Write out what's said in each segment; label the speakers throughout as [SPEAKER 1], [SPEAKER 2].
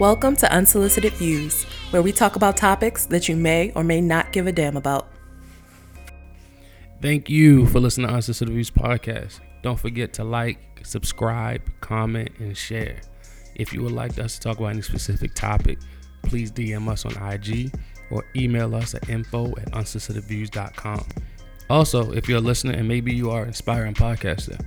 [SPEAKER 1] Welcome to Unsolicited Views, where we talk about topics that you may or may not give a damn about.
[SPEAKER 2] Thank you for listening to Unsolicited Views podcast. Don't forget to like, subscribe, comment, and share. If you would like us to talk about any specific topic, please DM us on IG or email us at info at unsolicitedviews.com. Also, if you're a listener and maybe you are an inspiring podcaster,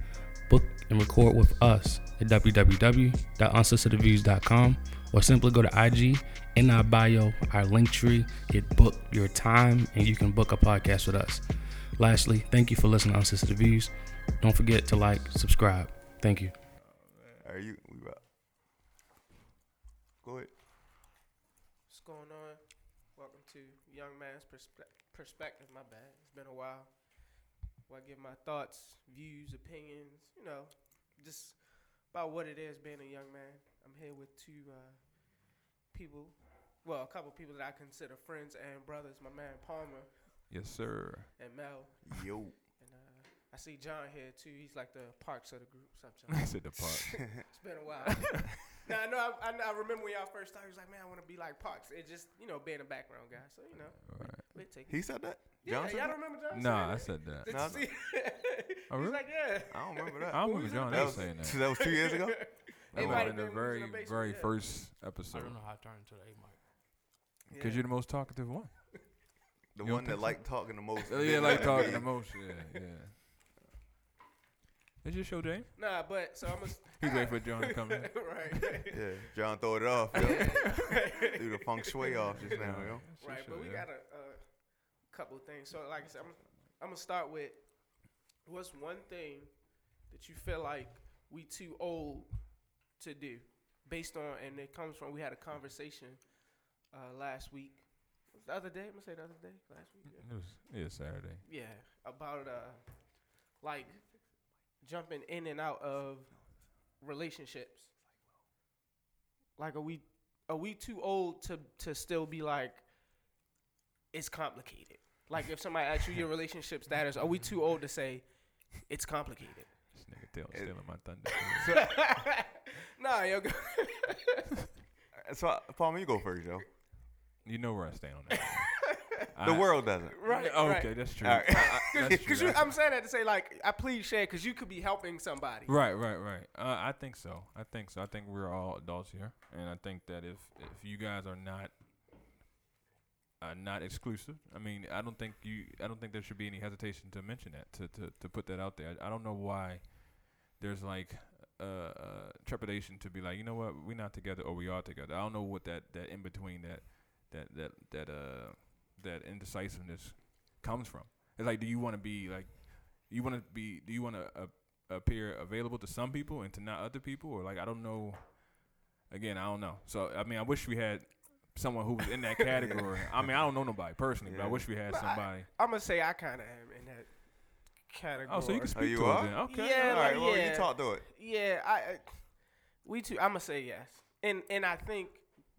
[SPEAKER 2] book and record with us at www.unsolicitedviews.com or simply go to IG in our bio, our link tree, hit book your time, and you can book a podcast with us. Lastly, thank you for listening to Unsolicited Views. Don't forget to like, subscribe. Thank you.
[SPEAKER 3] Are you? We about. Go ahead.
[SPEAKER 4] What's going on? Welcome to Young Man's Perspe- Perspective. My bad. It's been a while. Where I give my thoughts, views, opinions, you know, just about what it is being a young man. I'm here with two uh, people, well, a couple people that I consider friends and brothers. My man Palmer
[SPEAKER 3] Yes, sir.
[SPEAKER 4] and Mel.
[SPEAKER 3] Yo.
[SPEAKER 4] And uh, I see John here too. He's like the parks of the group. What's up, John?
[SPEAKER 5] I said the park.
[SPEAKER 4] It's been a while. now I know I, I, know- I remember when y'all first started. He was like, man, I want to be like Parks. It just you know being a background guy. So you know, we take. it.
[SPEAKER 3] He said that.
[SPEAKER 4] Yeah,
[SPEAKER 3] said that?
[SPEAKER 4] y'all don't remember John?
[SPEAKER 5] nah, I
[SPEAKER 4] saying
[SPEAKER 5] said that.
[SPEAKER 4] that?
[SPEAKER 3] Nah, I
[SPEAKER 4] Did you see? He's
[SPEAKER 5] Oh, really?
[SPEAKER 4] like, yeah.
[SPEAKER 3] I don't remember that.
[SPEAKER 5] I remember John
[SPEAKER 3] that
[SPEAKER 5] Hill
[SPEAKER 3] was
[SPEAKER 5] saying that.
[SPEAKER 3] That was two years ago.
[SPEAKER 5] That
[SPEAKER 4] It
[SPEAKER 3] They
[SPEAKER 5] was
[SPEAKER 4] might
[SPEAKER 5] in
[SPEAKER 4] have
[SPEAKER 5] the
[SPEAKER 4] been when we was
[SPEAKER 5] very,
[SPEAKER 4] in the basement,
[SPEAKER 5] very
[SPEAKER 4] yeah.
[SPEAKER 5] first episode.
[SPEAKER 2] how I turned to the A mic.
[SPEAKER 5] Because you're the most talkative one.
[SPEAKER 3] The
[SPEAKER 5] You don't
[SPEAKER 3] one that
[SPEAKER 5] think so?
[SPEAKER 3] liked talking the most.
[SPEAKER 5] Oh, yeah, like talking the most. Yeah, yeah. Is your show, Jane?
[SPEAKER 4] Nah, but so I'm gonna.
[SPEAKER 5] He's waiting for John to come in.
[SPEAKER 4] right.
[SPEAKER 3] Yeah, John throw it off. Yo. Threw the feng shui off just now, yo.
[SPEAKER 5] She
[SPEAKER 4] Right,
[SPEAKER 5] should,
[SPEAKER 4] but we
[SPEAKER 5] yeah.
[SPEAKER 4] got a, a couple things. So, like I said, I'm, I'm gonna start with what's one thing that you feel like we too old to do, based on, and it comes from. We had a conversation uh, last week, the other day. I'm gonna say the other day, last week. yeah.
[SPEAKER 5] It was yeah Saturday.
[SPEAKER 4] Yeah, about uh, like jumping in and out of relationships. Like, are we are we too old to to still be like it's complicated? Like, if somebody asks you your relationship status, are we too old to say it's complicated?
[SPEAKER 5] This nigga tell,
[SPEAKER 3] It-
[SPEAKER 5] stealing my thunder.
[SPEAKER 4] nah, yo, go-
[SPEAKER 3] So, uh, Palmer, you go first, yo.
[SPEAKER 5] you know where I stand on that.
[SPEAKER 3] The
[SPEAKER 5] I-
[SPEAKER 3] world doesn't.
[SPEAKER 4] right,
[SPEAKER 5] Oh,
[SPEAKER 4] right.
[SPEAKER 5] okay, that's true.
[SPEAKER 3] All right.
[SPEAKER 5] That's
[SPEAKER 4] Because
[SPEAKER 5] true.
[SPEAKER 4] I'm saying that to say like I please share because you could be helping somebody.
[SPEAKER 5] Right, right, right. Uh, I think so. I think so. I think we're all adults here, and I think that if if you guys are not uh, not exclusive, I mean, I don't think you. I don't think there should be any hesitation to mention that to to, to put that out there. I, I don't know why there's like uh, uh trepidation to be like, you know what, we're not together or we are together. I don't know what that that in between that that that that uh that indecisiveness comes from. It's like, do you want to be like, you want to be, do you want to uh, appear available to some people and to not other people, or like, I don't know. Again, I don't know. So I mean, I wish we had someone who was in that category. I mean, I don't know nobody personally, but I
[SPEAKER 3] Yeah.
[SPEAKER 5] wish we had
[SPEAKER 4] But I-
[SPEAKER 5] somebody.
[SPEAKER 4] I'm gonna say I kind of am in that category.
[SPEAKER 5] Oh, so you can
[SPEAKER 3] Oh,
[SPEAKER 5] speak
[SPEAKER 3] you
[SPEAKER 5] to
[SPEAKER 3] are?
[SPEAKER 5] it then. Okay.
[SPEAKER 4] Yeah,
[SPEAKER 3] All right,
[SPEAKER 4] like,
[SPEAKER 3] well,
[SPEAKER 4] yeah.
[SPEAKER 3] you talk to it.
[SPEAKER 4] Yeah, I, I we too. I'm gonna say yes, and and I think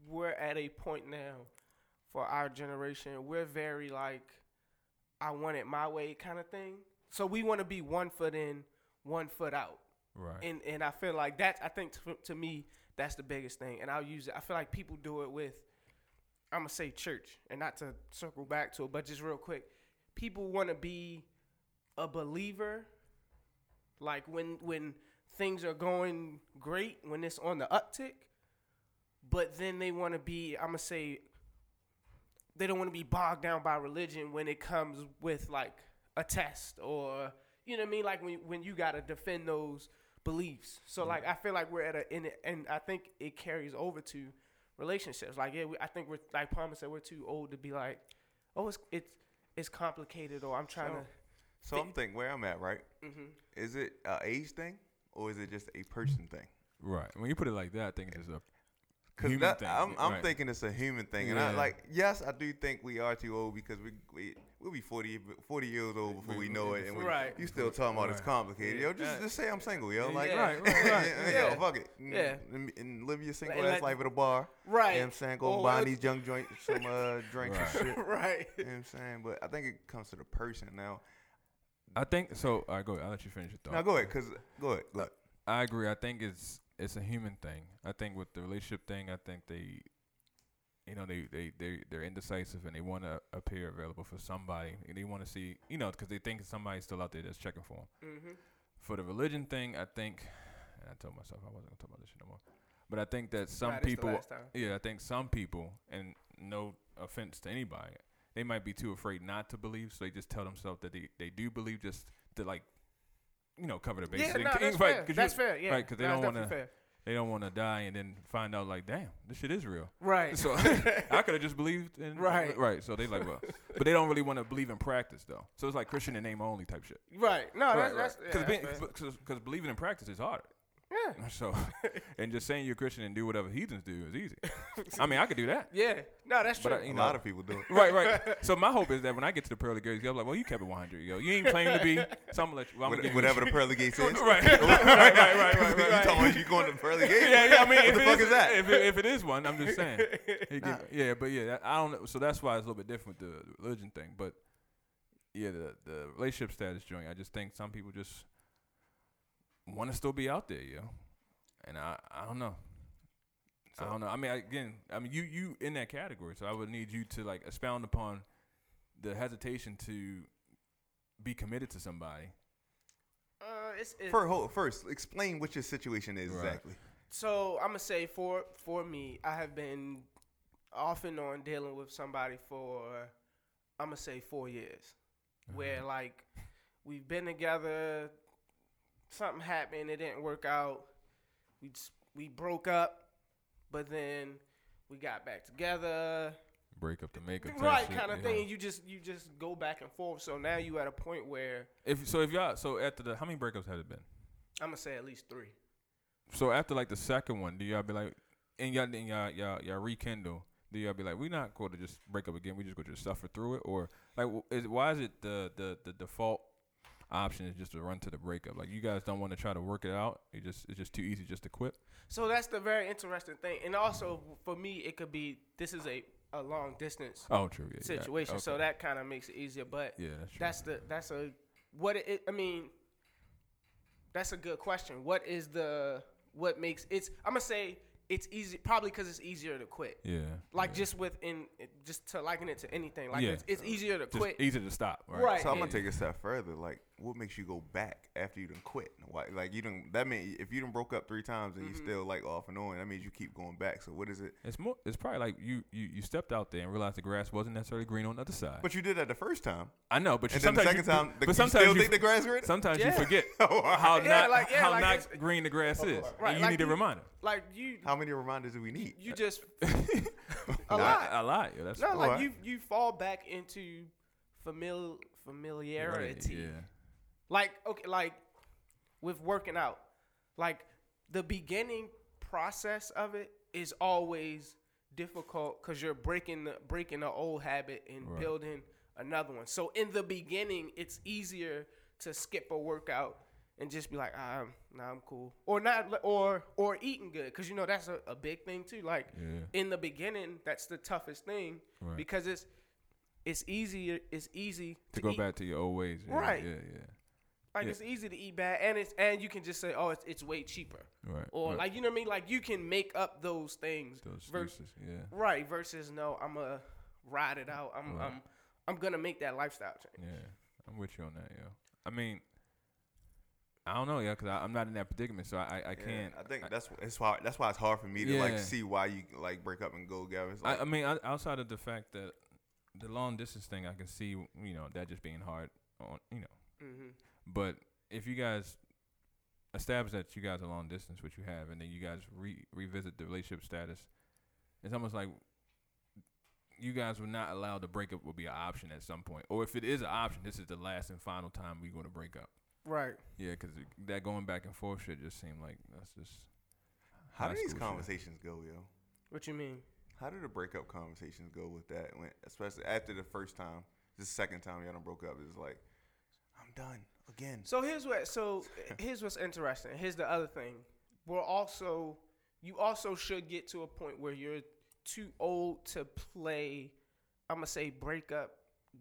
[SPEAKER 4] we're at a point now for our generation. We're very like I want it my way kind of thing. So we want to be one foot in, one foot out,
[SPEAKER 5] Right.
[SPEAKER 4] and and I feel like that's I think to, to me that's the biggest thing. And I'll use it. I feel like people do it with I'm gonna say church, and not to circle back to it, but just real quick, people want to be a believer. Like when when things are going great, when it's on the uptick, but then they want to be I'm gonna say they don't want to be bogged down by religion when it comes with like a test or you know what I mean, like when when you gotta defend those beliefs. So like I feel like we're at a in it, and I think it carries over to relationships. Like yeah, we, I think we're like Palmer said, we're too old to be like, oh it's it's it's complicated or I'm trying
[SPEAKER 3] So-
[SPEAKER 4] to
[SPEAKER 3] So I'm thinking where I'm at, right? Is it a age thing or is it just a person thing?
[SPEAKER 5] Right. When you put it like that, I think it's just a
[SPEAKER 3] Because
[SPEAKER 5] human
[SPEAKER 3] that
[SPEAKER 5] thing.
[SPEAKER 3] I'm, I'm
[SPEAKER 5] Right.
[SPEAKER 3] thinking it's a human thing, and I
[SPEAKER 5] Yeah.
[SPEAKER 3] like yes, I do think we are too old because we, we we'll be 40, 40 years old before we
[SPEAKER 5] we-
[SPEAKER 3] know it, and we,
[SPEAKER 4] Right.
[SPEAKER 3] you still talking about it's
[SPEAKER 5] Right.
[SPEAKER 3] complicated, yo. Just
[SPEAKER 5] Yeah.
[SPEAKER 3] just say I'm single, yo. Like
[SPEAKER 4] Yeah.
[SPEAKER 5] Right, right, right.
[SPEAKER 3] yo,
[SPEAKER 4] Yeah.
[SPEAKER 3] fuck it, Mm,
[SPEAKER 4] Yeah.
[SPEAKER 3] and, and live your single
[SPEAKER 4] Like-
[SPEAKER 3] ass life at a bar.
[SPEAKER 4] Right.
[SPEAKER 3] You know what I'm saying go
[SPEAKER 4] Or
[SPEAKER 3] buy
[SPEAKER 4] what-
[SPEAKER 3] these junk joints, some uh, drinks
[SPEAKER 5] Right.
[SPEAKER 3] and shit.
[SPEAKER 4] right.
[SPEAKER 3] You know what I'm saying, but I think it comes to the person now.
[SPEAKER 5] I think so. All right, go ahead. I'll let you finish your thought.
[SPEAKER 3] Now go ahead, cause go ahead, go ahead.
[SPEAKER 5] I agree. I think it's it's a human thing. I think with the relationship thing, I think they, you know, they they they they're indecisive and they want to appear available for somebody and they want to see, you know, because they think somebody's still out there that's checking for them.
[SPEAKER 4] Mm-hmm.
[SPEAKER 5] For the religion thing, I think, and I told myself I wasn't gonna talk about this shit no more. But I think that some
[SPEAKER 4] Nah, this the
[SPEAKER 5] people,
[SPEAKER 4] last time.
[SPEAKER 5] yeah, I think some people, and no offense to anybody, they might be too afraid not to believe, so they just tell themselves that they, they do believe just to like, you know, cover the bases.
[SPEAKER 4] Yeah,
[SPEAKER 5] And
[SPEAKER 4] no,
[SPEAKER 5] c-
[SPEAKER 4] that's
[SPEAKER 5] right,
[SPEAKER 4] fair.
[SPEAKER 5] 'cause you-
[SPEAKER 4] That's fair. Yeah,
[SPEAKER 5] right, 'cause they
[SPEAKER 4] No,
[SPEAKER 5] don't
[SPEAKER 4] it's definitely
[SPEAKER 5] wanna-
[SPEAKER 4] fair.
[SPEAKER 5] they don't want to die and then find out like, damn, this shit is real.
[SPEAKER 4] Right.
[SPEAKER 5] So I could have just believed in
[SPEAKER 4] Right.
[SPEAKER 5] right. So they like, well, but they don't really want to believe in practice though. So it's like Christian in name only type shit.
[SPEAKER 4] right. No,
[SPEAKER 5] right,
[SPEAKER 4] that's, that's, yeah, that's fair.
[SPEAKER 5] because believing in practice is harder.
[SPEAKER 4] yeah.
[SPEAKER 5] So, and just saying you're Christian and do whatever heathens do is easy. I mean, I could do that.
[SPEAKER 4] Yeah. No, that's
[SPEAKER 5] But
[SPEAKER 4] true.
[SPEAKER 5] I, you
[SPEAKER 3] A
[SPEAKER 5] know,
[SPEAKER 3] lot of people do it.
[SPEAKER 5] right, right. So my hope is that when I get to the pearly gates, I'm like, well, you kept it 100, yo. You ain't claim to be. So I'm gonna let you. Well, I'm gonna give
[SPEAKER 3] What-
[SPEAKER 5] you-
[SPEAKER 3] Whatever the pearly gate says.
[SPEAKER 5] Right, right, right, right, right,
[SPEAKER 3] you
[SPEAKER 5] right.
[SPEAKER 3] talking about you going to the pearly gate?
[SPEAKER 5] yeah, yeah. I mean,
[SPEAKER 3] what
[SPEAKER 5] if
[SPEAKER 3] the
[SPEAKER 5] it
[SPEAKER 3] fuck
[SPEAKER 5] is-
[SPEAKER 3] is that?
[SPEAKER 5] If it, if it is one, I'm just saying. It give-
[SPEAKER 4] Uh,
[SPEAKER 5] yeah, but yeah, that- I don't. know. So that's why it's a little bit different with the religion thing. But yeah, the the relationship status joint. I just think some people just want to still be out there, yo. And I I don't know. I don't know. I mean, I- again, I mean, you you in that category, so I would need you to like expound upon the hesitation to be committed to somebody.
[SPEAKER 4] uh, it's, it's,
[SPEAKER 3] Fir- hold- First, explain what your situation is
[SPEAKER 5] Right.
[SPEAKER 3] exactly.
[SPEAKER 4] So I'm gonna say for for me, I have been off and on dealing with somebody for I'm gonna say four years, where
[SPEAKER 5] Uh-huh.
[SPEAKER 4] like we've been together, something happened, it didn't work out, we s- we broke up, but then we got back together,
[SPEAKER 5] Break up the makeup,
[SPEAKER 4] right kind of thing. You just you just go back and forth. So now you at a point where
[SPEAKER 5] If so, if y'all so after the how many breakups have it been?
[SPEAKER 4] I'm gonna say at least three.
[SPEAKER 5] So after like the second one, do y'all be like, and y'all then y'all y'all y'all rekindle? Do y'all be like, we not going to just break up again? We just going to just suffer through it, or like, wh- is why is it the the the default option is just to run to the breakup? Like you guys don't want to try to work it out. It just it's just too easy just to quit.
[SPEAKER 4] So that's the very interesting thing, and also for me, it could be this is a, a long distance
[SPEAKER 5] Oh, true. Yeah, yeah,
[SPEAKER 4] situation, so
[SPEAKER 5] okay.
[SPEAKER 4] that kind of makes it easier. But
[SPEAKER 5] yeah, that's true.
[SPEAKER 4] that's the that's a what it, I mean. That's a good question. What is the what makes it's? I'm gonna say it's easy, probably because it's easier to quit.
[SPEAKER 5] yeah,
[SPEAKER 4] Like
[SPEAKER 5] yeah.
[SPEAKER 4] just within just to liken it to anything. Like
[SPEAKER 5] Yeah.
[SPEAKER 4] it's, it's easier to
[SPEAKER 5] Just
[SPEAKER 4] quit.
[SPEAKER 5] easy to stop. Right.
[SPEAKER 4] Right.
[SPEAKER 3] So I'm
[SPEAKER 4] Yeah.
[SPEAKER 3] gonna take it a step further. Like, what makes you go back after you done quit? Why, like you done that mean if you done broke up three times and
[SPEAKER 5] Mm-hmm.
[SPEAKER 3] you still like off and on, that means you keep going back. So what is it?
[SPEAKER 5] It's more. It's probably like you, you you stepped out there and realized the grass wasn't necessarily green on the other side.
[SPEAKER 3] But you did that the first time,
[SPEAKER 5] I know, but you,
[SPEAKER 3] and then the
[SPEAKER 5] sometimes
[SPEAKER 3] second
[SPEAKER 5] you,
[SPEAKER 3] time, the,
[SPEAKER 5] but
[SPEAKER 3] you
[SPEAKER 5] sometimes
[SPEAKER 3] still
[SPEAKER 5] you,
[SPEAKER 3] think the grass Oh, green.
[SPEAKER 5] Sometimes you
[SPEAKER 4] Yeah.
[SPEAKER 5] forget
[SPEAKER 3] Alright.
[SPEAKER 5] how
[SPEAKER 4] Yeah,
[SPEAKER 5] not
[SPEAKER 4] like- yeah,
[SPEAKER 5] how
[SPEAKER 4] like
[SPEAKER 5] not
[SPEAKER 4] it's-
[SPEAKER 5] green the grass is,
[SPEAKER 4] Right,
[SPEAKER 5] and you
[SPEAKER 4] like
[SPEAKER 5] need a
[SPEAKER 4] you-
[SPEAKER 5] reminder.
[SPEAKER 4] like you,
[SPEAKER 3] How many reminders do we need?
[SPEAKER 4] you just
[SPEAKER 5] A
[SPEAKER 4] a
[SPEAKER 5] lot,
[SPEAKER 4] lot.
[SPEAKER 5] a lot. Yeah, that's
[SPEAKER 4] No, like
[SPEAKER 3] Alright.
[SPEAKER 4] you you fall back into famil- familiarity.
[SPEAKER 5] Yeah,
[SPEAKER 4] Like okay, like with working out, like the beginning process of it is always difficult because you're breaking the breaking the old habit and
[SPEAKER 5] Right.
[SPEAKER 4] building another one. So in the beginning, it's easier to skip a workout and just be like, ah, I'm, nah, I'm cool, or not, li- or or eating good because you know that's a, a big thing too. Like
[SPEAKER 5] Yeah.
[SPEAKER 4] in the beginning, that's the toughest thing
[SPEAKER 5] Right.
[SPEAKER 4] because it's it's easier it's easy
[SPEAKER 5] to go
[SPEAKER 4] eat
[SPEAKER 5] back to your old ways. Yeah,
[SPEAKER 4] Right.
[SPEAKER 5] Yeah, yeah.
[SPEAKER 4] like
[SPEAKER 5] Yeah.
[SPEAKER 4] it's easy to eat bad, and it's and you can just say, oh, it's, it's way cheaper,
[SPEAKER 5] Right.
[SPEAKER 4] or
[SPEAKER 5] right.
[SPEAKER 4] like you know what I mean. Like you can make up those things,
[SPEAKER 5] those
[SPEAKER 4] ver-
[SPEAKER 5] excuses. Yeah.
[SPEAKER 4] right? Versus no, I'm gonna ride it out. I'm
[SPEAKER 5] Right.
[SPEAKER 4] I'm I'm gonna make that lifestyle change.
[SPEAKER 5] Yeah. I'm with you on that, yo. I mean, I don't know, yeah, because I'm not in that predicament, so I I, I
[SPEAKER 3] Yeah,
[SPEAKER 5] can't.
[SPEAKER 3] I think that's that's why that's why it's hard for me to
[SPEAKER 5] Yeah.
[SPEAKER 3] like see why you like break up and go together. It's
[SPEAKER 5] I,
[SPEAKER 3] like,
[SPEAKER 5] I mean, o- outside of the fact that the long distance thing, I can see you know that just being hard on you know
[SPEAKER 4] hmm
[SPEAKER 5] But if you guys establish that you guys are long distance, which you have, and then you guys re- revisit the relationship status, it's almost like you guys were not allowed to break up will be an option at some point. Or if it is an option, this is the last and final time we're going to break up.
[SPEAKER 4] Right.
[SPEAKER 5] Yeah, 'cause it- that going back and forth shit just seemed like that's just.
[SPEAKER 3] how
[SPEAKER 5] high
[SPEAKER 3] do these
[SPEAKER 5] school shit.
[SPEAKER 3] conversations go, yo?
[SPEAKER 4] What you mean?
[SPEAKER 3] How do the breakup conversations go with that? When, especially after the first time, the second time y'all done broke up, it's like, I'm done again.
[SPEAKER 4] So here's what. So here's what's interesting. Here's the other thing. We're also you also should get to a point where you're too old to play. I'm gonna say breakup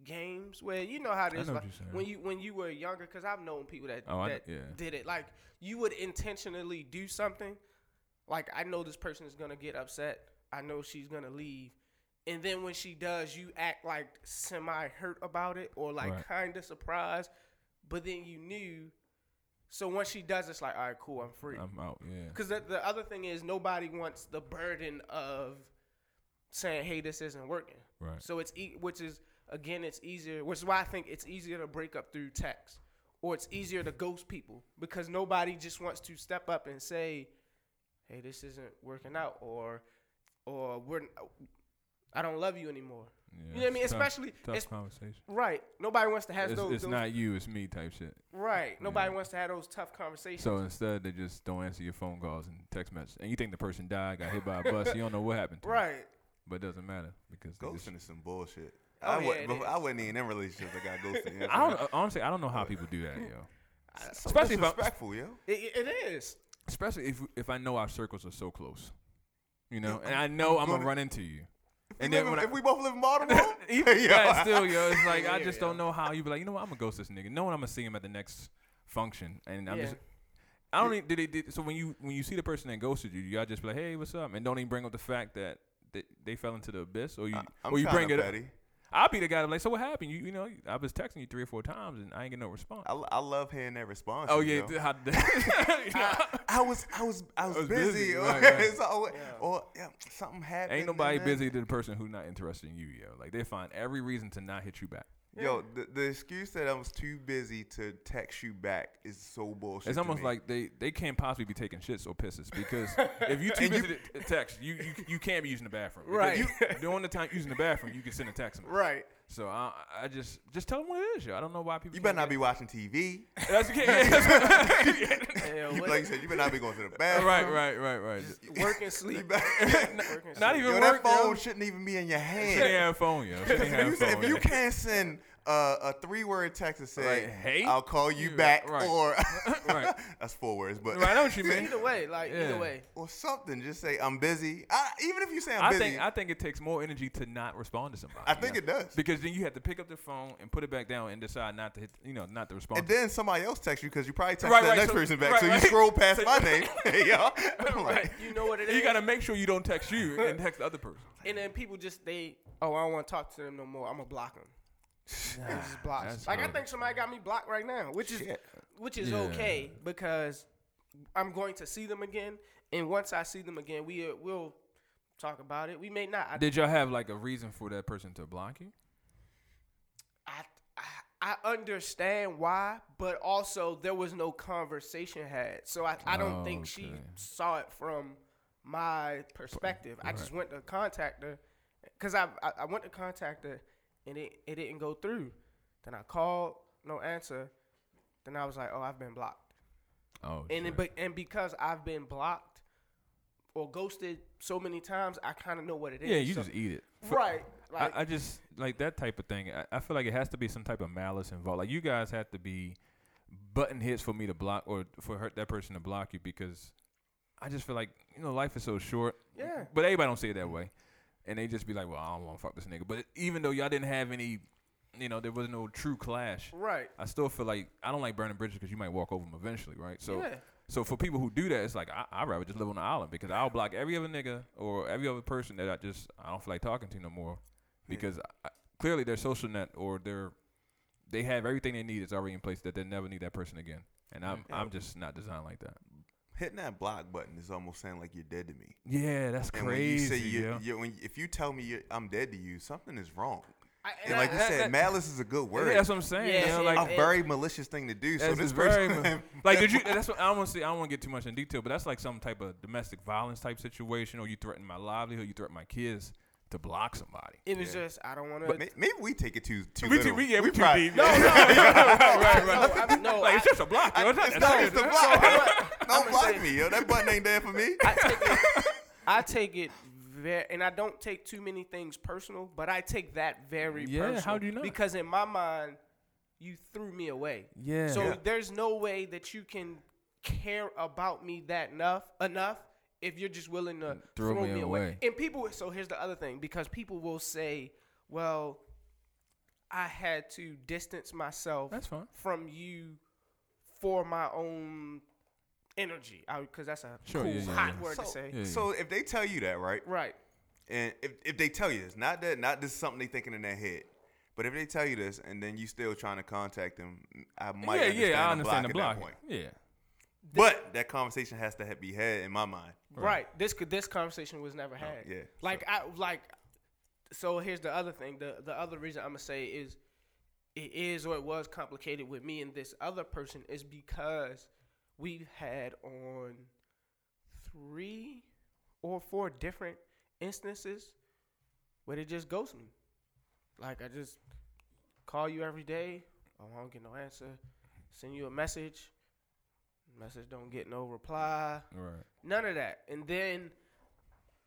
[SPEAKER 4] games where you know how it
[SPEAKER 5] I
[SPEAKER 4] is
[SPEAKER 5] know
[SPEAKER 4] like,
[SPEAKER 5] what you're saying.
[SPEAKER 4] when you when you were younger. Because I've known people that
[SPEAKER 5] Oh, I
[SPEAKER 4] that
[SPEAKER 5] kn- yeah.
[SPEAKER 4] did it. Like you would intentionally do something Like I know this person is gonna get upset. I know she's gonna leave. And then when she does, you act like semi hurt about it or like
[SPEAKER 5] Right.
[SPEAKER 4] kinda surprised. But then you knew. So once she does, it's like, all right, cool, I'm free.
[SPEAKER 5] I'm out. Yeah.
[SPEAKER 4] Because the, the other thing is nobody wants the burden of saying, "Hey, this isn't working."
[SPEAKER 5] Right.
[SPEAKER 4] So it's e- which is again, it's easier. Which is why I think it's easier to break up through text, or it's easier to ghost people because nobody just wants to step up and say, "Hey, this isn't working out," or or we're. I don't love you anymore.
[SPEAKER 5] yeah
[SPEAKER 4] you know what I mean?
[SPEAKER 5] it's tough-
[SPEAKER 4] Especially,
[SPEAKER 5] tough
[SPEAKER 4] it's,
[SPEAKER 5] conversation.
[SPEAKER 4] right. Nobody wants to have
[SPEAKER 5] It's,
[SPEAKER 4] those.
[SPEAKER 5] it's
[SPEAKER 4] those-
[SPEAKER 5] not you, it's me type shit.
[SPEAKER 4] right. Nobody
[SPEAKER 5] Yeah.
[SPEAKER 4] wants to have those tough conversations.
[SPEAKER 5] Mm-hmm. So instead, they just don't answer your phone calls and text messages. And you think the person died, got hit by a bus. you don't know what happened. To 'em.
[SPEAKER 4] right.
[SPEAKER 5] But it doesn't matter because they just-
[SPEAKER 3] Ghosting is some bullshit.
[SPEAKER 4] Oh,
[SPEAKER 3] I,
[SPEAKER 4] yeah,
[SPEAKER 3] wasn't,
[SPEAKER 4] it is.
[SPEAKER 3] I wasn't even in relationships that got ghosted.
[SPEAKER 5] I don't uh, honestly. I don't know how people do that, yo.
[SPEAKER 3] Especially
[SPEAKER 5] Especially if I'm-
[SPEAKER 3] disrespectful, yo.
[SPEAKER 4] It, it is.
[SPEAKER 5] Especially if if I know our circles are so close, you know, and I know I'm gonna run into you. And then
[SPEAKER 3] Live
[SPEAKER 5] when
[SPEAKER 3] in-
[SPEAKER 5] I,
[SPEAKER 3] if we both live in Baltimore,
[SPEAKER 5] even
[SPEAKER 3] yo.
[SPEAKER 5] that still, yo, it's like I
[SPEAKER 4] Yeah,
[SPEAKER 5] just don't know how you be like, you know what? I'm gonna ghost this nigga, knowing I'm gonna see him at the next function, and I'm
[SPEAKER 4] yeah.
[SPEAKER 5] just. I don't even did they did so when you when you see the person that ghosted you, you all just be like, hey, what's up, and don't even bring up the fact that they, they fell into the abyss, or you
[SPEAKER 3] I'm
[SPEAKER 5] or you
[SPEAKER 3] kinda
[SPEAKER 5] bring it up.
[SPEAKER 3] petty.
[SPEAKER 5] I'll be the guy that like, so what happened? You you know, I was texting you three or four times and I ain't get no response.
[SPEAKER 3] I, I love hearing that response.
[SPEAKER 5] oh yeah,
[SPEAKER 3] yo.
[SPEAKER 5] th- how, you know,
[SPEAKER 3] I was I was I was,
[SPEAKER 5] was
[SPEAKER 3] busy,
[SPEAKER 5] busy,
[SPEAKER 3] or,
[SPEAKER 5] right, right.
[SPEAKER 3] it's always-
[SPEAKER 4] Yeah.
[SPEAKER 3] or yeah, something happened.
[SPEAKER 5] ain't nobody
[SPEAKER 3] and then-
[SPEAKER 5] busy to the person who's not interested in you, yo. Like they find every reason to not hit you back.
[SPEAKER 3] Yo, the, the excuse that I was too busy to text you back is so bullshit.
[SPEAKER 5] It's
[SPEAKER 3] to
[SPEAKER 5] almost
[SPEAKER 3] me.
[SPEAKER 5] like they, they can't possibly be taking shits or pisses because if you too
[SPEAKER 3] And you-
[SPEAKER 5] busy to text, you, you you can't be using the bathroom.
[SPEAKER 4] Right.
[SPEAKER 5] Because You, during the time using the bathroom, you can send a text. message.
[SPEAKER 4] Right.
[SPEAKER 5] So I I just just tell them what it is, yo. I don't know why people.
[SPEAKER 3] you better not
[SPEAKER 5] can't
[SPEAKER 3] be watching TV.
[SPEAKER 5] get- That's you can't- yeah,
[SPEAKER 4] Yeah,
[SPEAKER 3] You-
[SPEAKER 4] what-
[SPEAKER 3] like you said, you better not be going to the
[SPEAKER 5] that's-
[SPEAKER 3] bathroom.
[SPEAKER 5] right, right, right, right.
[SPEAKER 4] work and sleep.
[SPEAKER 3] better-
[SPEAKER 4] Work and
[SPEAKER 5] Not
[SPEAKER 4] sleep.
[SPEAKER 5] even
[SPEAKER 3] Yo, that
[SPEAKER 5] work.
[SPEAKER 3] phone
[SPEAKER 5] yo.
[SPEAKER 3] shouldn't even be in your
[SPEAKER 5] She didn't
[SPEAKER 3] hand.
[SPEAKER 5] have a phone, yo. She didn't have a
[SPEAKER 3] If you,
[SPEAKER 5] phone.
[SPEAKER 3] if you
[SPEAKER 5] yo.
[SPEAKER 3] can't send uh, a three word text and say,
[SPEAKER 5] Like, hey?
[SPEAKER 3] I'll call you
[SPEAKER 5] You-
[SPEAKER 3] back,"
[SPEAKER 5] right.
[SPEAKER 3] or
[SPEAKER 5] Right.
[SPEAKER 3] that's four words, but
[SPEAKER 5] Right, I know what you mean.
[SPEAKER 4] Either way, like
[SPEAKER 5] Yeah.
[SPEAKER 4] either way,
[SPEAKER 3] or something. Just say, "I'm busy." I, even if you say I'm
[SPEAKER 5] I
[SPEAKER 3] busy,
[SPEAKER 5] think I think it takes more energy to not respond to somebody.
[SPEAKER 3] I think
[SPEAKER 5] yeah.
[SPEAKER 3] it does.
[SPEAKER 5] because then you have to pick up the phone and put it back down and decide not to hit, you know, not to respond.
[SPEAKER 3] And
[SPEAKER 5] to-
[SPEAKER 3] then somebody else texts you because you probably text
[SPEAKER 5] Right,
[SPEAKER 3] that
[SPEAKER 5] right,
[SPEAKER 3] next
[SPEAKER 5] so-
[SPEAKER 3] person back.
[SPEAKER 5] right,
[SPEAKER 3] so you
[SPEAKER 5] right.
[SPEAKER 3] scroll past
[SPEAKER 5] So-
[SPEAKER 3] my name. hey, y'all. I'm like,
[SPEAKER 5] Right.
[SPEAKER 4] you know what it is.
[SPEAKER 5] you got to make sure you don't text you and text the other person.
[SPEAKER 4] and then people just they, oh, I don't want to talk to them no more. I'm gonna block them. just block. 'em.
[SPEAKER 5] that's
[SPEAKER 4] Like I
[SPEAKER 5] horrible.
[SPEAKER 4] think somebody got me blocked right now, which is
[SPEAKER 3] Shit.
[SPEAKER 4] which is
[SPEAKER 5] Yeah.
[SPEAKER 4] okay because I'm going to see them again, and once I see them again, we uh, will talk about it. We may not. I,
[SPEAKER 5] Did y'all have like a reason for that person to block you?
[SPEAKER 4] I, I I understand why, but also there was no conversation had, so I, I don't think she
[SPEAKER 5] Okay.
[SPEAKER 4] saw it from my perspective. I just went to contact her because I, I I went to contact her and it it didn't go through. Then I called, no answer. Then I was like, oh, I've been blocked.
[SPEAKER 5] Oh,
[SPEAKER 4] And it, but and because I've been blocked or ghosted so many times, I kind of know what it is.
[SPEAKER 5] yeah, you
[SPEAKER 4] So-
[SPEAKER 5] just eat it.
[SPEAKER 4] right. Like,
[SPEAKER 5] I, I just like that type of thing. I, I feel like it has to be some type of malice involved. Like you guys have to be button hits for me to block or for her, that person to block you because I just feel like you know life is so short.
[SPEAKER 4] Yeah.
[SPEAKER 5] But everybody don't see it that way, and they just be like, "Well, I don't want to fuck this nigga." But even though y'all didn't have any, you know, there was no true clash.
[SPEAKER 4] right.
[SPEAKER 5] I still feel like I don't like burning bridges because you might walk over them eventually, right? So,
[SPEAKER 4] Yeah.
[SPEAKER 5] so for people who do that, it's like I, I'd rather just live on the island because I'll block every other nigga or every other person that I just I don't feel like talking to no more because I, clearly their social net or their they have everything they need is already in place that they never need that person again. And I'm I'm just not designed like that.
[SPEAKER 3] hitting that block button is almost saying like you're dead to me.
[SPEAKER 5] Yeah, that's
[SPEAKER 3] And
[SPEAKER 5] crazy.
[SPEAKER 3] when you say you,
[SPEAKER 5] yo.
[SPEAKER 3] you when if you tell me you're, I'm dead to you, something is wrong.
[SPEAKER 4] I,
[SPEAKER 3] And like you
[SPEAKER 5] that-
[SPEAKER 3] said,
[SPEAKER 5] that-
[SPEAKER 3] malice is a good word.
[SPEAKER 5] yeah, that's what I'm saying.
[SPEAKER 4] Yeah,
[SPEAKER 5] yo,
[SPEAKER 4] yeah,
[SPEAKER 5] like
[SPEAKER 4] yeah.
[SPEAKER 3] a very malicious thing to do. So
[SPEAKER 5] That's
[SPEAKER 3] this
[SPEAKER 5] just very
[SPEAKER 3] person,
[SPEAKER 5] mu- like did you that's what I don't want to see I don't want to get too much in detail but that's like some type of domestic violence type situation or you threaten my livelihood you threaten my kids to block somebody
[SPEAKER 4] It was just I don't want
[SPEAKER 3] But
[SPEAKER 4] to.
[SPEAKER 3] may- maybe we take it too too
[SPEAKER 5] we,
[SPEAKER 3] literal.
[SPEAKER 5] too, we yeah we, too
[SPEAKER 3] probably-
[SPEAKER 5] deep no no right right
[SPEAKER 4] No, I, no,
[SPEAKER 5] like
[SPEAKER 4] I,
[SPEAKER 5] it's just a block yo. it's not
[SPEAKER 3] It's
[SPEAKER 5] that
[SPEAKER 3] not
[SPEAKER 5] serious.
[SPEAKER 3] it's the block. Don't
[SPEAKER 4] I'ma
[SPEAKER 3] block
[SPEAKER 4] say-
[SPEAKER 3] me, yo. That button ain't there for me.
[SPEAKER 4] I take it. I take it very, and I don't take too many things personal, but I take that very
[SPEAKER 5] Yeah,
[SPEAKER 4] personal.
[SPEAKER 5] how do you not?
[SPEAKER 4] Because in my mind, you threw me away.
[SPEAKER 5] Yeah.
[SPEAKER 4] So
[SPEAKER 5] Yeah.
[SPEAKER 4] there's no way that you can care about me that enough enough if you're just willing to
[SPEAKER 5] Throw
[SPEAKER 4] throw,
[SPEAKER 5] me
[SPEAKER 4] me,
[SPEAKER 5] away.
[SPEAKER 4] away. And people. So here's the other thing, because people will say, "Well, I had to distance myself
[SPEAKER 5] That's fine.
[SPEAKER 4] from you for my own energy. Because that's a
[SPEAKER 5] Sure,
[SPEAKER 4] cool,
[SPEAKER 5] yeah, yeah,
[SPEAKER 4] hot
[SPEAKER 5] yeah.
[SPEAKER 4] word
[SPEAKER 3] So,
[SPEAKER 4] to say.
[SPEAKER 5] Yeah, yeah.
[SPEAKER 3] so if they tell you that, right?
[SPEAKER 4] Right.
[SPEAKER 3] And if, if they tell you this, not that not this is something they thinking in their head, but if they tell you this and then you still trying to contact them, I might
[SPEAKER 5] yeah,
[SPEAKER 3] understand
[SPEAKER 5] yeah, I
[SPEAKER 3] the
[SPEAKER 5] understand the
[SPEAKER 3] block
[SPEAKER 5] block.
[SPEAKER 3] at that point.
[SPEAKER 5] Yeah.
[SPEAKER 3] But that conversation has to ha- be had in my mind.
[SPEAKER 4] Right. This could this conversation was never had.
[SPEAKER 3] yeah,
[SPEAKER 4] Like I like so here's the other thing. The the other reason I'm gonna say is it is or it was complicated with me and this other person is because we've had on three or four different instances where they just ghost me. Like I just call you every day, oh, I don't get no answer, send you a message, message don't get no reply.
[SPEAKER 5] Right.
[SPEAKER 4] None of that. And then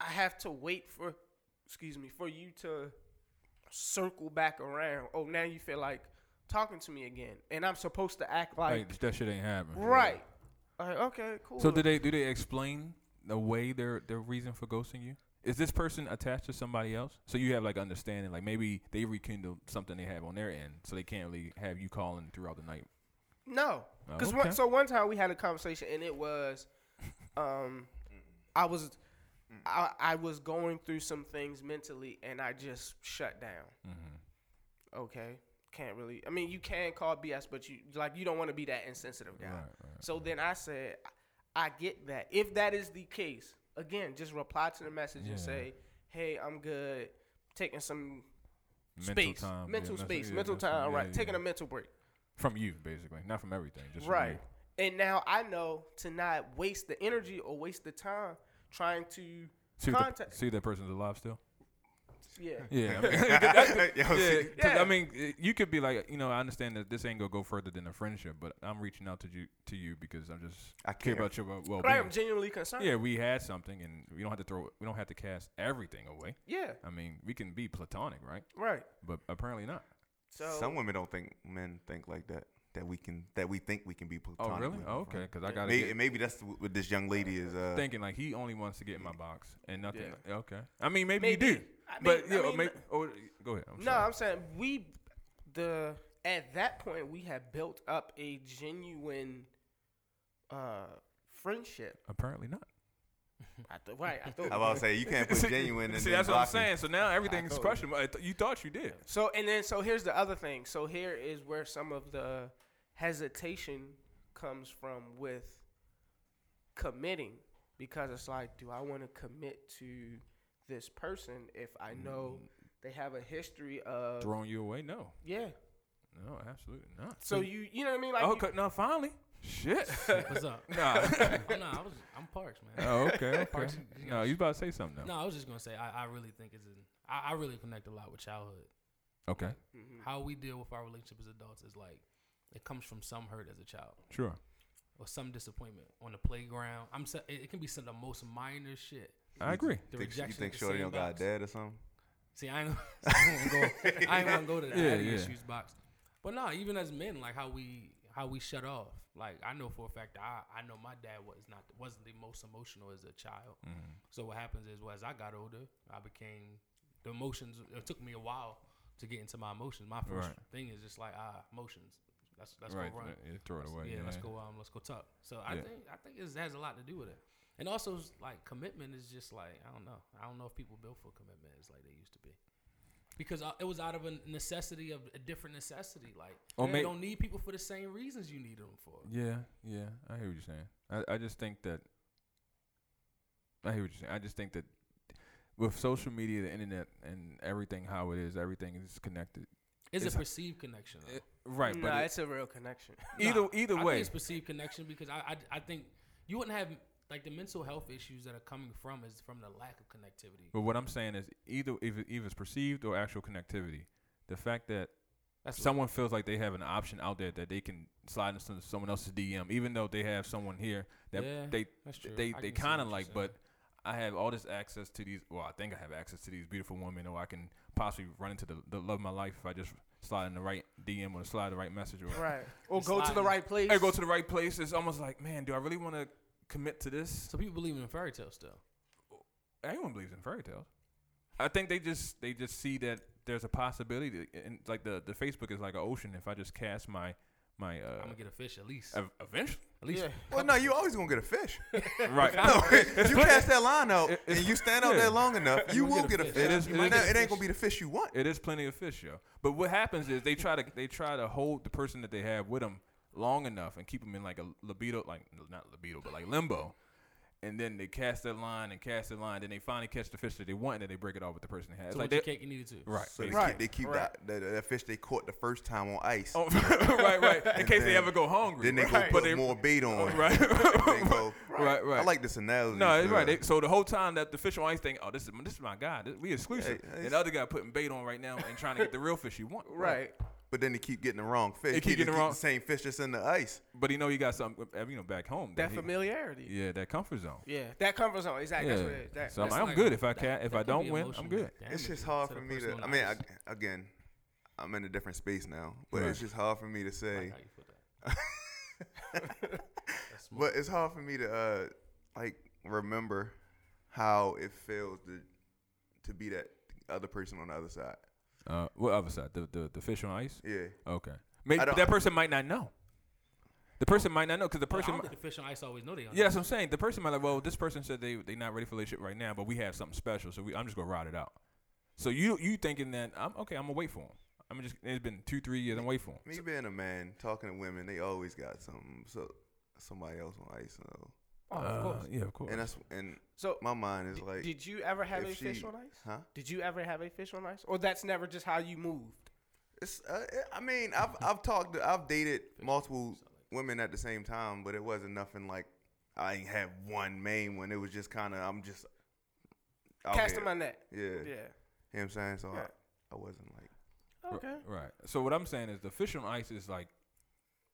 [SPEAKER 4] I have to wait for, excuse me, for you to circle back around. Oh, now you feel like talking to me again. And I'm supposed to act like,
[SPEAKER 5] Like, that shit ain't happening.
[SPEAKER 4] right. Like, okay, cool.
[SPEAKER 5] So do they do they explain the way their their reason for ghosting you? Is this person attached to somebody else? So you have like understanding, like maybe they rekindled something they have on their end, so they can't really have you calling throughout the night.
[SPEAKER 4] No,
[SPEAKER 5] Oh,
[SPEAKER 4] because
[SPEAKER 5] okay.
[SPEAKER 4] one, so one time we had a conversation and it was, um, I was, I, I was going through some things mentally and I just shut down.
[SPEAKER 5] Mm-hmm.
[SPEAKER 4] Okay, can't really. I mean, you can call BS, but you like you don't want to be that insensitive guy.
[SPEAKER 5] Right,
[SPEAKER 4] so then I said, I get that. If that is the case, again, just reply to the message and
[SPEAKER 5] Yeah.
[SPEAKER 4] say, Hey, I'm good. Taking some
[SPEAKER 5] Mental
[SPEAKER 4] space,
[SPEAKER 5] time, yeah,
[SPEAKER 4] mental
[SPEAKER 5] mental-
[SPEAKER 4] space,
[SPEAKER 5] yeah,
[SPEAKER 4] mental
[SPEAKER 5] mental-
[SPEAKER 4] time.
[SPEAKER 5] yeah,
[SPEAKER 4] right,
[SPEAKER 5] yeah.
[SPEAKER 4] taking a mental break.
[SPEAKER 5] From you, basically, not from everything, just from you.
[SPEAKER 4] Right. And now I know to not waste the energy or waste the time trying to
[SPEAKER 5] See, if the,
[SPEAKER 4] contact.
[SPEAKER 5] see if that person's alive still.
[SPEAKER 4] yeah.
[SPEAKER 5] Yeah, I mean, 'cause
[SPEAKER 3] Yo,
[SPEAKER 5] that- yeah,
[SPEAKER 3] see,
[SPEAKER 5] 'cause,
[SPEAKER 4] Yeah.
[SPEAKER 5] I mean, i- you could be like, you know, I understand that this ain't gonna go further than a friendship, but I'm reaching out to you to you because I'm just
[SPEAKER 3] I
[SPEAKER 5] care
[SPEAKER 3] care.
[SPEAKER 5] about your well being.
[SPEAKER 4] Right. I'm genuinely concerned.
[SPEAKER 5] yeah, we had something, and we don't have to throw, we don't have to cast everything away.
[SPEAKER 4] Yeah.
[SPEAKER 5] I mean, we can be platonic, right?
[SPEAKER 4] Right.
[SPEAKER 5] But apparently not.
[SPEAKER 4] So
[SPEAKER 3] Some women don't think men think like that. That we can, that we think we can be
[SPEAKER 5] Oh,
[SPEAKER 3] platonic.
[SPEAKER 5] really?
[SPEAKER 3] with
[SPEAKER 5] Oh,
[SPEAKER 3] them,
[SPEAKER 5] okay,
[SPEAKER 3] right?
[SPEAKER 5] because I got to
[SPEAKER 3] Maybe, maybe that's what what this young lady is. Uh,
[SPEAKER 5] thinking like he only wants to get in my box and nothing.
[SPEAKER 4] Yeah.
[SPEAKER 5] like- okay, I mean maybe,
[SPEAKER 4] Maybe.
[SPEAKER 5] you do,
[SPEAKER 4] I
[SPEAKER 5] but
[SPEAKER 4] mean-
[SPEAKER 5] yeah,
[SPEAKER 4] I
[SPEAKER 5] or
[SPEAKER 4] mean- uh,
[SPEAKER 5] may- or go ahead. I'm
[SPEAKER 4] no,
[SPEAKER 5] sorry.
[SPEAKER 4] I'm saying we the at that point we had built up a genuine uh friendship.
[SPEAKER 5] apparently not.
[SPEAKER 4] I th- right. I thought.
[SPEAKER 3] I was about to say you can't put
[SPEAKER 5] See-
[SPEAKER 3] genuine. and
[SPEAKER 5] See,
[SPEAKER 3] then
[SPEAKER 5] that's what I'm
[SPEAKER 3] blocking.
[SPEAKER 5] saying. So now everything's
[SPEAKER 4] told you.
[SPEAKER 5] questionable. I th- you thought you did.
[SPEAKER 4] So and then so here's the other thing. So here is where some of the hesitation comes from with committing because it's like, do I want to commit to this person if I
[SPEAKER 5] Mm.
[SPEAKER 3] Mm-hmm.
[SPEAKER 4] know they have a history of
[SPEAKER 5] Throwing you away? No,
[SPEAKER 4] yeah.
[SPEAKER 5] no, absolutely not.
[SPEAKER 4] So you you know what I mean? Like
[SPEAKER 5] oh,
[SPEAKER 4] you-
[SPEAKER 5] okay, no, finally, shit.
[SPEAKER 2] What's up? no,
[SPEAKER 5] nah.
[SPEAKER 2] I was, I'm parched, man.
[SPEAKER 5] oh, okay, okay.
[SPEAKER 2] Parts-
[SPEAKER 5] No, you about to say something
[SPEAKER 2] No,
[SPEAKER 5] now?
[SPEAKER 2] I was just gonna say I, I really think it's in, I, I really connect a lot with childhood.
[SPEAKER 5] Okay,
[SPEAKER 4] Mm-hmm.
[SPEAKER 2] How we deal with our relationship as adults is like it comes from some hurt as a child
[SPEAKER 5] sure.
[SPEAKER 2] or some disappointment on the playground. I'm sa- it, it can be some of the most minor shit.
[SPEAKER 5] I agree.
[SPEAKER 2] The
[SPEAKER 3] Think, you
[SPEAKER 2] rejection.
[SPEAKER 3] think
[SPEAKER 2] at the
[SPEAKER 3] Shorty
[SPEAKER 2] same
[SPEAKER 3] don't got a
[SPEAKER 2] box.
[SPEAKER 3] dad or something?
[SPEAKER 2] See, I ain't, I ain't gonna go. I ain't gonna go to the
[SPEAKER 5] Yeah,
[SPEAKER 2] daddy
[SPEAKER 5] yeah.
[SPEAKER 2] issues box. But nah, even as men, like how we how we shut off. Like I know for a fact, that I I know my dad was not wasn't the most emotional as a child.
[SPEAKER 5] Mm-hmm.
[SPEAKER 2] So what happens is, well, as I got older, I became the emotions. It took me a while to get into my emotions. My first
[SPEAKER 5] Right.
[SPEAKER 2] thing is just like ah, emotions. Let's let's
[SPEAKER 5] right,
[SPEAKER 2] go run.
[SPEAKER 5] yeah, throw it
[SPEAKER 2] Let's-
[SPEAKER 5] away.
[SPEAKER 2] Yeah, let's go. Um, let's go talk. So I
[SPEAKER 5] Yeah.
[SPEAKER 2] think I think it has a lot to do with it. And also, it's like commitment is just like I don't know. I don't know if people built for commitment as like they used to be, because uh, it was out of a necessity of a different necessity. Like
[SPEAKER 5] Or
[SPEAKER 2] you
[SPEAKER 5] may-
[SPEAKER 2] don't need people for the same reasons you need them for.
[SPEAKER 5] Yeah, yeah, I hear what you're saying. I, I just think that I hear what you're saying. I just think that with social media, the internet, and everything how it is, everything is connected.
[SPEAKER 2] It's,
[SPEAKER 5] It's-
[SPEAKER 2] a perceived connection. though.
[SPEAKER 5] It- right,
[SPEAKER 4] nah,
[SPEAKER 5] but it-
[SPEAKER 4] it's a real connection.
[SPEAKER 5] Eh, either
[SPEAKER 2] Nah,
[SPEAKER 5] either
[SPEAKER 2] I
[SPEAKER 5] way,
[SPEAKER 2] think it's perceived connection because I, I I think you wouldn't have like the mental health issues that are coming from is from the lack of connectivity.
[SPEAKER 5] But what I'm saying is either if it- either it's perceived or actual connectivity, the fact that
[SPEAKER 2] That's
[SPEAKER 5] someone feels like they have an option out there that they can slide into someone else's DM, even though they have someone here that
[SPEAKER 2] Yeah,
[SPEAKER 5] they
[SPEAKER 2] that's true.
[SPEAKER 5] they
[SPEAKER 2] I
[SPEAKER 5] they
[SPEAKER 2] can see what
[SPEAKER 5] kind of
[SPEAKER 2] you're
[SPEAKER 5] like,
[SPEAKER 2] saying.
[SPEAKER 5] but. I have all this access to these. Well, I think I have access to these beautiful women, or I can possibly run into the, the love of my life if I just slide in the right DM or slide the right message, or
[SPEAKER 4] right. Or
[SPEAKER 2] It's
[SPEAKER 4] go to the
[SPEAKER 2] sliding.
[SPEAKER 4] right place.
[SPEAKER 5] I go to the right place. It's almost like, man, do I really want to commit to this?
[SPEAKER 2] so people believe in fairy tales still.
[SPEAKER 5] anyone believes in fairy tales. I think they just they just see that there's a possibility, that- and like the the Facebook is like an ocean. If I just cast my my uh,
[SPEAKER 2] I'm gonna get a fish at least.
[SPEAKER 5] ev- eventually,
[SPEAKER 2] At least
[SPEAKER 3] Well, no, you always gonna get a fish.
[SPEAKER 5] right.
[SPEAKER 3] No, you cast that line out
[SPEAKER 5] It-
[SPEAKER 3] and
[SPEAKER 5] it's-
[SPEAKER 3] you stand out
[SPEAKER 5] yeah.
[SPEAKER 3] there long enough, you will get a
[SPEAKER 2] fish.
[SPEAKER 3] fish.
[SPEAKER 5] It is-
[SPEAKER 3] Now,
[SPEAKER 5] it is-
[SPEAKER 3] it, ain't gonna be the fish you want.
[SPEAKER 5] It is plenty of fish, yo. But what happens is they try to they try to hold the person that they have with them long enough and keep them in like a libido, like not libido, but like limbo. And then they cast that line and cast that line. Then they finally catch the fish that they want, and then they break it off with the person they had. It's
[SPEAKER 2] so
[SPEAKER 5] like
[SPEAKER 2] what you
[SPEAKER 5] they-
[SPEAKER 2] cake you needed to.
[SPEAKER 5] right,
[SPEAKER 3] So they
[SPEAKER 5] basically.
[SPEAKER 3] keep, they keep that, that, that fish they caught the first time on ice.
[SPEAKER 5] Oh, right, right. In
[SPEAKER 3] And
[SPEAKER 5] case they
[SPEAKER 3] then-
[SPEAKER 5] ever go hungry,
[SPEAKER 3] Then they go
[SPEAKER 5] right.
[SPEAKER 3] put more bait on.
[SPEAKER 5] Right.
[SPEAKER 3] They go,
[SPEAKER 5] Right, right.
[SPEAKER 3] I like this analogy.
[SPEAKER 5] No, it's
[SPEAKER 3] so-
[SPEAKER 5] right. They, so the whole time that the fish on ice thing, oh, this is this is my guy. This, we exclusive.
[SPEAKER 3] Yeah,
[SPEAKER 5] and the other guy putting bait on right now and trying to get the real fish he want.
[SPEAKER 4] Right.
[SPEAKER 3] but then they keep getting the wrong fish.
[SPEAKER 5] They keep getting the wrong-
[SPEAKER 3] same fish that's in the ice.
[SPEAKER 5] But he know he got something, uh, you know, back home.
[SPEAKER 4] That
[SPEAKER 5] he-
[SPEAKER 4] familiarity. Yeah.
[SPEAKER 5] Yeah, that comfort zone.
[SPEAKER 4] That comfort zone. Exactly. That's what it is. That,
[SPEAKER 5] so I'm,
[SPEAKER 4] that's
[SPEAKER 5] I'm
[SPEAKER 2] like-
[SPEAKER 5] good if I
[SPEAKER 2] that-
[SPEAKER 5] can. If
[SPEAKER 2] that
[SPEAKER 5] I
[SPEAKER 2] could be
[SPEAKER 5] don't win, I'm
[SPEAKER 2] emotionally
[SPEAKER 5] good.
[SPEAKER 3] It's
[SPEAKER 2] damaging
[SPEAKER 3] just hard
[SPEAKER 2] to
[SPEAKER 3] for
[SPEAKER 2] the
[SPEAKER 3] me to.
[SPEAKER 2] person
[SPEAKER 3] I
[SPEAKER 2] on
[SPEAKER 3] mean,
[SPEAKER 2] the
[SPEAKER 3] I,
[SPEAKER 2] ice.
[SPEAKER 3] again, I'm in a different space now, but
[SPEAKER 5] Right.
[SPEAKER 3] it's just hard for me to say.
[SPEAKER 2] How you put that?
[SPEAKER 3] But it's hard for me to uh, like remember how it feels to to be that other person on the other side.
[SPEAKER 5] Uh, what other side? The, the the fish on ice.
[SPEAKER 3] Yeah.
[SPEAKER 5] Okay. Maybe
[SPEAKER 3] I Oh. don't-
[SPEAKER 5] that person might not know. The person might not know because the
[SPEAKER 2] Well, I
[SPEAKER 5] person.
[SPEAKER 2] don't
[SPEAKER 5] mi-
[SPEAKER 2] think the fish on ice always know they. on
[SPEAKER 5] yeah,
[SPEAKER 2] ice.
[SPEAKER 5] that's what I'm saying. The person might like, well, this person said they they not ready for relationship right now, but we have something special, so we, I'm just gonna ride it out. So you you thinking that I'm okay? I'm gonna wait for him. I'm just. It's been two three years. I'm wait for him.
[SPEAKER 3] Me being a man, talking to women, they always got something. So somebody else on ice, so
[SPEAKER 4] Oh, of
[SPEAKER 5] Uh,
[SPEAKER 4] course.
[SPEAKER 5] Yeah, of course.
[SPEAKER 3] and that's and
[SPEAKER 4] So
[SPEAKER 3] my mind is
[SPEAKER 4] d-
[SPEAKER 3] like,
[SPEAKER 4] did you ever have
[SPEAKER 3] if
[SPEAKER 4] a
[SPEAKER 3] she-
[SPEAKER 4] fish on ice?
[SPEAKER 3] huh?
[SPEAKER 4] Did you ever have a fish on ice? Or that's never just how you moved?
[SPEAKER 3] It's, uh, I mean, I've I've talked, to, I've dated multiple women at the same time, but it wasn't nothing like I ain't have one main one. It was just kind of I'm just out
[SPEAKER 4] Casting
[SPEAKER 3] here.
[SPEAKER 4] my net.
[SPEAKER 3] Oh, Yeah, you know
[SPEAKER 4] Yeah.
[SPEAKER 3] what I'm saying. So
[SPEAKER 4] Yeah.
[SPEAKER 3] I, I wasn't like
[SPEAKER 5] R-
[SPEAKER 4] Okay.
[SPEAKER 5] Right. So what I'm saying is the fish on ice is like,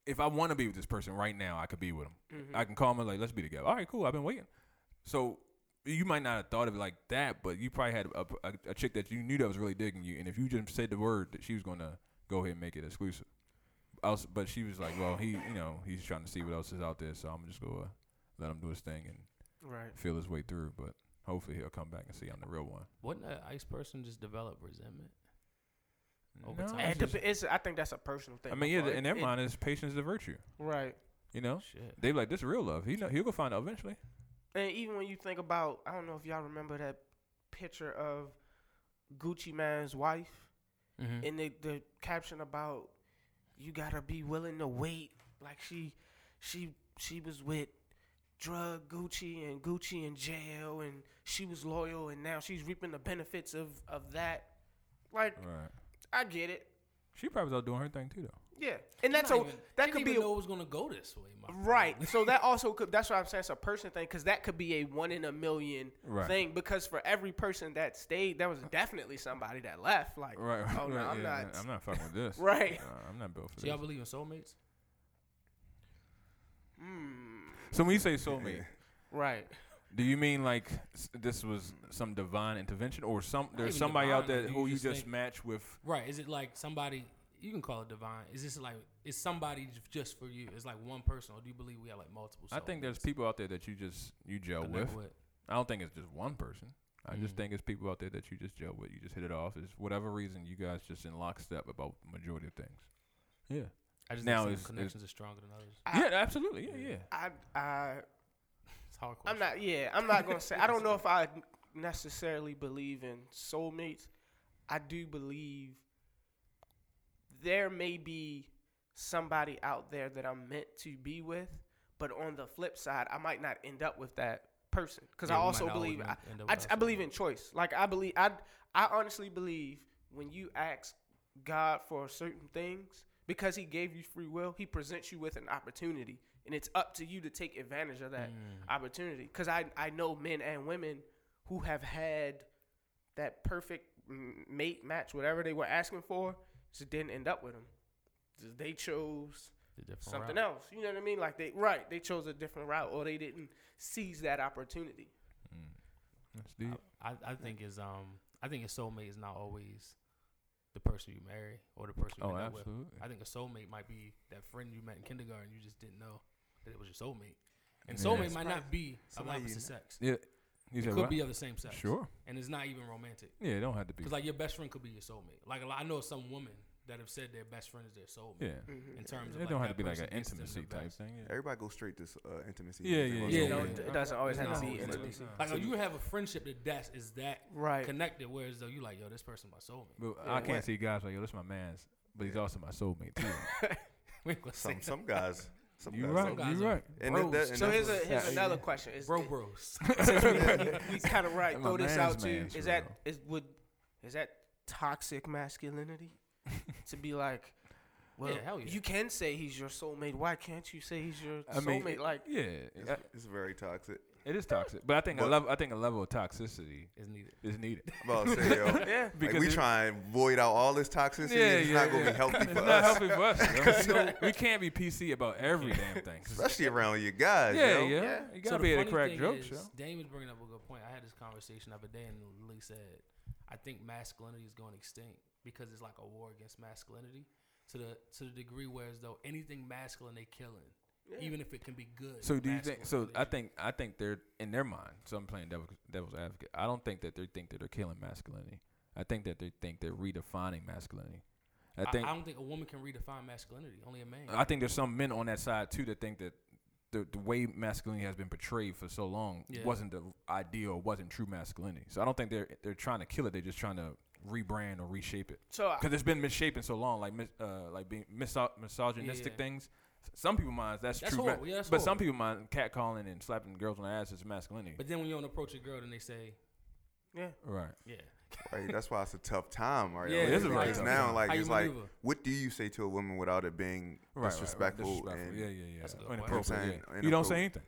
[SPEAKER 5] if I want to be with this person right now, I could be with him.
[SPEAKER 4] Mm-hmm.
[SPEAKER 5] I can call him and like, let's be together. All right, cool. I've been waiting. So you might not have thought of it like that, but you probably had a, a, a chick that you knew that was really digging you, and if you just said the word that she was gonna go ahead and make it exclusive. Else, but she was like, well, he, you know, he's trying to see what else is out there, so I'm just gonna let him do his thing and
[SPEAKER 4] Right.
[SPEAKER 5] feel his way through. But hopefully he'll come back and see I'm the real one.
[SPEAKER 2] Wouldn't an ice person just develop resentment? Over
[SPEAKER 5] No.
[SPEAKER 2] time,
[SPEAKER 5] I
[SPEAKER 4] It
[SPEAKER 2] it's just-
[SPEAKER 4] dep- it's, I think that's a personal thing.
[SPEAKER 5] I mean, yeah,
[SPEAKER 4] bro.
[SPEAKER 5] th- in their
[SPEAKER 4] It-
[SPEAKER 5] mind, is patience is a virtue.
[SPEAKER 4] Right.
[SPEAKER 5] You know,
[SPEAKER 2] shit.
[SPEAKER 5] They be like, this real love. He know, he'll go find out eventually.
[SPEAKER 4] And even when you think about, I don't know if y'all remember that picture of Gucci Man's wife
[SPEAKER 5] Mm-hmm.
[SPEAKER 2] Mhm.
[SPEAKER 4] and the, the caption about you gotta be willing to wait. Like she, she, she was with drug Gucci and Gucci in jail, and she was loyal, and now she's reaping the benefits of of that. Like
[SPEAKER 5] Right.
[SPEAKER 4] I get it,
[SPEAKER 5] She probably was out doing her thing too, though.
[SPEAKER 4] yeah, and that's
[SPEAKER 2] Not
[SPEAKER 4] a
[SPEAKER 2] even-
[SPEAKER 4] that
[SPEAKER 2] didn't
[SPEAKER 4] could be
[SPEAKER 2] even
[SPEAKER 4] a,
[SPEAKER 2] know it was gonna go this way. my friend.
[SPEAKER 4] Right. So that also could that's what I'm saying. It's a person thing because that could be a one in a million
[SPEAKER 5] Right.
[SPEAKER 4] thing because for every person that stayed, there was definitely somebody that left. Like,
[SPEAKER 5] Right. right
[SPEAKER 4] oh no,
[SPEAKER 5] right,
[SPEAKER 4] I'm
[SPEAKER 5] yeah,
[SPEAKER 4] not.
[SPEAKER 5] I'm not fucking with this.
[SPEAKER 4] Right.
[SPEAKER 5] Nah, I'm not built for
[SPEAKER 2] So y'all
[SPEAKER 5] this.
[SPEAKER 2] believe in soulmates?
[SPEAKER 5] So when you say soulmate,
[SPEAKER 4] Hmm. Right.
[SPEAKER 5] do you mean like s- this was some divine intervention, or some there's
[SPEAKER 2] even
[SPEAKER 5] somebody out
[SPEAKER 2] divine,
[SPEAKER 5] there
[SPEAKER 2] you
[SPEAKER 5] who you
[SPEAKER 2] just
[SPEAKER 5] just
[SPEAKER 2] think-
[SPEAKER 5] match with?
[SPEAKER 2] Right. Is it like somebody? You can call it divine. Is this like is somebody j- just for you? It's like one person, or do you believe we have like multiple?
[SPEAKER 5] I think there's people out there that you just you gel
[SPEAKER 2] soulmates?
[SPEAKER 5] with.
[SPEAKER 2] Connect with.
[SPEAKER 5] I don't think it's just one person. I just
[SPEAKER 2] Mhm.
[SPEAKER 5] think it's people out there that you just gel with. You just hit it off. It's whatever reason you guys just in lockstep about majority of things. Yeah.
[SPEAKER 2] I just now
[SPEAKER 5] Now
[SPEAKER 2] think
[SPEAKER 5] it's-
[SPEAKER 2] some
[SPEAKER 5] it's-
[SPEAKER 2] connections are stronger than others.
[SPEAKER 4] I-
[SPEAKER 5] yeah. Absolutely. Yeah. Yeah.
[SPEAKER 4] I I
[SPEAKER 2] It's hard.
[SPEAKER 4] I'm not. Yeah. I'm not gonna say. I don't know if I necessarily believe in soulmates. I do believe there may be somebody out there that I'm meant to be with, but on the flip side, I might not end up with that person because
[SPEAKER 2] Yeah,
[SPEAKER 4] I
[SPEAKER 2] we might
[SPEAKER 4] also
[SPEAKER 2] not always
[SPEAKER 4] believe I,
[SPEAKER 2] end- end up
[SPEAKER 4] I,
[SPEAKER 2] with
[SPEAKER 4] t-
[SPEAKER 2] that
[SPEAKER 4] I believe in choice. Like I believe I I honestly believe when you ask God for certain things because He gave you free will, He presents you with an opportunity, and it's up to you to take advantage of that opportunity. Because I I know men and women who have had that perfect m- mate match, whatever they were asking for, just didn't end up with them. Just They chose something else. You know what I mean? Like they right, they chose a different route, or they didn't seize that opportunity.
[SPEAKER 5] That's deep.
[SPEAKER 2] I, I think is um I think a soulmate is not always the person you marry or the person you
[SPEAKER 5] Oh,
[SPEAKER 2] end up with.
[SPEAKER 5] absolutely.
[SPEAKER 2] I think a soulmate might be that friend you met in kindergarten. You just didn't know that it was your soulmate. And
[SPEAKER 5] Yeah.
[SPEAKER 2] soulmate might not be of
[SPEAKER 3] Somebody you
[SPEAKER 2] opposite
[SPEAKER 3] kn-
[SPEAKER 2] sex.
[SPEAKER 5] Yeah. You
[SPEAKER 2] It
[SPEAKER 5] said
[SPEAKER 2] could
[SPEAKER 5] what?
[SPEAKER 2] be of the same sex.
[SPEAKER 5] Sure.
[SPEAKER 2] And it's not even romantic.
[SPEAKER 5] Yeah. It don't have to be.
[SPEAKER 2] Because like your best friend could be your soulmate. Like a lot, I know some women that have said their best friend is their soulmate.
[SPEAKER 5] Yeah.
[SPEAKER 4] Mm-hmm.
[SPEAKER 2] In terms of
[SPEAKER 5] It don't
[SPEAKER 2] like,
[SPEAKER 5] have
[SPEAKER 2] that
[SPEAKER 5] to be like
[SPEAKER 2] person
[SPEAKER 5] an
[SPEAKER 2] gets them the
[SPEAKER 5] intimacy type
[SPEAKER 2] best.
[SPEAKER 5] thing. Yeah.
[SPEAKER 3] Everybody goes straight to uh, intimacy.
[SPEAKER 5] Yeah,
[SPEAKER 3] They
[SPEAKER 5] yeah,
[SPEAKER 3] go
[SPEAKER 5] yeah.
[SPEAKER 3] straight
[SPEAKER 4] No,
[SPEAKER 3] to
[SPEAKER 4] it
[SPEAKER 3] it.
[SPEAKER 4] doesn't always
[SPEAKER 2] It's
[SPEAKER 4] have to
[SPEAKER 2] not
[SPEAKER 4] be
[SPEAKER 2] always
[SPEAKER 4] intimacy.
[SPEAKER 2] intimacy. Like oh, you have a friendship that that's is that
[SPEAKER 4] Right.
[SPEAKER 2] connected, whereas though you like yo, this person my soulmate.
[SPEAKER 5] But I can't
[SPEAKER 3] What?
[SPEAKER 5] see guys like yo, this my man's, but he's also my soulmate too.
[SPEAKER 2] We ain't gonna say
[SPEAKER 3] Some some guys. Some
[SPEAKER 5] you
[SPEAKER 3] guys
[SPEAKER 5] right,
[SPEAKER 3] don't.
[SPEAKER 2] guys
[SPEAKER 5] you
[SPEAKER 2] are-
[SPEAKER 5] right.
[SPEAKER 3] And
[SPEAKER 2] Bros.
[SPEAKER 3] that- that- and
[SPEAKER 4] So
[SPEAKER 3] that's
[SPEAKER 4] here's, a,
[SPEAKER 3] what-
[SPEAKER 4] here's another question. Is,
[SPEAKER 2] bro bros.
[SPEAKER 4] since we, we kind of right
[SPEAKER 5] I'm a
[SPEAKER 4] throw this
[SPEAKER 5] man's
[SPEAKER 4] out to you.
[SPEAKER 5] man's
[SPEAKER 4] Is that
[SPEAKER 5] bro.
[SPEAKER 4] is would is that toxic masculinity to be like? Well,
[SPEAKER 2] Yeah, hell yeah.
[SPEAKER 4] you can say he's your soulmate. Why can't you say he's your
[SPEAKER 5] I mean,
[SPEAKER 4] soulmate? like,
[SPEAKER 5] Yeah,
[SPEAKER 3] It's,
[SPEAKER 5] uh,
[SPEAKER 3] it's very toxic.
[SPEAKER 5] it is toxic, but I think a
[SPEAKER 3] But-
[SPEAKER 5] level, I think a level of toxicity
[SPEAKER 2] is needed.
[SPEAKER 5] is needed.
[SPEAKER 3] I'm about to say, yo,
[SPEAKER 4] yeah,
[SPEAKER 3] like, we
[SPEAKER 5] it-
[SPEAKER 3] try and void out all this toxicity. and it's not gonna be healthy
[SPEAKER 5] It's
[SPEAKER 3] for
[SPEAKER 5] not
[SPEAKER 3] us,
[SPEAKER 5] healthy for us. yo. we can't be PC about every damn thing.
[SPEAKER 3] especially around your guys.
[SPEAKER 5] yeah,
[SPEAKER 3] yo.
[SPEAKER 5] yeah, You gotta be able to crack jokes, yo.
[SPEAKER 2] Dame was bringing up a good point. I had this conversation the other day, and Lee said, "I think masculinity is going extinct because it's like a war against masculinity to the to the degree whereas though anything masculine they killing, even if it can be good.
[SPEAKER 5] So do you
[SPEAKER 2] masculine,
[SPEAKER 5] think? So
[SPEAKER 2] they
[SPEAKER 5] I
[SPEAKER 2] should-
[SPEAKER 5] think I think they're in their mind. So I'm playing devil, devil's advocate. I don't think that they think that they're killing masculinity. I think that they think they're redefining masculinity. I think
[SPEAKER 2] I, don't think a woman can redefine masculinity. Only a man.
[SPEAKER 5] I think there's some men on that side too that think that the, the way masculinity has been portrayed for so long
[SPEAKER 2] Yeah.
[SPEAKER 5] wasn't the ideal, wasn't true masculinity. So I don't think they're they're trying to kill it. They're just trying to rebrand or reshape it
[SPEAKER 4] So I,
[SPEAKER 5] because it's been misshapen so long, like mis- uh, like being miso- misogynistic
[SPEAKER 2] Yeah.
[SPEAKER 5] things. S- Some people minds that's,
[SPEAKER 2] That's
[SPEAKER 5] true,
[SPEAKER 2] horrible. Yeah, that's
[SPEAKER 5] but some
[SPEAKER 2] horrible.
[SPEAKER 5] people mind catcalling and slapping girls on the ass is masculinity.
[SPEAKER 2] but then when you don't approach a girl, then they say,
[SPEAKER 4] yeah.
[SPEAKER 5] right.
[SPEAKER 2] yeah,
[SPEAKER 3] Right, that's why it's a tough time, right?
[SPEAKER 2] Yeah,
[SPEAKER 3] Like,
[SPEAKER 2] it is a very
[SPEAKER 3] because
[SPEAKER 2] tough
[SPEAKER 3] now,
[SPEAKER 5] time.
[SPEAKER 3] like,
[SPEAKER 2] How you
[SPEAKER 3] it's like,
[SPEAKER 2] maneuver?
[SPEAKER 3] what do you say to a woman without it being
[SPEAKER 5] Right,
[SPEAKER 3] disrespectful?
[SPEAKER 5] Right, right.
[SPEAKER 3] And,
[SPEAKER 5] Disrespectful. Yeah, yeah,
[SPEAKER 2] That's a good
[SPEAKER 5] yeah.
[SPEAKER 2] point.
[SPEAKER 5] Inappropriate.
[SPEAKER 3] Saying
[SPEAKER 5] yeah. You don't say
[SPEAKER 3] inappropriate.
[SPEAKER 5] anything.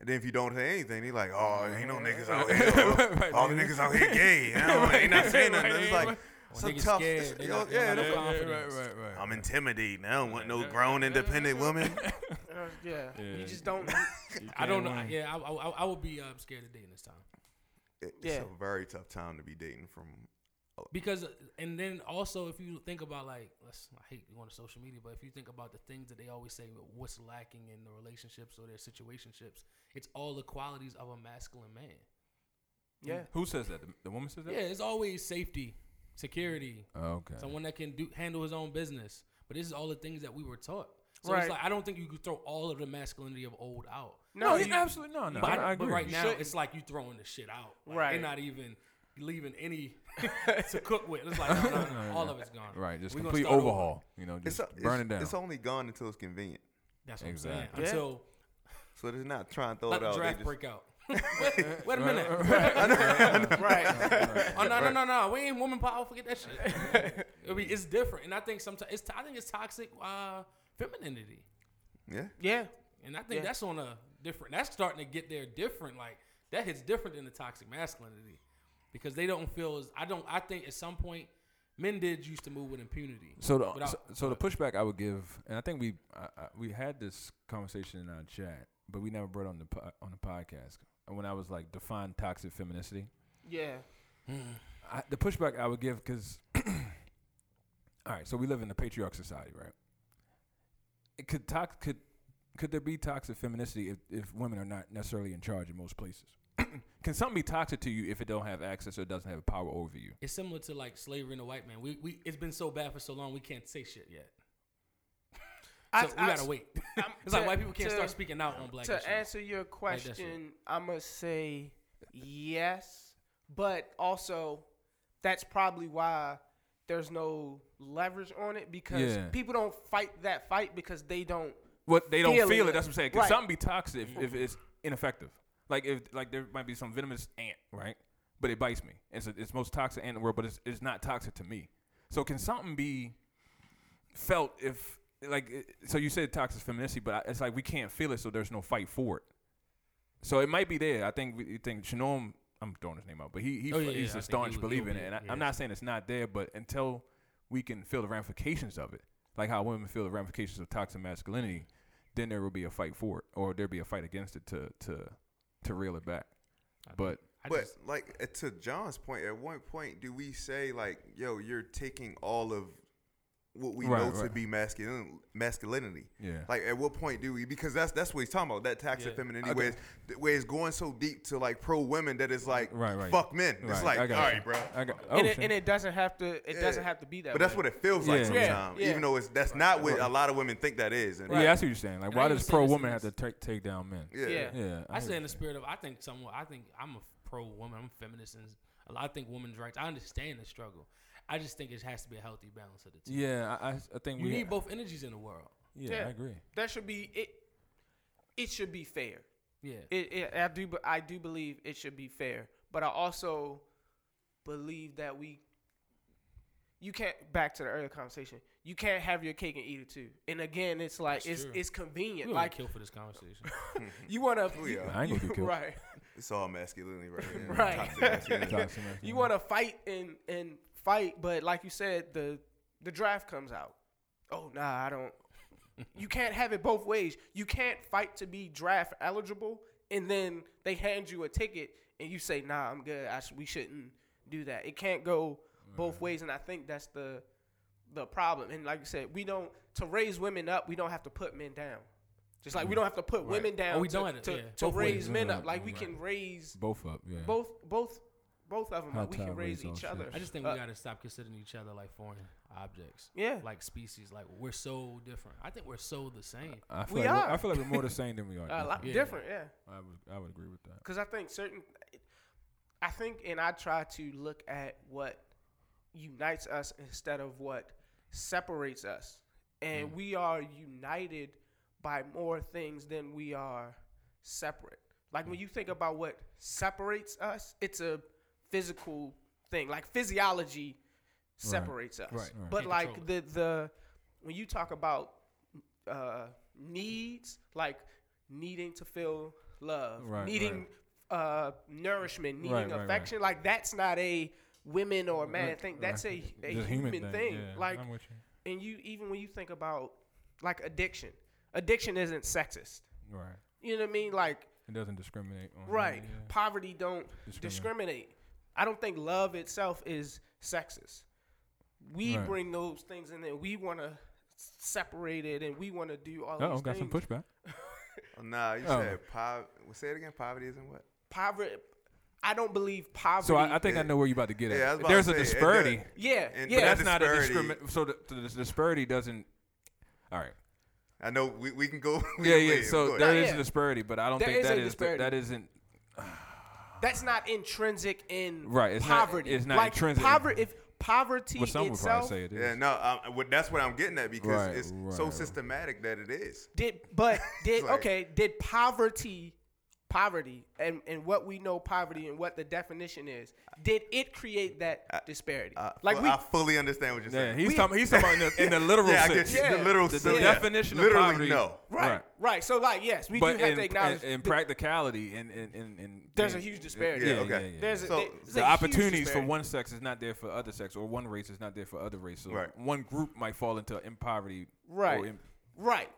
[SPEAKER 3] and then if you don't say anything, they like, oh, ain't no niggas out here. oh, all the niggas out here gay. You know? ain't not saying nothing. It's like,
[SPEAKER 2] When
[SPEAKER 3] some
[SPEAKER 2] niggas
[SPEAKER 3] tough.
[SPEAKER 2] scared,
[SPEAKER 3] it's-
[SPEAKER 2] they
[SPEAKER 3] yo,
[SPEAKER 2] not- they
[SPEAKER 3] yeah,
[SPEAKER 2] not
[SPEAKER 3] that's-
[SPEAKER 2] Yeah, yeah, confidence.
[SPEAKER 5] right, right,
[SPEAKER 3] I'm intimidated. I don't want no grown, independent woman.
[SPEAKER 4] Uh, yeah.
[SPEAKER 5] Yeah.
[SPEAKER 4] You just don't.
[SPEAKER 2] I don't know. Yeah, I, I, I would be uh, scared of dating this time.
[SPEAKER 3] It's
[SPEAKER 4] Yeah.
[SPEAKER 3] a very tough time to be dating from.
[SPEAKER 2] because and then also if you think about like let's, I hate going to social media, but if you think about the things that they always say what's lacking in the relationships or their situationships, it's all the qualities of a masculine man.
[SPEAKER 4] yeah.
[SPEAKER 5] Who says that? The, the woman says that.
[SPEAKER 2] Yeah, it's always safety, security,
[SPEAKER 5] Oh, Okay.
[SPEAKER 2] someone that can do handle his own business. But this is all the things that we were taught. So
[SPEAKER 4] Right.
[SPEAKER 2] it's like I don't think you could throw all of the masculinity of old out.
[SPEAKER 5] no,
[SPEAKER 4] you-
[SPEAKER 5] you, absolutely no, no.
[SPEAKER 2] but,
[SPEAKER 5] I,
[SPEAKER 2] I-
[SPEAKER 5] I
[SPEAKER 2] but
[SPEAKER 5] agree.
[SPEAKER 2] right now
[SPEAKER 4] shouldn't.
[SPEAKER 2] it's like you throwing the shit out. Like,
[SPEAKER 4] Right.
[SPEAKER 2] They're not even leaving any to cook with. It's like no, no, no, all of it's gone.
[SPEAKER 5] right, just
[SPEAKER 2] We gonna
[SPEAKER 5] complete
[SPEAKER 2] start over.
[SPEAKER 5] overhaul. You know,
[SPEAKER 3] It's,
[SPEAKER 5] just
[SPEAKER 3] a,
[SPEAKER 5] burn
[SPEAKER 3] it's,
[SPEAKER 5] it down.
[SPEAKER 3] it's only gone until it's convenient.
[SPEAKER 2] That's what
[SPEAKER 5] Exactly.
[SPEAKER 2] I'm
[SPEAKER 4] Yeah.
[SPEAKER 2] saying. Until
[SPEAKER 3] So they're not trying to throw
[SPEAKER 2] let
[SPEAKER 3] it
[SPEAKER 2] the
[SPEAKER 3] out. They
[SPEAKER 2] draft
[SPEAKER 3] just-
[SPEAKER 2] break out. wait, wait a minute.
[SPEAKER 4] Right.
[SPEAKER 2] Oh no no no no! We ain't woman power. Forget that shit. I mean, it's different, and I think sometimes it's. I think it's toxic uh, femininity,
[SPEAKER 3] Yeah.
[SPEAKER 4] yeah.
[SPEAKER 2] and I think
[SPEAKER 4] Yeah.
[SPEAKER 2] that's on a different. That's starting to get there different. Like that hits different than the toxic masculinity, because they don't feel as I don't. I think at some point, men did used to move with impunity.
[SPEAKER 5] So the
[SPEAKER 2] Without-
[SPEAKER 5] so, so the pushback I would give, and I think we I, I, we had this conversation in our chat, but we never brought it on the po- on the podcast. And When I was like define toxic femininity,
[SPEAKER 4] Yeah.
[SPEAKER 2] Hmm.
[SPEAKER 5] I, the pushback I would give because, all right, so we live in a patriarch society, right? It could tox could could there be toxic femininity if, if women are not necessarily in charge in most places? Can something be toxic to you if it don't have access or doesn't have power over you?
[SPEAKER 2] It's similar to like slavery and the white man. We, we it's been so bad for so long we can't say shit yet. So we gotta wait. it's like
[SPEAKER 4] to-
[SPEAKER 2] white people can't
[SPEAKER 4] to-
[SPEAKER 2] start speaking out on black
[SPEAKER 4] to
[SPEAKER 2] issues.
[SPEAKER 4] answer your
[SPEAKER 2] that's it.
[SPEAKER 4] question, I must say yes, but also that's probably why there's no leverage on it because
[SPEAKER 5] Yeah.
[SPEAKER 4] people don't fight that fight because they don't.
[SPEAKER 5] What they don't
[SPEAKER 4] Feeling
[SPEAKER 5] feel
[SPEAKER 4] it.
[SPEAKER 5] it. That's what I'm saying. Can
[SPEAKER 4] Right.
[SPEAKER 5] something be toxic if, if it's ineffective? Like if like there might be some venomous ant, right? But it bites me. It's a, it's the most toxic ant in the world, but it's it's not toxic to me. So can something be felt if like it- so you said toxic femininity, but I- it's like we can't feel it, so there's no fight for it. So it might be there. I think we- you think Shannon. I'm throwing his name out, but he, he
[SPEAKER 2] Oh, yeah, yeah, I
[SPEAKER 5] he's
[SPEAKER 2] think
[SPEAKER 5] a
[SPEAKER 2] he
[SPEAKER 5] staunch
[SPEAKER 2] would- he'll
[SPEAKER 5] believer in
[SPEAKER 2] be-
[SPEAKER 5] it. And I,
[SPEAKER 2] yeah.
[SPEAKER 5] I'm not saying it's not there, but until we can feel the ramifications of it, like how women feel the ramifications of toxic masculinity, then there will be a fight for it, or there'll be a fight against it to to to reel it back. But
[SPEAKER 2] I
[SPEAKER 3] but
[SPEAKER 2] just-
[SPEAKER 3] like uh, to John's point, at one point do we say like, "Yo, you're taking all of what we
[SPEAKER 5] Right,
[SPEAKER 3] know to
[SPEAKER 5] right.
[SPEAKER 3] be masculine masculinity.
[SPEAKER 5] Yeah.
[SPEAKER 3] Like at what point do we because that's that's what he's talking about. That toxic
[SPEAKER 2] Yeah.
[SPEAKER 3] femininity where, it's, th- where it's going so deep to like pro women that it's like
[SPEAKER 5] Right, right.
[SPEAKER 3] fuck men. It's
[SPEAKER 5] Right,
[SPEAKER 3] like
[SPEAKER 5] I
[SPEAKER 3] all
[SPEAKER 5] got you.
[SPEAKER 3] right, bro.
[SPEAKER 5] I got, oh,
[SPEAKER 4] and, it,
[SPEAKER 5] shit.
[SPEAKER 4] and it doesn't have to. It
[SPEAKER 3] Yeah.
[SPEAKER 4] doesn't have to be that.
[SPEAKER 3] But that's
[SPEAKER 4] way.
[SPEAKER 3] what it feels like
[SPEAKER 5] Yeah.
[SPEAKER 3] sometimes.
[SPEAKER 4] Yeah, yeah.
[SPEAKER 3] Even though it's that's not what a lot of women think that is. And
[SPEAKER 5] Yeah, I see what you're saying. Like,
[SPEAKER 4] I
[SPEAKER 5] why
[SPEAKER 4] even
[SPEAKER 5] does
[SPEAKER 4] said this
[SPEAKER 5] pro
[SPEAKER 4] in
[SPEAKER 5] woman
[SPEAKER 4] this-
[SPEAKER 5] have to take take down men?
[SPEAKER 3] yeah.
[SPEAKER 4] Yeah.
[SPEAKER 5] Yeah,
[SPEAKER 2] I say
[SPEAKER 5] hear
[SPEAKER 2] in the
[SPEAKER 5] you.
[SPEAKER 2] spirit of I think someone I think I'm a pro woman. I'm feminist and a lot- I think women's rights. I understand the struggle. I just think it has to be a healthy balance of the two.
[SPEAKER 5] Yeah, I, I, I think
[SPEAKER 2] You
[SPEAKER 5] we.
[SPEAKER 2] need both energies in the world.
[SPEAKER 5] Yeah, I agree.
[SPEAKER 4] That should be it. It should be fair.
[SPEAKER 2] Yeah.
[SPEAKER 4] It, it, I do, but I do believe it should be fair. But I also believe that we, you can't. Back to the earlier conversation, you can't have your cake and eat it too. And again, it's like it's
[SPEAKER 2] true.
[SPEAKER 4] it's
[SPEAKER 2] We
[SPEAKER 4] convenient.
[SPEAKER 2] don't
[SPEAKER 4] Like
[SPEAKER 2] kill for this conversation.
[SPEAKER 4] you want to,
[SPEAKER 3] yeah.
[SPEAKER 5] I ain't gonna get killed.
[SPEAKER 4] right?
[SPEAKER 3] It's all masculinity right here.
[SPEAKER 4] Right.
[SPEAKER 3] Toxic masculinity.
[SPEAKER 5] Toxic
[SPEAKER 2] Mm-hmm.
[SPEAKER 5] masculinity.
[SPEAKER 4] You want to fight and and fight, but like you said, the the draft comes out. Oh nah, I don't. You can't have it both ways. You can't fight to be draft eligible, and then they hand you a ticket, and you say, "Nah, I'm good. I sh- we shouldn't do that." It can't go
[SPEAKER 2] Mm-hmm.
[SPEAKER 4] both ways, and I think that's the the problem. And like you said, we don't to raise women up. We don't have to put men down. Just like we don't have to put women down
[SPEAKER 2] Mm. Oh, we
[SPEAKER 4] to,
[SPEAKER 2] don't have to-
[SPEAKER 4] to,
[SPEAKER 2] yeah, Mm-hmm.
[SPEAKER 4] to
[SPEAKER 5] both ways,
[SPEAKER 4] raise
[SPEAKER 5] yeah,
[SPEAKER 4] men up. Like we
[SPEAKER 5] right.
[SPEAKER 4] can raise
[SPEAKER 5] both up. Yeah.
[SPEAKER 4] both both both of them
[SPEAKER 5] How
[SPEAKER 4] we can
[SPEAKER 5] time
[SPEAKER 4] raise
[SPEAKER 5] raise
[SPEAKER 4] each
[SPEAKER 5] all
[SPEAKER 4] other
[SPEAKER 5] ships.
[SPEAKER 2] I just think
[SPEAKER 4] Uh,
[SPEAKER 2] we gotta stop considering each other like foreign objects.
[SPEAKER 4] Yeah.
[SPEAKER 2] Like species. Like we're so different. I think we're so the same.
[SPEAKER 5] I feel
[SPEAKER 4] We
[SPEAKER 5] like
[SPEAKER 4] are.
[SPEAKER 5] We're, I feel like we're more the same than we are.
[SPEAKER 4] a lot
[SPEAKER 5] different.
[SPEAKER 2] Yeah.
[SPEAKER 4] different yeah
[SPEAKER 5] I would I would agree with that.
[SPEAKER 4] because i think certain i think and i try to look at what unites us instead of what separates us
[SPEAKER 5] Mm.
[SPEAKER 4] and we are united by more things than we are separate like
[SPEAKER 5] Mm.
[SPEAKER 4] when you think about what separates us it's a physical thing like physiology separates us
[SPEAKER 5] Right, right.
[SPEAKER 4] but
[SPEAKER 2] Can't
[SPEAKER 4] like
[SPEAKER 2] control
[SPEAKER 4] the the when you talk about uh needs like needing to feel love
[SPEAKER 5] Right,
[SPEAKER 4] needing uh nourishment needing
[SPEAKER 5] Right, right, right.
[SPEAKER 4] affection like that's not a women or man
[SPEAKER 5] Right,
[SPEAKER 4] thing that's a,
[SPEAKER 5] right.
[SPEAKER 4] a
[SPEAKER 5] Just
[SPEAKER 4] human, thing,
[SPEAKER 5] yeah,
[SPEAKER 4] like
[SPEAKER 5] I'm with you.
[SPEAKER 4] and you even when you think about like addiction addiction isn't sexist
[SPEAKER 5] Right.
[SPEAKER 4] you know what i mean like
[SPEAKER 5] It doesn't discriminate. On
[SPEAKER 4] Right.
[SPEAKER 5] Yeah.
[SPEAKER 4] Poverty don't discriminate.
[SPEAKER 5] Discriminate.
[SPEAKER 4] I don't think love itself is sexist. We
[SPEAKER 5] Right.
[SPEAKER 4] bring those things in there. We want to separate it, and we want to do all
[SPEAKER 5] Oh,
[SPEAKER 4] these
[SPEAKER 5] got
[SPEAKER 4] things.
[SPEAKER 5] some pushback.
[SPEAKER 3] Oh, nah, you
[SPEAKER 5] Oh.
[SPEAKER 3] said pov- say it again. Poverty isn't what?
[SPEAKER 4] Poverty. I don't believe poverty.
[SPEAKER 5] So I, I think I know where you're about to get at.
[SPEAKER 3] Yeah, I was about
[SPEAKER 5] There's
[SPEAKER 3] to
[SPEAKER 5] a
[SPEAKER 3] say, it
[SPEAKER 5] disparity.
[SPEAKER 3] does-
[SPEAKER 4] yeah,
[SPEAKER 3] And-
[SPEAKER 4] yeah.
[SPEAKER 3] but
[SPEAKER 5] That's
[SPEAKER 3] that
[SPEAKER 5] not a
[SPEAKER 3] disparity-
[SPEAKER 5] discrimin. So the, the disparity doesn't. All right.
[SPEAKER 3] I know we, we can go. we
[SPEAKER 5] Yeah,
[SPEAKER 3] can
[SPEAKER 5] yeah.
[SPEAKER 3] wait,
[SPEAKER 5] So
[SPEAKER 3] but-
[SPEAKER 5] there is
[SPEAKER 4] yeah.
[SPEAKER 5] a disparity, but I don't
[SPEAKER 4] There
[SPEAKER 5] think
[SPEAKER 4] is
[SPEAKER 5] that
[SPEAKER 4] a
[SPEAKER 5] is the,
[SPEAKER 4] disparity.
[SPEAKER 5] that isn't
[SPEAKER 4] that's not intrinsic in
[SPEAKER 5] Right, it's not-
[SPEAKER 4] poverty.
[SPEAKER 5] it's not
[SPEAKER 4] like
[SPEAKER 5] intrinsic.
[SPEAKER 4] Poverty. If poverty
[SPEAKER 5] what some would probably
[SPEAKER 4] itself
[SPEAKER 5] say it is.
[SPEAKER 3] yeah, no, I, what- that's what I'm getting at because
[SPEAKER 5] Right,
[SPEAKER 3] it's
[SPEAKER 5] right,
[SPEAKER 3] so
[SPEAKER 5] right.
[SPEAKER 3] systematic that it is.
[SPEAKER 4] did but did
[SPEAKER 3] Like-
[SPEAKER 4] okay did poverty poverty and and what we know poverty and what the definition is did it create that disparity
[SPEAKER 3] I,
[SPEAKER 4] like
[SPEAKER 3] fu-
[SPEAKER 4] we
[SPEAKER 3] Uh, I fully understand what you're
[SPEAKER 5] Yeah,
[SPEAKER 3] saying.
[SPEAKER 5] he's talking. He's talking about in the, in the literal
[SPEAKER 3] yeah, I
[SPEAKER 5] sense.
[SPEAKER 3] get you. The literal
[SPEAKER 5] The,
[SPEAKER 3] sense.
[SPEAKER 5] the definition of
[SPEAKER 3] Literally,
[SPEAKER 5] poverty.
[SPEAKER 3] no.
[SPEAKER 4] right, right so like yes we
[SPEAKER 5] But
[SPEAKER 4] do have
[SPEAKER 5] in,
[SPEAKER 4] to acknowledge
[SPEAKER 5] in, in
[SPEAKER 4] that
[SPEAKER 5] practicality, and in, in, in
[SPEAKER 4] there's a
[SPEAKER 5] in-
[SPEAKER 4] huge
[SPEAKER 5] in-
[SPEAKER 4] disparity
[SPEAKER 3] Yeah,
[SPEAKER 5] Yeah,
[SPEAKER 3] okay.
[SPEAKER 5] yeah, yeah.
[SPEAKER 4] there's a,
[SPEAKER 3] So,
[SPEAKER 4] there's a
[SPEAKER 5] the
[SPEAKER 4] huge
[SPEAKER 5] opportunities for
[SPEAKER 4] disparity.
[SPEAKER 5] one sex is not there for other sex, or one race is not there for other race. So
[SPEAKER 3] Right.
[SPEAKER 5] one group might fall into in poverty.
[SPEAKER 4] right
[SPEAKER 5] Or in,
[SPEAKER 4] right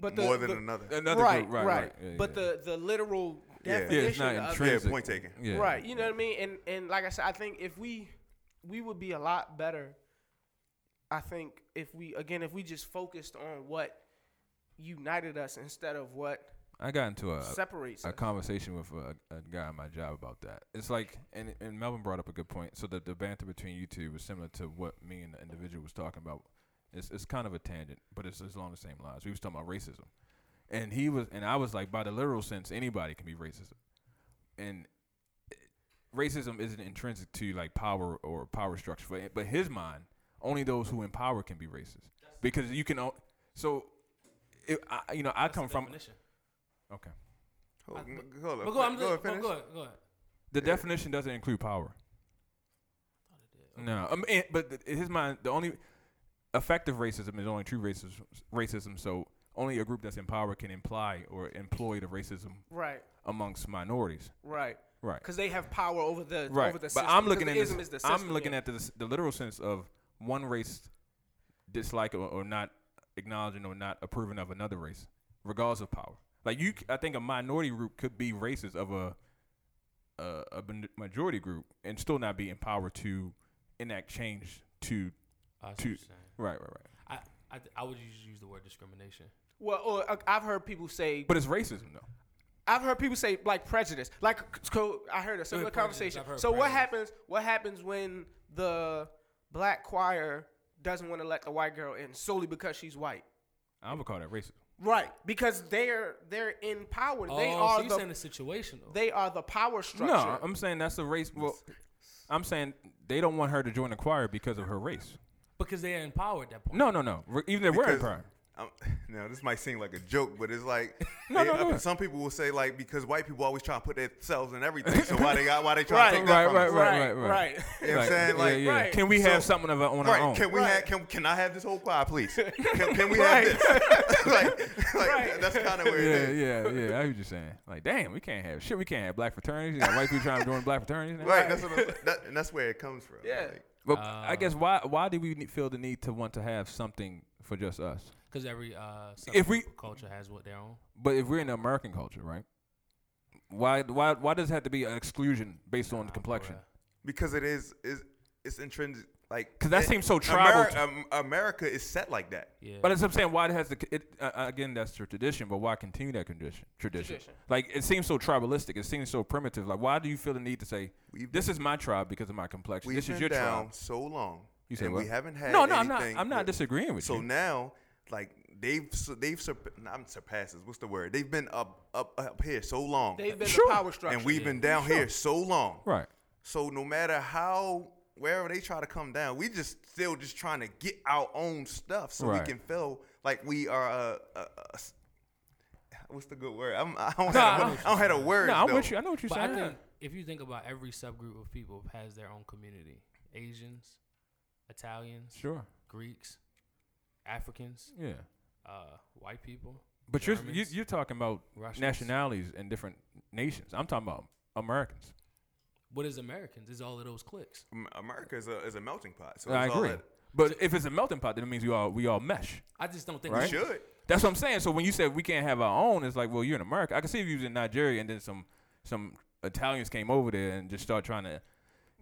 [SPEAKER 4] but the,
[SPEAKER 3] More than
[SPEAKER 4] the-
[SPEAKER 3] another.
[SPEAKER 5] another
[SPEAKER 4] right,
[SPEAKER 5] group. Right.
[SPEAKER 4] right,
[SPEAKER 5] right. Yeah,
[SPEAKER 4] but
[SPEAKER 5] yeah.
[SPEAKER 4] the the literal
[SPEAKER 3] Yeah. Yeah, it's
[SPEAKER 5] yeah, it's
[SPEAKER 4] definition
[SPEAKER 5] not
[SPEAKER 4] of
[SPEAKER 5] intrinsic.
[SPEAKER 3] Yeah, point taken.
[SPEAKER 5] Yeah.
[SPEAKER 4] Right. You know what I mean? And and like I said, I think if we we would be a lot better. I think if we again if we just focused on what united us instead of what
[SPEAKER 5] I got into a
[SPEAKER 4] separates
[SPEAKER 5] a
[SPEAKER 4] us.
[SPEAKER 5] conversation with a, a guy at my job about that. It's like, and and Melvin brought up a good point. So the the banter between you two was similar to what me and the individual was talking about. It's it's kind of a tangent, but it's, it's along the same lines. We was talking about racism, and he was, and I was like, by the literal sense, anybody can be racist, and it- racism isn't intrinsic to like power or power structure. But but his mind, only those who in power can be racist, because you can. o- So, it, I, you know, I
[SPEAKER 2] That's the
[SPEAKER 5] come from
[SPEAKER 2] definition.
[SPEAKER 5] okay.
[SPEAKER 3] Hold,
[SPEAKER 2] I-
[SPEAKER 3] on, hold on,
[SPEAKER 2] But go, I'm
[SPEAKER 3] go
[SPEAKER 2] go,
[SPEAKER 3] ahead,
[SPEAKER 2] go,
[SPEAKER 3] finish.
[SPEAKER 2] go ahead. Go ahead.
[SPEAKER 5] The definition doesn't include power. No, um, and, but th- in his mind, the only effective racism is only true racism. Racism, so only a group that's in power can imply or employ the racism
[SPEAKER 4] right.
[SPEAKER 5] amongst minorities.
[SPEAKER 4] Right.
[SPEAKER 5] Right.
[SPEAKER 4] Because they have power over the
[SPEAKER 5] Right.
[SPEAKER 4] over the
[SPEAKER 5] but
[SPEAKER 4] system.
[SPEAKER 5] I'm
[SPEAKER 4] 'Cause
[SPEAKER 5] looking
[SPEAKER 4] the
[SPEAKER 5] at this,
[SPEAKER 4] ism is the
[SPEAKER 5] I'm
[SPEAKER 4] system,
[SPEAKER 5] looking
[SPEAKER 4] yeah.
[SPEAKER 5] at the the literal sense of one race dislike or, or not acknowledging or not approving of another race, regardless of power. Like you, c- I think a minority group could be racist of a a, a bin- majority group and still not be empowered to enact change to
[SPEAKER 2] I see
[SPEAKER 5] To-
[SPEAKER 2] what you're saying.
[SPEAKER 5] Right, right, right.
[SPEAKER 2] I, I, th- I would just use the word discrimination.
[SPEAKER 4] Well, or uh, I've heard people say.
[SPEAKER 5] But it's racism though.
[SPEAKER 4] I've heard people say like prejudice. Like c- co- I heard a similar
[SPEAKER 2] prejudice,
[SPEAKER 4] conversation.
[SPEAKER 2] I've heard
[SPEAKER 4] So what
[SPEAKER 2] prejudice.
[SPEAKER 4] happens? What happens when the black choir doesn't want to let the white girl in solely because she's white?
[SPEAKER 5] I would call that racism.
[SPEAKER 4] Right, because they're they're in power. they
[SPEAKER 2] oh,
[SPEAKER 4] are
[SPEAKER 2] so you saying
[SPEAKER 4] the
[SPEAKER 2] it's situational.
[SPEAKER 4] they are the power structure.
[SPEAKER 5] No, I'm saying that's a race. Well, I'm saying they don't want her to join the choir because of her race.
[SPEAKER 2] because they're in power at that point.
[SPEAKER 5] No, no, no. Re- Even if we're in
[SPEAKER 3] Because-
[SPEAKER 5] choir.
[SPEAKER 3] Um, now this might seem like a joke, but it's like
[SPEAKER 5] No, no,
[SPEAKER 3] it- uh,
[SPEAKER 5] no.
[SPEAKER 3] some people will say like because white people always try to put themselves in everything, so why they got why they try
[SPEAKER 4] Right,
[SPEAKER 3] to take that
[SPEAKER 5] right,
[SPEAKER 3] from
[SPEAKER 5] right,
[SPEAKER 3] us?
[SPEAKER 4] right,
[SPEAKER 5] Right,
[SPEAKER 4] right,
[SPEAKER 5] right.
[SPEAKER 3] You know what I'm saying? Like,
[SPEAKER 5] yeah, yeah.
[SPEAKER 4] Right.
[SPEAKER 5] can we have
[SPEAKER 3] So-
[SPEAKER 5] something of our, on
[SPEAKER 3] Right.
[SPEAKER 5] our own?
[SPEAKER 3] Can we have can, can I have this whole choir, please? Can, can we have this? like, like
[SPEAKER 4] Right.
[SPEAKER 3] that's kind of where it
[SPEAKER 5] yeah,
[SPEAKER 3] is.
[SPEAKER 5] yeah, yeah. I hear what you're saying. Like, damn, we can't have shit. We can't have black fraternities. You got white people trying to join black fraternities. Now.
[SPEAKER 3] Right. That's what I'm, saying. that, and that's where it comes from.
[SPEAKER 4] Yeah.
[SPEAKER 3] Like,
[SPEAKER 5] But I guess why why do we ne- feel the need to want to have something for just us?
[SPEAKER 2] because every uh,
[SPEAKER 5] If we-
[SPEAKER 2] subculture culture has what their own.
[SPEAKER 5] But if we're in the American culture, right? Why why why does it have to be an exclusion based on complexion?
[SPEAKER 3] because it is is it's intrinsic. Like
[SPEAKER 5] 'Cause that
[SPEAKER 3] it-
[SPEAKER 5] seems so tribal
[SPEAKER 3] Ameri-
[SPEAKER 5] to-
[SPEAKER 3] um, America is set like that.
[SPEAKER 2] Yeah,
[SPEAKER 5] But as I'm saying, why it has to c- it, uh, uh, again? That's the tradition, but why continue that condition, tradition?
[SPEAKER 4] Tradition.
[SPEAKER 5] Like it seems so tribalistic. It seems so primitive. Like why do you feel the need to say
[SPEAKER 3] We've
[SPEAKER 5] this is my tribe because of my complexion?
[SPEAKER 3] We've
[SPEAKER 5] This
[SPEAKER 3] been
[SPEAKER 5] is your
[SPEAKER 3] down
[SPEAKER 5] tribe.
[SPEAKER 3] so long,
[SPEAKER 5] You said
[SPEAKER 3] and
[SPEAKER 5] what?
[SPEAKER 3] we haven't had.
[SPEAKER 5] No, no, I'm not.
[SPEAKER 3] anything
[SPEAKER 5] I'm not
[SPEAKER 3] that-
[SPEAKER 5] disagreeing with
[SPEAKER 3] so
[SPEAKER 5] you.
[SPEAKER 3] now, like they've su- they've surp- not surpasses. What's the word? They've been up up up here so long,
[SPEAKER 4] They've been
[SPEAKER 5] Sure.
[SPEAKER 4] the power structure.
[SPEAKER 3] and we've been down here so long.
[SPEAKER 5] right.
[SPEAKER 3] So no matter how wherever they try to come down, we just still just trying to get our own stuff so
[SPEAKER 5] Right.
[SPEAKER 3] we can feel like we are. Uh, uh, uh, s- what's the good word? I'm, I don't
[SPEAKER 5] No,
[SPEAKER 3] have a-
[SPEAKER 5] I know
[SPEAKER 3] I don't have a word.
[SPEAKER 5] No, I'm
[SPEAKER 3] though.
[SPEAKER 5] with you. I know what you're
[SPEAKER 2] But I
[SPEAKER 5] saying.
[SPEAKER 2] think if you think about every subgroup of people has their own community: Asians, Italians,
[SPEAKER 5] Sure.
[SPEAKER 2] Greeks, Africans,
[SPEAKER 5] Yeah.
[SPEAKER 2] uh, white people.
[SPEAKER 5] But you're, you,
[SPEAKER 2] Germans,
[SPEAKER 5] you're talking about
[SPEAKER 2] Russians.
[SPEAKER 5] nationalities and different nations. I'm talking about Americans.
[SPEAKER 2] What is Americans? Is all of those cliques?
[SPEAKER 3] Am- America is a is a melting pot. So
[SPEAKER 5] I
[SPEAKER 3] it's all
[SPEAKER 5] agree.
[SPEAKER 3] that-
[SPEAKER 5] But if it's a melting pot, then it means we all we all mesh.
[SPEAKER 2] I just don't think
[SPEAKER 5] Right.
[SPEAKER 2] we
[SPEAKER 3] We should.
[SPEAKER 5] That's what I'm saying. So when you said we can't have our own, it's like, well, you're in America. I can see if you was in Nigeria and then some some Italians came over there and just start trying to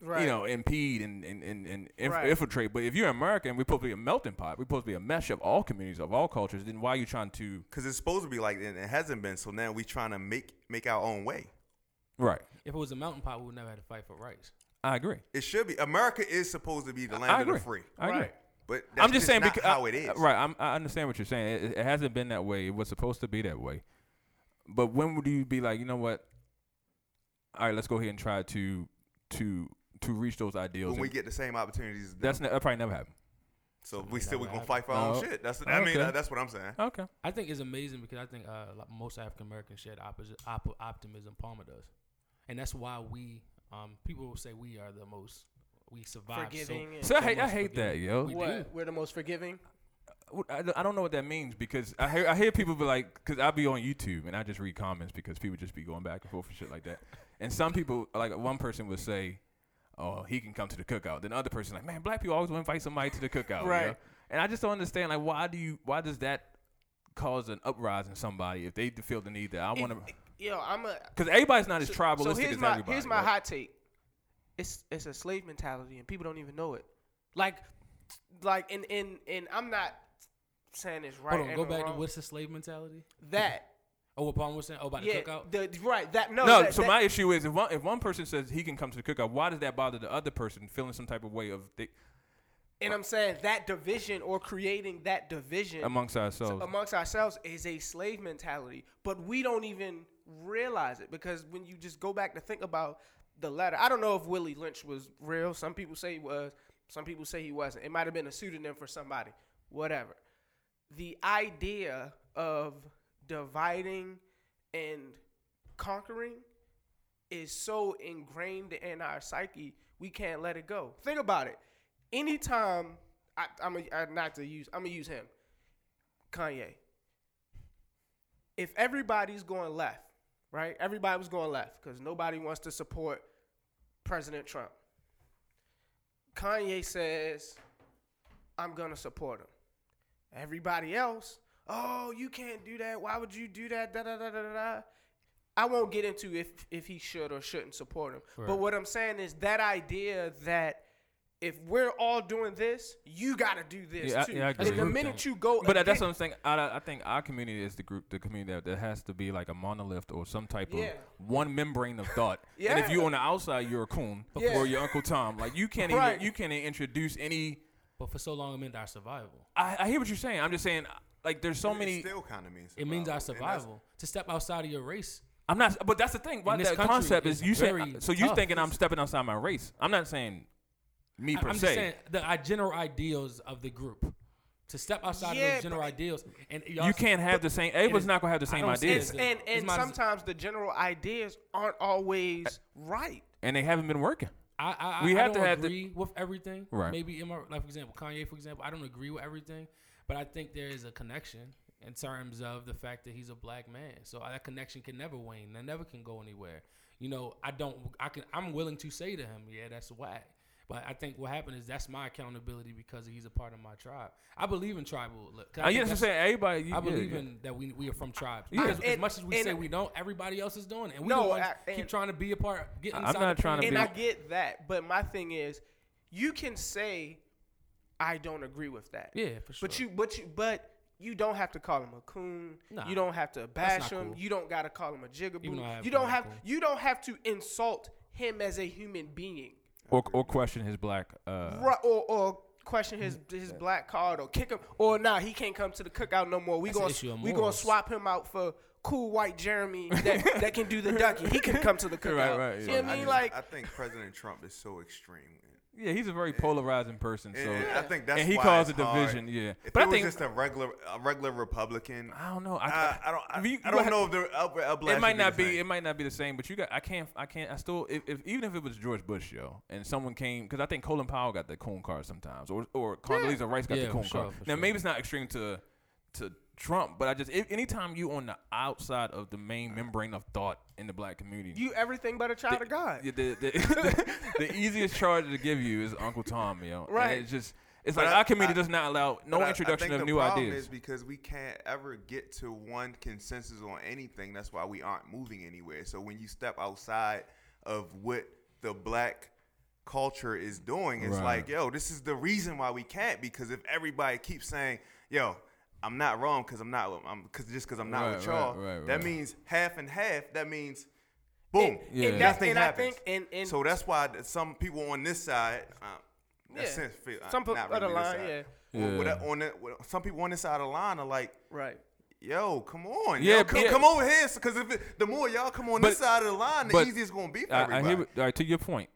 [SPEAKER 4] right.
[SPEAKER 5] you know impede and and and, and inf-
[SPEAKER 4] Right.
[SPEAKER 5] infiltrate. But if you're American, we're supposed to be a melting pot. We're supposed to be a mesh of all communities of all cultures. Then why are you trying to
[SPEAKER 3] Cause it's supposed to be like that, and it hasn't been. So now we trying to make make our own way.
[SPEAKER 5] right?
[SPEAKER 2] If it was a mountain pot, we would never had to fight for rights.
[SPEAKER 5] I agree.
[SPEAKER 3] It should be. America is supposed to be the
[SPEAKER 5] I
[SPEAKER 3] land of
[SPEAKER 5] agree.
[SPEAKER 3] the free.
[SPEAKER 5] I agree.
[SPEAKER 4] Right.
[SPEAKER 3] But that's
[SPEAKER 5] I'm just saying
[SPEAKER 3] not
[SPEAKER 5] because
[SPEAKER 3] how it is.
[SPEAKER 5] Right. I'm, I understand what you're saying. It, it hasn't been that way. It was supposed to be that way. But when would you be like, you know what? All right, let's go ahead and try to to to reach those ideals.
[SPEAKER 3] When we
[SPEAKER 5] and-
[SPEAKER 3] get the same opportunities,
[SPEAKER 5] that's ne- that probably never happened.
[SPEAKER 3] so we still we
[SPEAKER 2] never
[SPEAKER 3] gonna fight for our own
[SPEAKER 5] No.
[SPEAKER 3] shit. That's I mean
[SPEAKER 5] Okay.
[SPEAKER 3] uh, that's what I'm saying.
[SPEAKER 5] Okay.
[SPEAKER 2] I think it's amazing because I think uh, like most African Americans share the opposite, op- optimism Palmer does, and that's why we um, people will say we are the most we survive.
[SPEAKER 4] Forgiving and-
[SPEAKER 2] So,
[SPEAKER 5] So I hate, I
[SPEAKER 2] much
[SPEAKER 5] hate that,
[SPEAKER 2] forgiving.
[SPEAKER 5] yo.
[SPEAKER 2] We
[SPEAKER 4] what?
[SPEAKER 2] do.
[SPEAKER 4] We're the most forgiving.
[SPEAKER 5] What- I, don't- I don't know what that means because I hear, I hear people be like, because I be on YouTube and I just read comments because people just be going back and forth and shit like that. And some people, like one person would say, oh, he can come to the cookout. Then the other person like, man, black people always want to invite somebody to the cookout. you
[SPEAKER 4] Right.
[SPEAKER 5] know? And I just don't understand, like, why do you, why does that cause an uprising in somebody if they d- feel the need that I want to,
[SPEAKER 4] Yo, I'm a.
[SPEAKER 5] because everybody's not as tribalistic
[SPEAKER 4] so here's
[SPEAKER 5] as
[SPEAKER 4] my
[SPEAKER 5] everybody.
[SPEAKER 4] here's my
[SPEAKER 5] right?
[SPEAKER 4] hot take. It's it's a slave mentality, and people don't even know it. Like, like, and and and I'm not saying it's right.
[SPEAKER 2] Hold on,
[SPEAKER 4] and
[SPEAKER 2] go
[SPEAKER 4] or
[SPEAKER 2] back to
[SPEAKER 4] wrong.
[SPEAKER 2] what's the slave mentality?
[SPEAKER 4] that.
[SPEAKER 2] Oh, what Palmer was saying? Oh, about the
[SPEAKER 4] Yeah,
[SPEAKER 2] cookout.
[SPEAKER 4] the, right. That no.
[SPEAKER 5] No,
[SPEAKER 4] that-
[SPEAKER 5] so
[SPEAKER 4] that-
[SPEAKER 5] my issue is if one if one person says he can come to the cookout, why does that bother the other person feeling some type of way of they,
[SPEAKER 4] and I'm saying that division or creating that division
[SPEAKER 5] amongst ourselves?
[SPEAKER 4] amongst ourselves is a slave mentality, but we don't even realize it because when you just go back to think about the letter, I don't know if Willie Lynch was real. Some people say he was, some people say he wasn't. It might have been a pseudonym for somebody, whatever. The idea of dividing and conquering is so ingrained in our psyche, we can't let it go. Think about it. Anytime I, I'm a, I, not to use, I'm gonna use him. Kanye. If everybody's going left, right? Everybody was going left because nobody wants to support President Trump. Kanye says, I'm going to support him. Everybody else, oh, you can't do that. Why would you do that? Da, da, da, da, da, da. I won't get into if, if he should or shouldn't support him. But what I'm saying is that idea that if we're all doing this, you got to do this
[SPEAKER 5] Yeah, I-
[SPEAKER 4] too.
[SPEAKER 5] yeah, I
[SPEAKER 4] and
[SPEAKER 5] agree
[SPEAKER 4] the
[SPEAKER 5] with
[SPEAKER 4] minute you go,
[SPEAKER 5] But that's
[SPEAKER 4] against-
[SPEAKER 5] what I'm saying. I, I think our community is the group, the community that, that has to be like a monolith or some type
[SPEAKER 4] Yeah.
[SPEAKER 5] of one membrane of thought. And if
[SPEAKER 4] Yeah.
[SPEAKER 5] you on the outside, you're a coon
[SPEAKER 4] Yeah.
[SPEAKER 5] or your Uncle Tom. Like you can't
[SPEAKER 4] Right.
[SPEAKER 5] even you can't even introduce any.
[SPEAKER 2] But for so long, it meant our survival.
[SPEAKER 5] I, I hear what you're saying. I'm just saying, like there's so many.
[SPEAKER 3] It still kind of means
[SPEAKER 2] It means our
[SPEAKER 3] survival, and that's-
[SPEAKER 2] survival. To step outside of your race,
[SPEAKER 5] I'm not, but that's the thing. Why
[SPEAKER 2] In this
[SPEAKER 5] that
[SPEAKER 2] country,
[SPEAKER 5] concept is
[SPEAKER 2] it's
[SPEAKER 5] you say.
[SPEAKER 2] very
[SPEAKER 5] So you
[SPEAKER 2] tough.
[SPEAKER 5] thinking I'm stepping outside my race? I'm not saying me
[SPEAKER 2] I-
[SPEAKER 5] per
[SPEAKER 2] I'm
[SPEAKER 5] se.
[SPEAKER 2] just saying the our general ideals of the group. To step outside of
[SPEAKER 4] Yeah,
[SPEAKER 2] those general
[SPEAKER 4] but-
[SPEAKER 2] ideals, and y'all-
[SPEAKER 5] you can't have the same. Everyone's
[SPEAKER 2] is-
[SPEAKER 5] not gonna have the
[SPEAKER 2] I
[SPEAKER 5] same
[SPEAKER 2] don't see
[SPEAKER 5] ideas,
[SPEAKER 2] it.
[SPEAKER 4] and, and,
[SPEAKER 2] It's
[SPEAKER 4] and
[SPEAKER 2] my-
[SPEAKER 4] sometimes the general ideas aren't always right.
[SPEAKER 5] and they haven't been working.
[SPEAKER 2] I, I,
[SPEAKER 5] We
[SPEAKER 2] I
[SPEAKER 5] have
[SPEAKER 2] don't
[SPEAKER 5] to have the-
[SPEAKER 2] agree with everything.
[SPEAKER 5] Right.
[SPEAKER 2] Maybe in my like for example, Kanye, for example, I don't agree with everything, but I think there is a connection in terms of the fact that he's a black man. So uh, that connection can never wane. That never can go anywhere. You know, I don't. I can. I'm willing to say to him, yeah, that's whack. But I think what happened is that's my accountability because he's a part of my tribe. I believe in tribal. Look, 'cause I think
[SPEAKER 5] I Uh, yes, I'm
[SPEAKER 2] that's-
[SPEAKER 5] saying everybody. you-
[SPEAKER 2] I
[SPEAKER 5] yeah,
[SPEAKER 2] believe
[SPEAKER 5] yeah.
[SPEAKER 2] in that we we are from tribes.
[SPEAKER 5] Yeah.
[SPEAKER 2] Because as
[SPEAKER 4] And-
[SPEAKER 2] much as we
[SPEAKER 4] and-
[SPEAKER 2] say we don't, everybody else is doing it. And we
[SPEAKER 4] No,
[SPEAKER 2] the ones
[SPEAKER 4] I-
[SPEAKER 2] keep
[SPEAKER 4] and-
[SPEAKER 2] trying to be a part. Get
[SPEAKER 5] I'm
[SPEAKER 2] inside
[SPEAKER 5] not
[SPEAKER 2] the
[SPEAKER 5] trying to
[SPEAKER 2] community.
[SPEAKER 4] And
[SPEAKER 5] be-
[SPEAKER 4] I get that, but my thing is, you can say, "I don't agree with that."
[SPEAKER 2] Yeah, for
[SPEAKER 4] But
[SPEAKER 2] sure.
[SPEAKER 4] you, but you, but you don't have to call him a coon.
[SPEAKER 2] Nah,
[SPEAKER 4] you don't have to
[SPEAKER 2] not
[SPEAKER 4] bash him.
[SPEAKER 2] cool.
[SPEAKER 4] You don't gotta call him a
[SPEAKER 2] Even though I
[SPEAKER 4] jigaboo.
[SPEAKER 2] have
[SPEAKER 4] You
[SPEAKER 2] called
[SPEAKER 4] don't
[SPEAKER 2] him
[SPEAKER 4] have,
[SPEAKER 2] coon.
[SPEAKER 4] you don't have to insult him as a human being,
[SPEAKER 5] or or question his black. Uh,
[SPEAKER 4] Ru- or or question his his black card or kick him or nah he can't come to the cookout no more. We
[SPEAKER 2] That's an
[SPEAKER 4] gonna
[SPEAKER 2] issue of
[SPEAKER 4] we gonna
[SPEAKER 2] morals.
[SPEAKER 4] swap him out for. Cool white Jeremy that, that can do the ducky. He can come to the cookout.
[SPEAKER 5] right,
[SPEAKER 4] You
[SPEAKER 5] yeah.
[SPEAKER 4] know what
[SPEAKER 3] I
[SPEAKER 4] I mean?
[SPEAKER 3] just-
[SPEAKER 4] like
[SPEAKER 3] I think President Trump is so extreme.
[SPEAKER 5] Yeah, he's a very polarizing person. So
[SPEAKER 3] And, and I think that's
[SPEAKER 5] and he
[SPEAKER 3] why
[SPEAKER 5] caused a
[SPEAKER 3] it's hard.
[SPEAKER 5] division. Yeah,
[SPEAKER 3] if
[SPEAKER 5] but
[SPEAKER 3] it
[SPEAKER 5] I
[SPEAKER 3] was
[SPEAKER 5] think
[SPEAKER 3] just a regular, a regular Republican.
[SPEAKER 5] I don't know. I,
[SPEAKER 3] I, I don't. I,
[SPEAKER 5] I mean, you
[SPEAKER 3] I
[SPEAKER 5] go
[SPEAKER 3] don't
[SPEAKER 5] ahead-
[SPEAKER 3] know if the upper upper
[SPEAKER 5] It might not be. It might not be the same. But you got. I can't. I can't. I still. If, if even if it was George Bush, yo, and someone came, because I think Colin Powell got the coon card sometimes, or or Condoleezza Rice got
[SPEAKER 2] Yeah,
[SPEAKER 5] the
[SPEAKER 2] for
[SPEAKER 5] coon
[SPEAKER 2] sure,
[SPEAKER 5] card.
[SPEAKER 2] for
[SPEAKER 5] Now
[SPEAKER 2] sure.
[SPEAKER 5] maybe it's not extreme to to Trump, but I just if, anytime you on the outside of the main membrane of thought in the black community,
[SPEAKER 4] you everything but a child of God.
[SPEAKER 5] the, the, the, the easiest charge to give you is Uncle Tom, yo. And
[SPEAKER 4] Right.
[SPEAKER 5] it's just. It's
[SPEAKER 3] But
[SPEAKER 5] like
[SPEAKER 3] I-
[SPEAKER 5] our community
[SPEAKER 3] I-
[SPEAKER 5] does not allow no
[SPEAKER 3] But I- I
[SPEAKER 5] introduction
[SPEAKER 3] think the
[SPEAKER 5] of new
[SPEAKER 3] problem
[SPEAKER 5] ideas.
[SPEAKER 3] Is because we can't ever get to one consensus on anything. That's why we aren't moving anywhere. So when you step outside of what the black culture is doing, it's
[SPEAKER 5] Right.
[SPEAKER 3] like, yo, this is the reason why we can't. Because if everybody keeps saying, yo, I'm not wrong because I'm not, I'm because just because I'm not
[SPEAKER 5] Right,
[SPEAKER 3] with
[SPEAKER 5] right,
[SPEAKER 3] y'all,
[SPEAKER 5] right,
[SPEAKER 3] that
[SPEAKER 5] right.
[SPEAKER 3] means half and half. That means. Boom!
[SPEAKER 4] And-
[SPEAKER 5] and that's-
[SPEAKER 3] nothing
[SPEAKER 4] and I
[SPEAKER 3] happens.
[SPEAKER 4] think- and- and-
[SPEAKER 3] so that's why th- some people on this side, uh, that
[SPEAKER 4] Yeah.
[SPEAKER 3] sense feel,
[SPEAKER 4] Some
[SPEAKER 3] uh,
[SPEAKER 4] people
[SPEAKER 3] not
[SPEAKER 4] on the
[SPEAKER 3] really this
[SPEAKER 4] line,
[SPEAKER 3] side.
[SPEAKER 4] yeah.
[SPEAKER 3] Well,
[SPEAKER 5] Yeah.
[SPEAKER 3] that- on the, well, some people on this side of the line are like,
[SPEAKER 4] Right.
[SPEAKER 3] yo, come on,
[SPEAKER 5] Yeah,
[SPEAKER 3] yeah, come,
[SPEAKER 5] yeah.
[SPEAKER 3] come over here, because if it, the more y'all come on this
[SPEAKER 5] But-
[SPEAKER 3] side of the line, the
[SPEAKER 5] but
[SPEAKER 3] easier it's gonna be for
[SPEAKER 5] I, I
[SPEAKER 3] everybody. I,
[SPEAKER 5] hear. what- All right, to your point,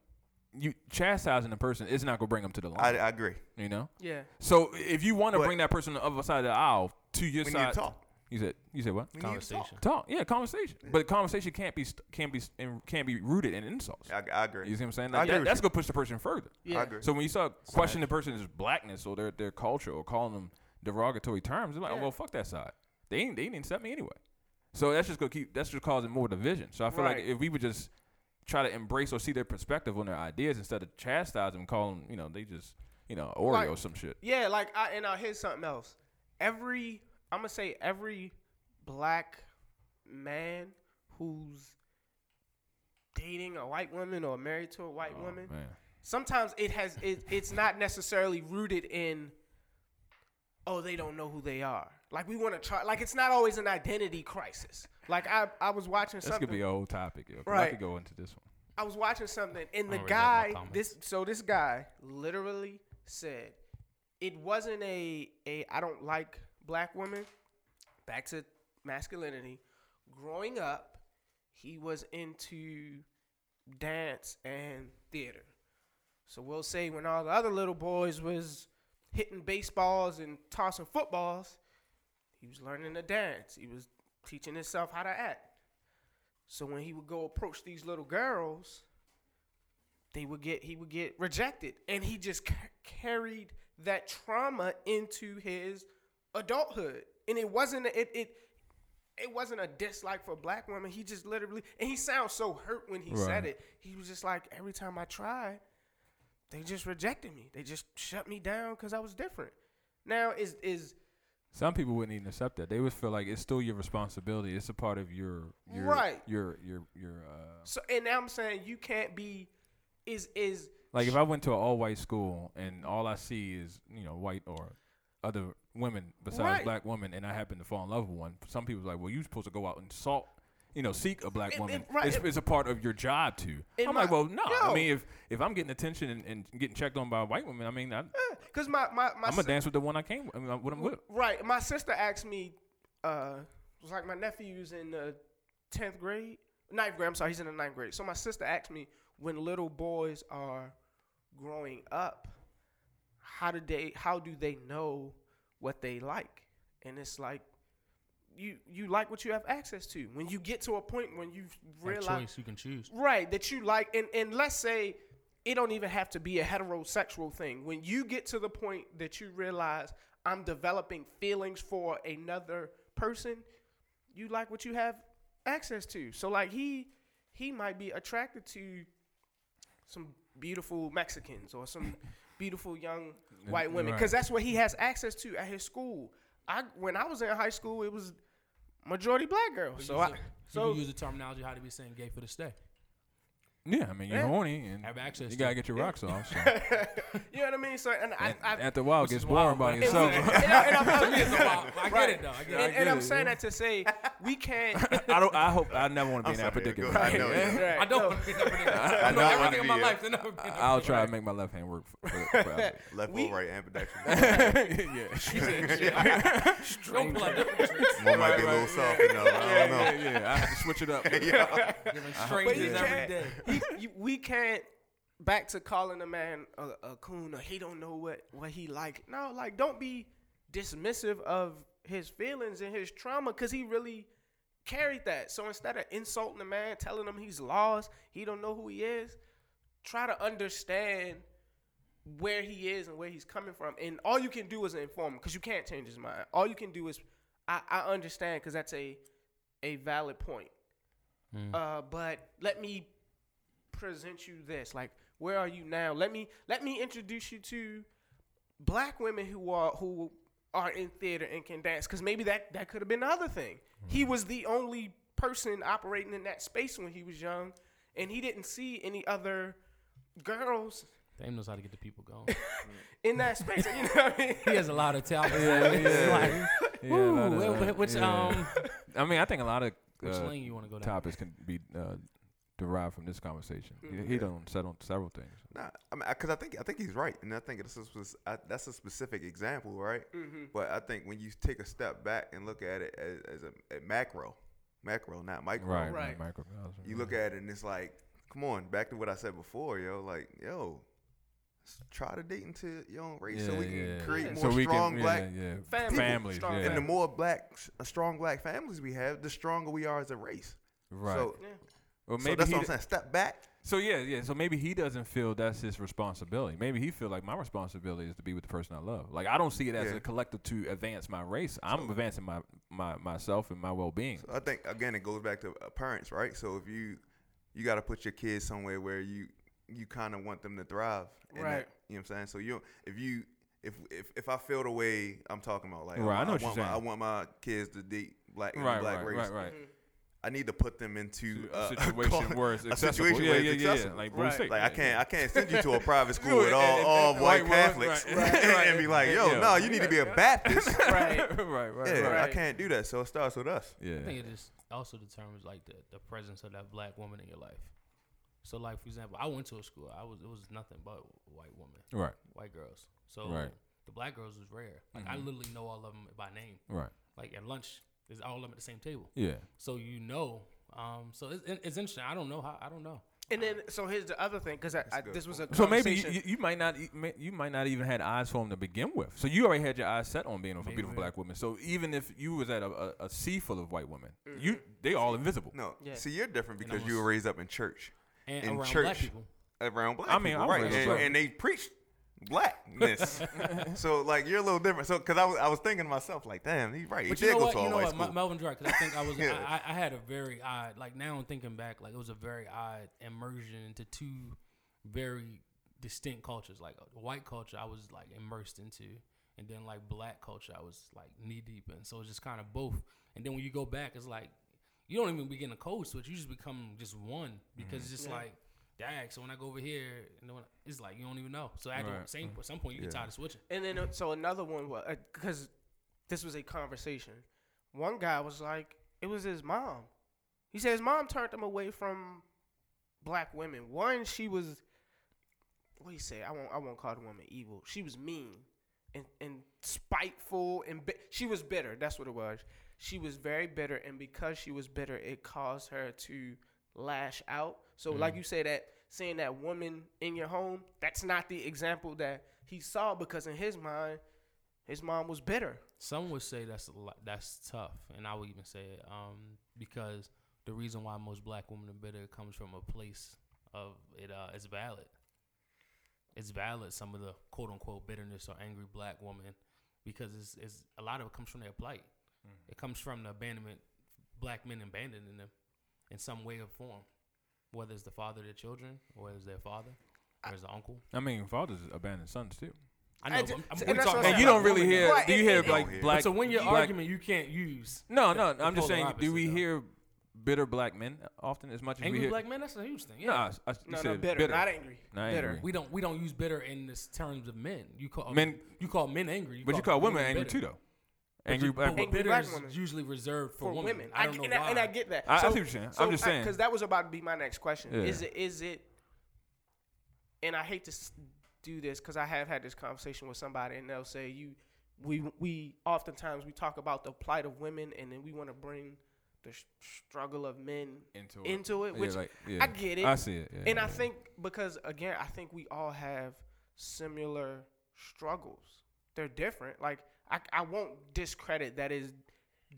[SPEAKER 5] you chastising a person is not gonna bring them to the line.
[SPEAKER 3] I, agree.
[SPEAKER 5] You know.
[SPEAKER 4] Yeah.
[SPEAKER 5] So if you want to
[SPEAKER 3] But-
[SPEAKER 5] bring that person on the other side of the aisle to your
[SPEAKER 3] We need to
[SPEAKER 5] side,
[SPEAKER 3] talk.
[SPEAKER 5] You said. You said what?
[SPEAKER 3] We need to talk.
[SPEAKER 2] Conversation.
[SPEAKER 5] Talk. Yeah, conversation. But conversation can't be st- can't be st- can't be rooted in insults.
[SPEAKER 3] I, I agree.
[SPEAKER 5] You see what I'm saying?
[SPEAKER 3] I
[SPEAKER 5] Like,
[SPEAKER 3] agree
[SPEAKER 5] that,
[SPEAKER 3] with
[SPEAKER 5] that's
[SPEAKER 3] you.
[SPEAKER 5] gonna push the person further.
[SPEAKER 4] Yeah.
[SPEAKER 3] I agree.
[SPEAKER 5] So when you start questioning the person's blackness or their their culture or calling them derogatory terms, it's like, oh,
[SPEAKER 4] Yeah.
[SPEAKER 5] well, fuck that side. They ain't they didn't accept me anyway. So that's just gonna keep that's just causing more division. So I feel like
[SPEAKER 4] Right.
[SPEAKER 5] if we would just try to embrace or see their perspective on their ideas instead of chastise them, call them, you know, they just you know Oreo
[SPEAKER 4] Like-
[SPEAKER 5] or some shit.
[SPEAKER 4] Yeah, like I and I hear something else. Every I'm gonna say every black man who's dating a white woman or married to a white
[SPEAKER 5] Oh,
[SPEAKER 4] woman,
[SPEAKER 5] man.
[SPEAKER 4] sometimes it has it, it's not necessarily rooted in oh they don't know who they are. Like we want to try. Like it's not always an identity crisis. Like I I was watching
[SPEAKER 5] This
[SPEAKER 4] something.
[SPEAKER 5] could be a whole topic. Yo, 'cause I
[SPEAKER 4] Right.
[SPEAKER 5] could go into this one.
[SPEAKER 4] I was watching something, and
[SPEAKER 2] already
[SPEAKER 4] the
[SPEAKER 2] have my
[SPEAKER 4] guy,
[SPEAKER 2] comments.
[SPEAKER 4] this so this guy literally said, it wasn't a a I don't like black women. Back to masculinity. Growing up, he was into dance and theater. So we'll say when all the other little boys was hitting baseballs and tossing footballs, he was learning to dance. He was teaching himself how to act. So when he would go approach these little girls, they would get he would get rejected, and he just c- carried that trauma into his adulthood. And it wasn't a- it it it wasn't a dislike for black women. He just literally and he sounds so hurt when he
[SPEAKER 5] Right.
[SPEAKER 4] said it. He was just like, every time I tried, they just rejected me. They just shut me down because I was different. Now is is
[SPEAKER 5] Some people wouldn't even accept that. They would feel like it's still your responsibility. It's a part of your your
[SPEAKER 4] Right.
[SPEAKER 5] your your your uh,
[SPEAKER 4] So and now I'm saying you can't be is is
[SPEAKER 5] Like if I went to an all white school and all I see is you know white or other women besides
[SPEAKER 4] Right.
[SPEAKER 5] black women, and I happen to fall in love with one, some people's like, well, you're supposed to go out and salt. You know, seek a black
[SPEAKER 4] It-
[SPEAKER 5] woman.
[SPEAKER 4] it- right,
[SPEAKER 5] it's,
[SPEAKER 4] it-
[SPEAKER 5] it's a part of your job too.
[SPEAKER 4] It
[SPEAKER 5] I'm like,
[SPEAKER 4] might-
[SPEAKER 5] well, no. I
[SPEAKER 4] No.
[SPEAKER 5] mean, if if I'm getting attention and, and getting checked on by a white woman, I mean, I,
[SPEAKER 4] Cause my my my
[SPEAKER 5] I'm
[SPEAKER 4] si-
[SPEAKER 5] gonna dance with the one I came. With, I mean, what I'm with.
[SPEAKER 4] right. My sister asked me. Uh, it was like my nephew's in the tenth grade, ninth grade. I'm sorry, he's in the ninth grade. So my sister asked me when little boys are growing up, how do they how do they know what they like? And it's like you you like what you have access to. When you get to a point when you
[SPEAKER 2] That
[SPEAKER 4] realize
[SPEAKER 2] choice you can choose.
[SPEAKER 4] right that you like and, and let's say it don't even have to be a heterosexual thing when you get to the point that you realize i'm developing feelings for another person you like what you have access to so like he he might be attracted to some beautiful mexicans or some beautiful young white women because
[SPEAKER 5] right.
[SPEAKER 4] that's what he has access to at his school i when i was in high school it was majority black girls so i
[SPEAKER 2] you
[SPEAKER 4] so
[SPEAKER 2] can use the terminology how to be saying gay for the stay.
[SPEAKER 5] Yeah, I mean, you're
[SPEAKER 4] Yeah.
[SPEAKER 5] horny and
[SPEAKER 2] Have access to
[SPEAKER 5] you gotta
[SPEAKER 2] it.
[SPEAKER 5] get your rocks off. So.
[SPEAKER 4] you know what i mean so and i,
[SPEAKER 5] and,
[SPEAKER 4] I
[SPEAKER 5] after a while, it
[SPEAKER 2] Which
[SPEAKER 5] gets
[SPEAKER 2] is wild,
[SPEAKER 5] boring by
[SPEAKER 2] but-
[SPEAKER 4] And-
[SPEAKER 5] yourself.
[SPEAKER 4] and- and I'm-
[SPEAKER 2] I get it, though. I- I get it, though. I get
[SPEAKER 5] Right.
[SPEAKER 2] it.
[SPEAKER 4] and, and I'm
[SPEAKER 5] it,
[SPEAKER 4] saying
[SPEAKER 5] yeah.
[SPEAKER 4] that to say we can't.
[SPEAKER 5] I don't. I hope. I never want to be in
[SPEAKER 3] I'm
[SPEAKER 5] that
[SPEAKER 3] sorry, go
[SPEAKER 5] predicament.
[SPEAKER 3] ahead. I know, yeah.
[SPEAKER 5] Yeah.
[SPEAKER 4] Right,
[SPEAKER 2] I don't
[SPEAKER 4] no.
[SPEAKER 2] want to be in that predicament.
[SPEAKER 5] I
[SPEAKER 2] I know
[SPEAKER 5] don't wanna
[SPEAKER 2] everything in my
[SPEAKER 3] be,
[SPEAKER 2] life. to not
[SPEAKER 5] I- I'll try to make my left hand work. For, for, for others.
[SPEAKER 3] Left
[SPEAKER 4] We-
[SPEAKER 3] or right hand production.
[SPEAKER 5] yeah.
[SPEAKER 2] Don't pull out different tricks.
[SPEAKER 3] One might be a little soft enough. I don't know.
[SPEAKER 5] yeah, yeah. I have to switch it up.
[SPEAKER 3] Yeah.
[SPEAKER 2] Different
[SPEAKER 4] But
[SPEAKER 2] strangers
[SPEAKER 4] you
[SPEAKER 2] every
[SPEAKER 4] can't,
[SPEAKER 2] day.
[SPEAKER 4] you- you- we can't. Back to calling a man a, a coon or he don't know what what he like. No, like don't be dismissive of his feelings and his trauma because he really carried that. So instead of insulting a man, telling him he's lost, he don't know who he is, try to understand where he is and where he's coming from. And all you can do is inform him because you can't change his mind. All you can do is I, I understand because that's a a valid point. Uh, but let me present you this. Like, where are you now? Let me let me introduce you to black women who are who are in theater and can dance. Because maybe that that could have been the other thing.
[SPEAKER 5] Mm-hmm.
[SPEAKER 4] He was the only person operating in that space when he was young, and he didn't see any other girls
[SPEAKER 2] Dame knows how to get the people going.
[SPEAKER 4] in that space. you know what I mean?
[SPEAKER 2] He has a lot of talent.
[SPEAKER 5] yeah.
[SPEAKER 2] It's like,
[SPEAKER 5] Yeah, a
[SPEAKER 2] ooh,
[SPEAKER 5] lot of
[SPEAKER 2] well,
[SPEAKER 5] that.
[SPEAKER 2] which
[SPEAKER 5] Yeah.
[SPEAKER 2] um,
[SPEAKER 5] I mean, I think a lot of
[SPEAKER 2] which
[SPEAKER 5] uh,
[SPEAKER 2] lane you want to go down?
[SPEAKER 5] topics can be uh, derived from this conversation. He, he don't settle on several things.
[SPEAKER 3] Nah, I mean, because I think I think he's right, and I think this is was- I, that's a specific example, right? But I think when you take a step back and look at it as, as a, a macro, macro, not micro,
[SPEAKER 5] Right.
[SPEAKER 4] Right.
[SPEAKER 5] microcosm,
[SPEAKER 3] you
[SPEAKER 5] yeah.
[SPEAKER 3] look at it and it's like, come on, back to what I said before, yo, like, yo, s- try to date into your own race so we can create
[SPEAKER 5] yeah.
[SPEAKER 3] more
[SPEAKER 5] So we can-
[SPEAKER 3] strong
[SPEAKER 5] yeah,
[SPEAKER 3] black.
[SPEAKER 5] yeah.
[SPEAKER 4] Families.
[SPEAKER 5] families.
[SPEAKER 4] Strong
[SPEAKER 5] yeah.
[SPEAKER 3] And the more black, s- strong black families we have, the stronger we are as a race.
[SPEAKER 5] right.
[SPEAKER 3] So,
[SPEAKER 4] Yeah.
[SPEAKER 5] Well,
[SPEAKER 3] so
[SPEAKER 5] maybe
[SPEAKER 3] that's
[SPEAKER 5] he
[SPEAKER 3] what I'm
[SPEAKER 5] d-
[SPEAKER 3] saying. Step back.
[SPEAKER 5] So yeah, yeah. So maybe he doesn't feel that's his responsibility. Maybe he feel like my responsibility is to be with the person I love. Like I don't see it as
[SPEAKER 3] Yeah.
[SPEAKER 5] a collective to advance my race. I'm advancing my, my myself and my well being.
[SPEAKER 3] So I think again it goes back to uh, parents, right? So if you you got to put your kids somewhere where you you kind of want them to thrive, and that-
[SPEAKER 4] Right.
[SPEAKER 3] you know what I'm saying? So you if you if if if I feel the way I'm talking about, like
[SPEAKER 5] Right, I
[SPEAKER 3] I,
[SPEAKER 5] know what
[SPEAKER 3] want
[SPEAKER 5] you're
[SPEAKER 3] my, I
[SPEAKER 5] saying.
[SPEAKER 3] want my kids to date black and
[SPEAKER 5] right,
[SPEAKER 3] black
[SPEAKER 5] right,
[SPEAKER 3] race.
[SPEAKER 5] right, right.
[SPEAKER 3] I need to put them into
[SPEAKER 5] To
[SPEAKER 3] uh,
[SPEAKER 5] a situation where it's
[SPEAKER 3] a
[SPEAKER 5] accessible.
[SPEAKER 3] situation
[SPEAKER 5] yeah,
[SPEAKER 3] where
[SPEAKER 5] yeah,
[SPEAKER 3] it's
[SPEAKER 5] yeah,
[SPEAKER 3] accessible.
[SPEAKER 5] Like,
[SPEAKER 4] Right.
[SPEAKER 3] Like I can't, I can't send you to a private school with all,
[SPEAKER 5] and-
[SPEAKER 3] all
[SPEAKER 5] and
[SPEAKER 3] white
[SPEAKER 5] white women,
[SPEAKER 3] Catholics
[SPEAKER 5] right, right,
[SPEAKER 3] and be like,
[SPEAKER 5] and-
[SPEAKER 3] yo,
[SPEAKER 5] yeah.
[SPEAKER 3] no, you need to be a Baptist.
[SPEAKER 4] Right.
[SPEAKER 5] right, right, right.
[SPEAKER 3] yeah, I
[SPEAKER 4] Right.
[SPEAKER 3] can't do that. So it starts with us.
[SPEAKER 5] Yeah.
[SPEAKER 2] I think it just also determines like the, the presence of that black woman in your life. So like for example, I went to a school. I was it was nothing but white women,
[SPEAKER 5] Right,
[SPEAKER 2] white girls. So
[SPEAKER 5] Right.
[SPEAKER 2] the black girls was rare. Like
[SPEAKER 3] Mm-hmm.
[SPEAKER 2] I literally know all of them by name.
[SPEAKER 5] right.
[SPEAKER 2] Like at lunch, there's all of them at the same table.
[SPEAKER 5] Yeah.
[SPEAKER 2] So you know. Um, so it's, it's interesting. I don't know how. I don't know.
[SPEAKER 4] And then so here's the other thing because I, I, this was a
[SPEAKER 5] So maybe you,
[SPEAKER 4] conversation-
[SPEAKER 5] you- you might not e- may- you might not even had eyes for him to begin with. So you already had your eyes set on being with a beautiful black woman. So even if you was at a, a, a sea full of white women, you
[SPEAKER 3] Mm-hmm.
[SPEAKER 5] they all invisible.
[SPEAKER 3] No,
[SPEAKER 4] Yeah.
[SPEAKER 3] see, you're different
[SPEAKER 2] And
[SPEAKER 3] because
[SPEAKER 2] I
[SPEAKER 3] you were
[SPEAKER 2] was-
[SPEAKER 3] raised up in church,
[SPEAKER 2] And
[SPEAKER 3] in
[SPEAKER 2] around
[SPEAKER 3] church,
[SPEAKER 2] black people,
[SPEAKER 3] around black.
[SPEAKER 5] I mean,
[SPEAKER 3] people,
[SPEAKER 5] I'm
[SPEAKER 3] right,
[SPEAKER 5] raised
[SPEAKER 3] and,
[SPEAKER 5] up.
[SPEAKER 3] and they preached blackness. so like you're a little different. So because I was, I was thinking to myself like, damn, he's right. He
[SPEAKER 2] But
[SPEAKER 3] did
[SPEAKER 2] you know
[SPEAKER 3] go
[SPEAKER 2] what?
[SPEAKER 3] to all
[SPEAKER 2] You know
[SPEAKER 3] white
[SPEAKER 2] what?
[SPEAKER 3] school.
[SPEAKER 2] Mel- Melvin Drake, because I think I was,
[SPEAKER 3] Yeah.
[SPEAKER 2] I, I, I had a very odd, like now I'm thinking back, like it was a very odd immersion into two very distinct cultures. Like the white culture, I was like immersed into, and then like black culture, I was like knee deep in. So it's just kind of both. And then when you go
[SPEAKER 3] Mm-hmm.
[SPEAKER 2] back, it's like you don't even begin to code switch. You just become just one because it's just like dang. So when I go over here, and then when I, it's like you don't even know. So at the
[SPEAKER 5] Right.
[SPEAKER 2] same at some point, you get
[SPEAKER 3] Yeah.
[SPEAKER 2] tired of switching.
[SPEAKER 4] And then uh, so another one was because this was a conversation. One guy was like, it was his mom. He said his mom turned him away from black women. One, she was what do you say? I won't I won't call the woman evil. She was mean and and spiteful and bi- she was bitter. That's what it was. She was very bitter, and because she was bitter, it caused her to lash out. So,
[SPEAKER 5] Mm-hmm.
[SPEAKER 4] like you say, that seeing that woman in your home, that's not the example that he saw because in his mind, his mom was bitter.
[SPEAKER 2] Some would say that's a lot, that's tough, and I would even say it um, because the reason why most black women are bitter comes from a place of it. Uh, it's valid. It's valid. Some of the quote unquote bitterness or angry black woman, because it's, it's a lot of it comes from their plight. It comes from the abandonment, black men abandoning them in some way or form, whether it's the father of their children, or it's their father, or it's the uncle.
[SPEAKER 5] I mean, fathers abandon sons too.
[SPEAKER 2] I know.
[SPEAKER 4] I
[SPEAKER 2] but
[SPEAKER 4] ju-
[SPEAKER 2] I'm, I'm,
[SPEAKER 4] and
[SPEAKER 2] we talking
[SPEAKER 4] that's what I'm
[SPEAKER 5] And
[SPEAKER 2] about
[SPEAKER 5] you
[SPEAKER 4] saying.
[SPEAKER 5] don't
[SPEAKER 2] black
[SPEAKER 5] really
[SPEAKER 2] women.
[SPEAKER 5] hear.
[SPEAKER 4] Right,
[SPEAKER 5] Do you
[SPEAKER 4] and-
[SPEAKER 5] hear
[SPEAKER 4] and-
[SPEAKER 5] like
[SPEAKER 3] Don't hear.
[SPEAKER 5] black?
[SPEAKER 2] So when your
[SPEAKER 5] black-
[SPEAKER 2] argument, you can't use
[SPEAKER 5] No, no.
[SPEAKER 2] the
[SPEAKER 5] I'm just
[SPEAKER 2] polar
[SPEAKER 5] saying.
[SPEAKER 2] opposite,
[SPEAKER 5] Do we
[SPEAKER 2] though.
[SPEAKER 5] hear bitter black men often as much as we
[SPEAKER 2] angry
[SPEAKER 5] hear?
[SPEAKER 2] black men. That's a huge thing. Yeah.
[SPEAKER 5] Nah, I, I, you
[SPEAKER 4] No, no,
[SPEAKER 5] said
[SPEAKER 4] bitter, not angry.
[SPEAKER 5] Not
[SPEAKER 4] bitter.
[SPEAKER 5] angry.
[SPEAKER 2] We don't we don't use bitter in this terms of men. You call men.
[SPEAKER 5] Men-
[SPEAKER 2] You call men angry. You
[SPEAKER 5] But you call women
[SPEAKER 2] bitter.
[SPEAKER 5] angry too, though.
[SPEAKER 2] But
[SPEAKER 5] Angry
[SPEAKER 2] you-
[SPEAKER 5] black
[SPEAKER 2] but
[SPEAKER 5] women.
[SPEAKER 4] Angry
[SPEAKER 2] bitter
[SPEAKER 4] black
[SPEAKER 2] is
[SPEAKER 4] women.
[SPEAKER 2] usually reserved for,
[SPEAKER 4] for
[SPEAKER 2] women.
[SPEAKER 4] women.
[SPEAKER 2] I don't know
[SPEAKER 4] and,
[SPEAKER 2] why.
[SPEAKER 4] I, and I get that.
[SPEAKER 5] I- I see what you're saying. I'm just saying.
[SPEAKER 4] because that was about to be my next question.
[SPEAKER 5] Yeah.
[SPEAKER 4] Is it? Is it? And I hate to s- do this because I have had this conversation with somebody, and they'll say you, we we oftentimes we talk about the plight of women, and then we want to bring the s- struggle of men
[SPEAKER 5] Into it.
[SPEAKER 4] into it,
[SPEAKER 5] Yeah,
[SPEAKER 4] which
[SPEAKER 5] like- yeah.
[SPEAKER 4] I get it.
[SPEAKER 5] I see it, yeah,
[SPEAKER 4] and I
[SPEAKER 5] yeah.
[SPEAKER 4] think because again, I think we all have similar struggles. They're different. Like I, I won't discredit that is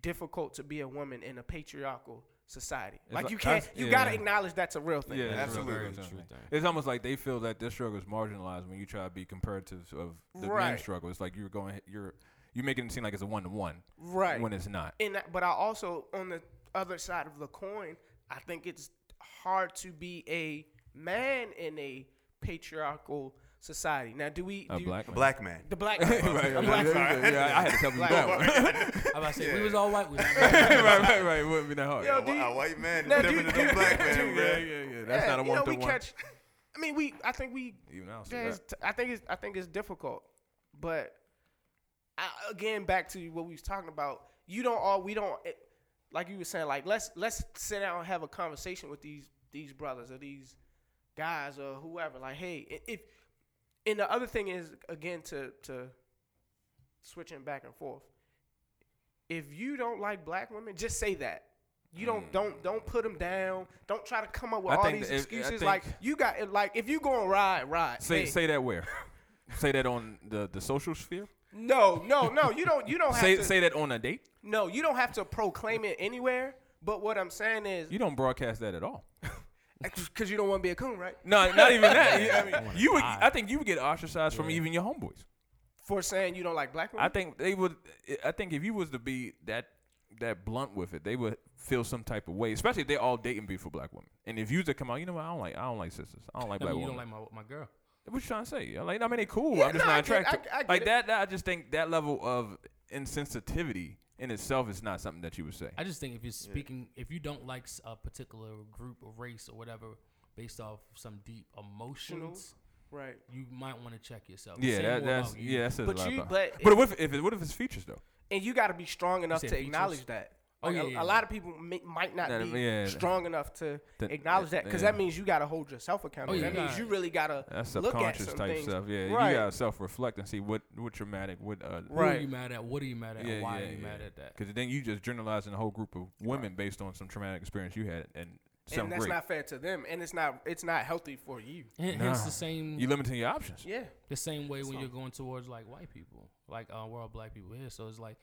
[SPEAKER 4] difficult to be a woman in a patriarchal society. like
[SPEAKER 5] like-
[SPEAKER 4] you can't,
[SPEAKER 5] that's-
[SPEAKER 4] you
[SPEAKER 5] yeah.
[SPEAKER 4] gotta acknowledge that's a real thing.
[SPEAKER 5] Yeah,
[SPEAKER 4] Like,
[SPEAKER 5] that's a real
[SPEAKER 3] Absolutely.
[SPEAKER 5] thing.
[SPEAKER 2] True thing.
[SPEAKER 5] It's almost like they feel that their struggle is marginalized when you try to be comparative of the
[SPEAKER 4] Right.
[SPEAKER 5] men's struggle. It's like you're going, you're, you're making it seem like it's a one to one,
[SPEAKER 4] Right.
[SPEAKER 5] When it's not.
[SPEAKER 4] And that, but I also on the other side of the coin, I think it's hard to be a man in a patriarchal society. Now, do we?
[SPEAKER 5] A
[SPEAKER 4] do
[SPEAKER 5] black, man.
[SPEAKER 3] Black man.
[SPEAKER 4] The black, man.
[SPEAKER 5] right,
[SPEAKER 4] A
[SPEAKER 5] right,
[SPEAKER 4] black
[SPEAKER 5] yeah,
[SPEAKER 4] man.
[SPEAKER 5] yeah, yeah, I had to tell you that one.
[SPEAKER 2] I about to say we was all white. We was
[SPEAKER 5] right, right, right. It wouldn't be that hard.
[SPEAKER 4] Yo,
[SPEAKER 3] A,
[SPEAKER 4] do
[SPEAKER 3] whi-
[SPEAKER 4] you-
[SPEAKER 3] a white man
[SPEAKER 4] Now, do
[SPEAKER 3] stepping
[SPEAKER 4] you-
[SPEAKER 3] into a black man,
[SPEAKER 5] yeah,
[SPEAKER 3] bruh.
[SPEAKER 5] yeah, yeah. That's
[SPEAKER 4] Yeah,
[SPEAKER 5] not a
[SPEAKER 4] you know,
[SPEAKER 5] one
[SPEAKER 4] we
[SPEAKER 5] to one.
[SPEAKER 4] catch- I mean, we. I think we.
[SPEAKER 5] Even now, I see
[SPEAKER 4] yeah, it's
[SPEAKER 5] that.
[SPEAKER 4] t- I think it's. I think it's difficult, but I, again, back to what we was talking about. You don't all. We don't. It, like you were saying, like let's let's sit down and have a conversation with these these brothers or these guys or whoever. Like, hey, i- if and the other thing is again to to switching back and forth. If you don't like black women, just say that. You don't don't don't put them down. Don't try to come up with
[SPEAKER 5] Mm. I
[SPEAKER 4] all
[SPEAKER 5] think
[SPEAKER 4] these
[SPEAKER 5] that if- I
[SPEAKER 4] excuses.
[SPEAKER 5] think-
[SPEAKER 4] like you got it. Like if you going ride, ride.
[SPEAKER 5] Say,
[SPEAKER 4] Hey,
[SPEAKER 5] say that where? say that on the, the social sphere?
[SPEAKER 4] no, no, no. You don't. You don't have
[SPEAKER 5] Say,
[SPEAKER 4] to.
[SPEAKER 5] say that on a date?
[SPEAKER 4] no, you don't have to proclaim it anywhere. But what I'm saying is,
[SPEAKER 5] You don't broadcast that at all.
[SPEAKER 4] because you don't want to be a coon, right?
[SPEAKER 5] No, not even that. You, I mean,
[SPEAKER 2] wanna
[SPEAKER 5] you would.
[SPEAKER 2] die.
[SPEAKER 5] I think you would get ostracized from even your homeboys.
[SPEAKER 4] For saying you don't like black women.
[SPEAKER 5] I think they would. I think if you was to be that that blunt with it, they would feel some type of way, especially if they're all dating beautiful black women. And if you was to come out, you know what? I don't like. I don't like sisters. I don't like
[SPEAKER 2] I
[SPEAKER 5] black
[SPEAKER 2] mean, you
[SPEAKER 5] women.
[SPEAKER 2] don't like my my girl.
[SPEAKER 5] what you trying to say? I Like, I mean, they cool.
[SPEAKER 4] Yeah,
[SPEAKER 5] I'm just
[SPEAKER 4] no,
[SPEAKER 5] not
[SPEAKER 4] I get- I-
[SPEAKER 5] attracted.
[SPEAKER 4] I get
[SPEAKER 5] like
[SPEAKER 4] it.
[SPEAKER 5] that, that. I just think that level of insensitivity in itself is not something that you would say.
[SPEAKER 2] I just think if you're speaking, if you don't like s- a particular group or race or whatever, based off some deep emotions,
[SPEAKER 4] right.
[SPEAKER 2] you might want to check yourself.
[SPEAKER 5] yeah,
[SPEAKER 2] Say
[SPEAKER 5] that,
[SPEAKER 2] more about
[SPEAKER 5] that's
[SPEAKER 2] you.
[SPEAKER 5] yeah, that's a
[SPEAKER 4] But
[SPEAKER 5] lot.
[SPEAKER 4] you-
[SPEAKER 5] about-
[SPEAKER 4] but
[SPEAKER 5] but what if, if it, what if it's features though?
[SPEAKER 4] and you got to be strong enough
[SPEAKER 2] said
[SPEAKER 4] to
[SPEAKER 2] features?
[SPEAKER 4] acknowledge that.
[SPEAKER 2] Oh,
[SPEAKER 4] Like,
[SPEAKER 2] yeah,
[SPEAKER 4] a,
[SPEAKER 2] yeah,
[SPEAKER 4] a
[SPEAKER 2] yeah.
[SPEAKER 4] lot of people may, might not
[SPEAKER 5] That-
[SPEAKER 4] be
[SPEAKER 5] yeah.
[SPEAKER 4] strong enough to
[SPEAKER 5] That-
[SPEAKER 4] acknowledge that because
[SPEAKER 5] yeah.
[SPEAKER 4] that means you got to hold yourself
[SPEAKER 2] Oh,
[SPEAKER 4] accountable.
[SPEAKER 2] yeah,
[SPEAKER 4] that
[SPEAKER 2] you
[SPEAKER 4] means
[SPEAKER 2] gotta-
[SPEAKER 4] you really got to
[SPEAKER 5] That's
[SPEAKER 4] look at
[SPEAKER 5] subconscious
[SPEAKER 4] some
[SPEAKER 5] type
[SPEAKER 4] things.
[SPEAKER 5] stuff. Yeah,
[SPEAKER 4] right.
[SPEAKER 5] you gotta self reflect and see what what you're mad at. What uh,
[SPEAKER 2] Who are
[SPEAKER 4] Right.
[SPEAKER 2] you mad at? What are you mad at?
[SPEAKER 5] Yeah,
[SPEAKER 2] and why
[SPEAKER 5] yeah,
[SPEAKER 2] are you
[SPEAKER 5] yeah.
[SPEAKER 2] mad at that?
[SPEAKER 5] Because then you just generalizing a whole group of women based on some traumatic experience you had, and
[SPEAKER 4] and
[SPEAKER 5] sound
[SPEAKER 4] that's
[SPEAKER 5] great.
[SPEAKER 4] not fair to them, and it's not it's not healthy for you.
[SPEAKER 2] Hence
[SPEAKER 5] Nah.
[SPEAKER 2] the same
[SPEAKER 5] you limiting your options.
[SPEAKER 4] Yeah.
[SPEAKER 2] The same way when you're going towards like white people, like uh, we're all black people here, so it's like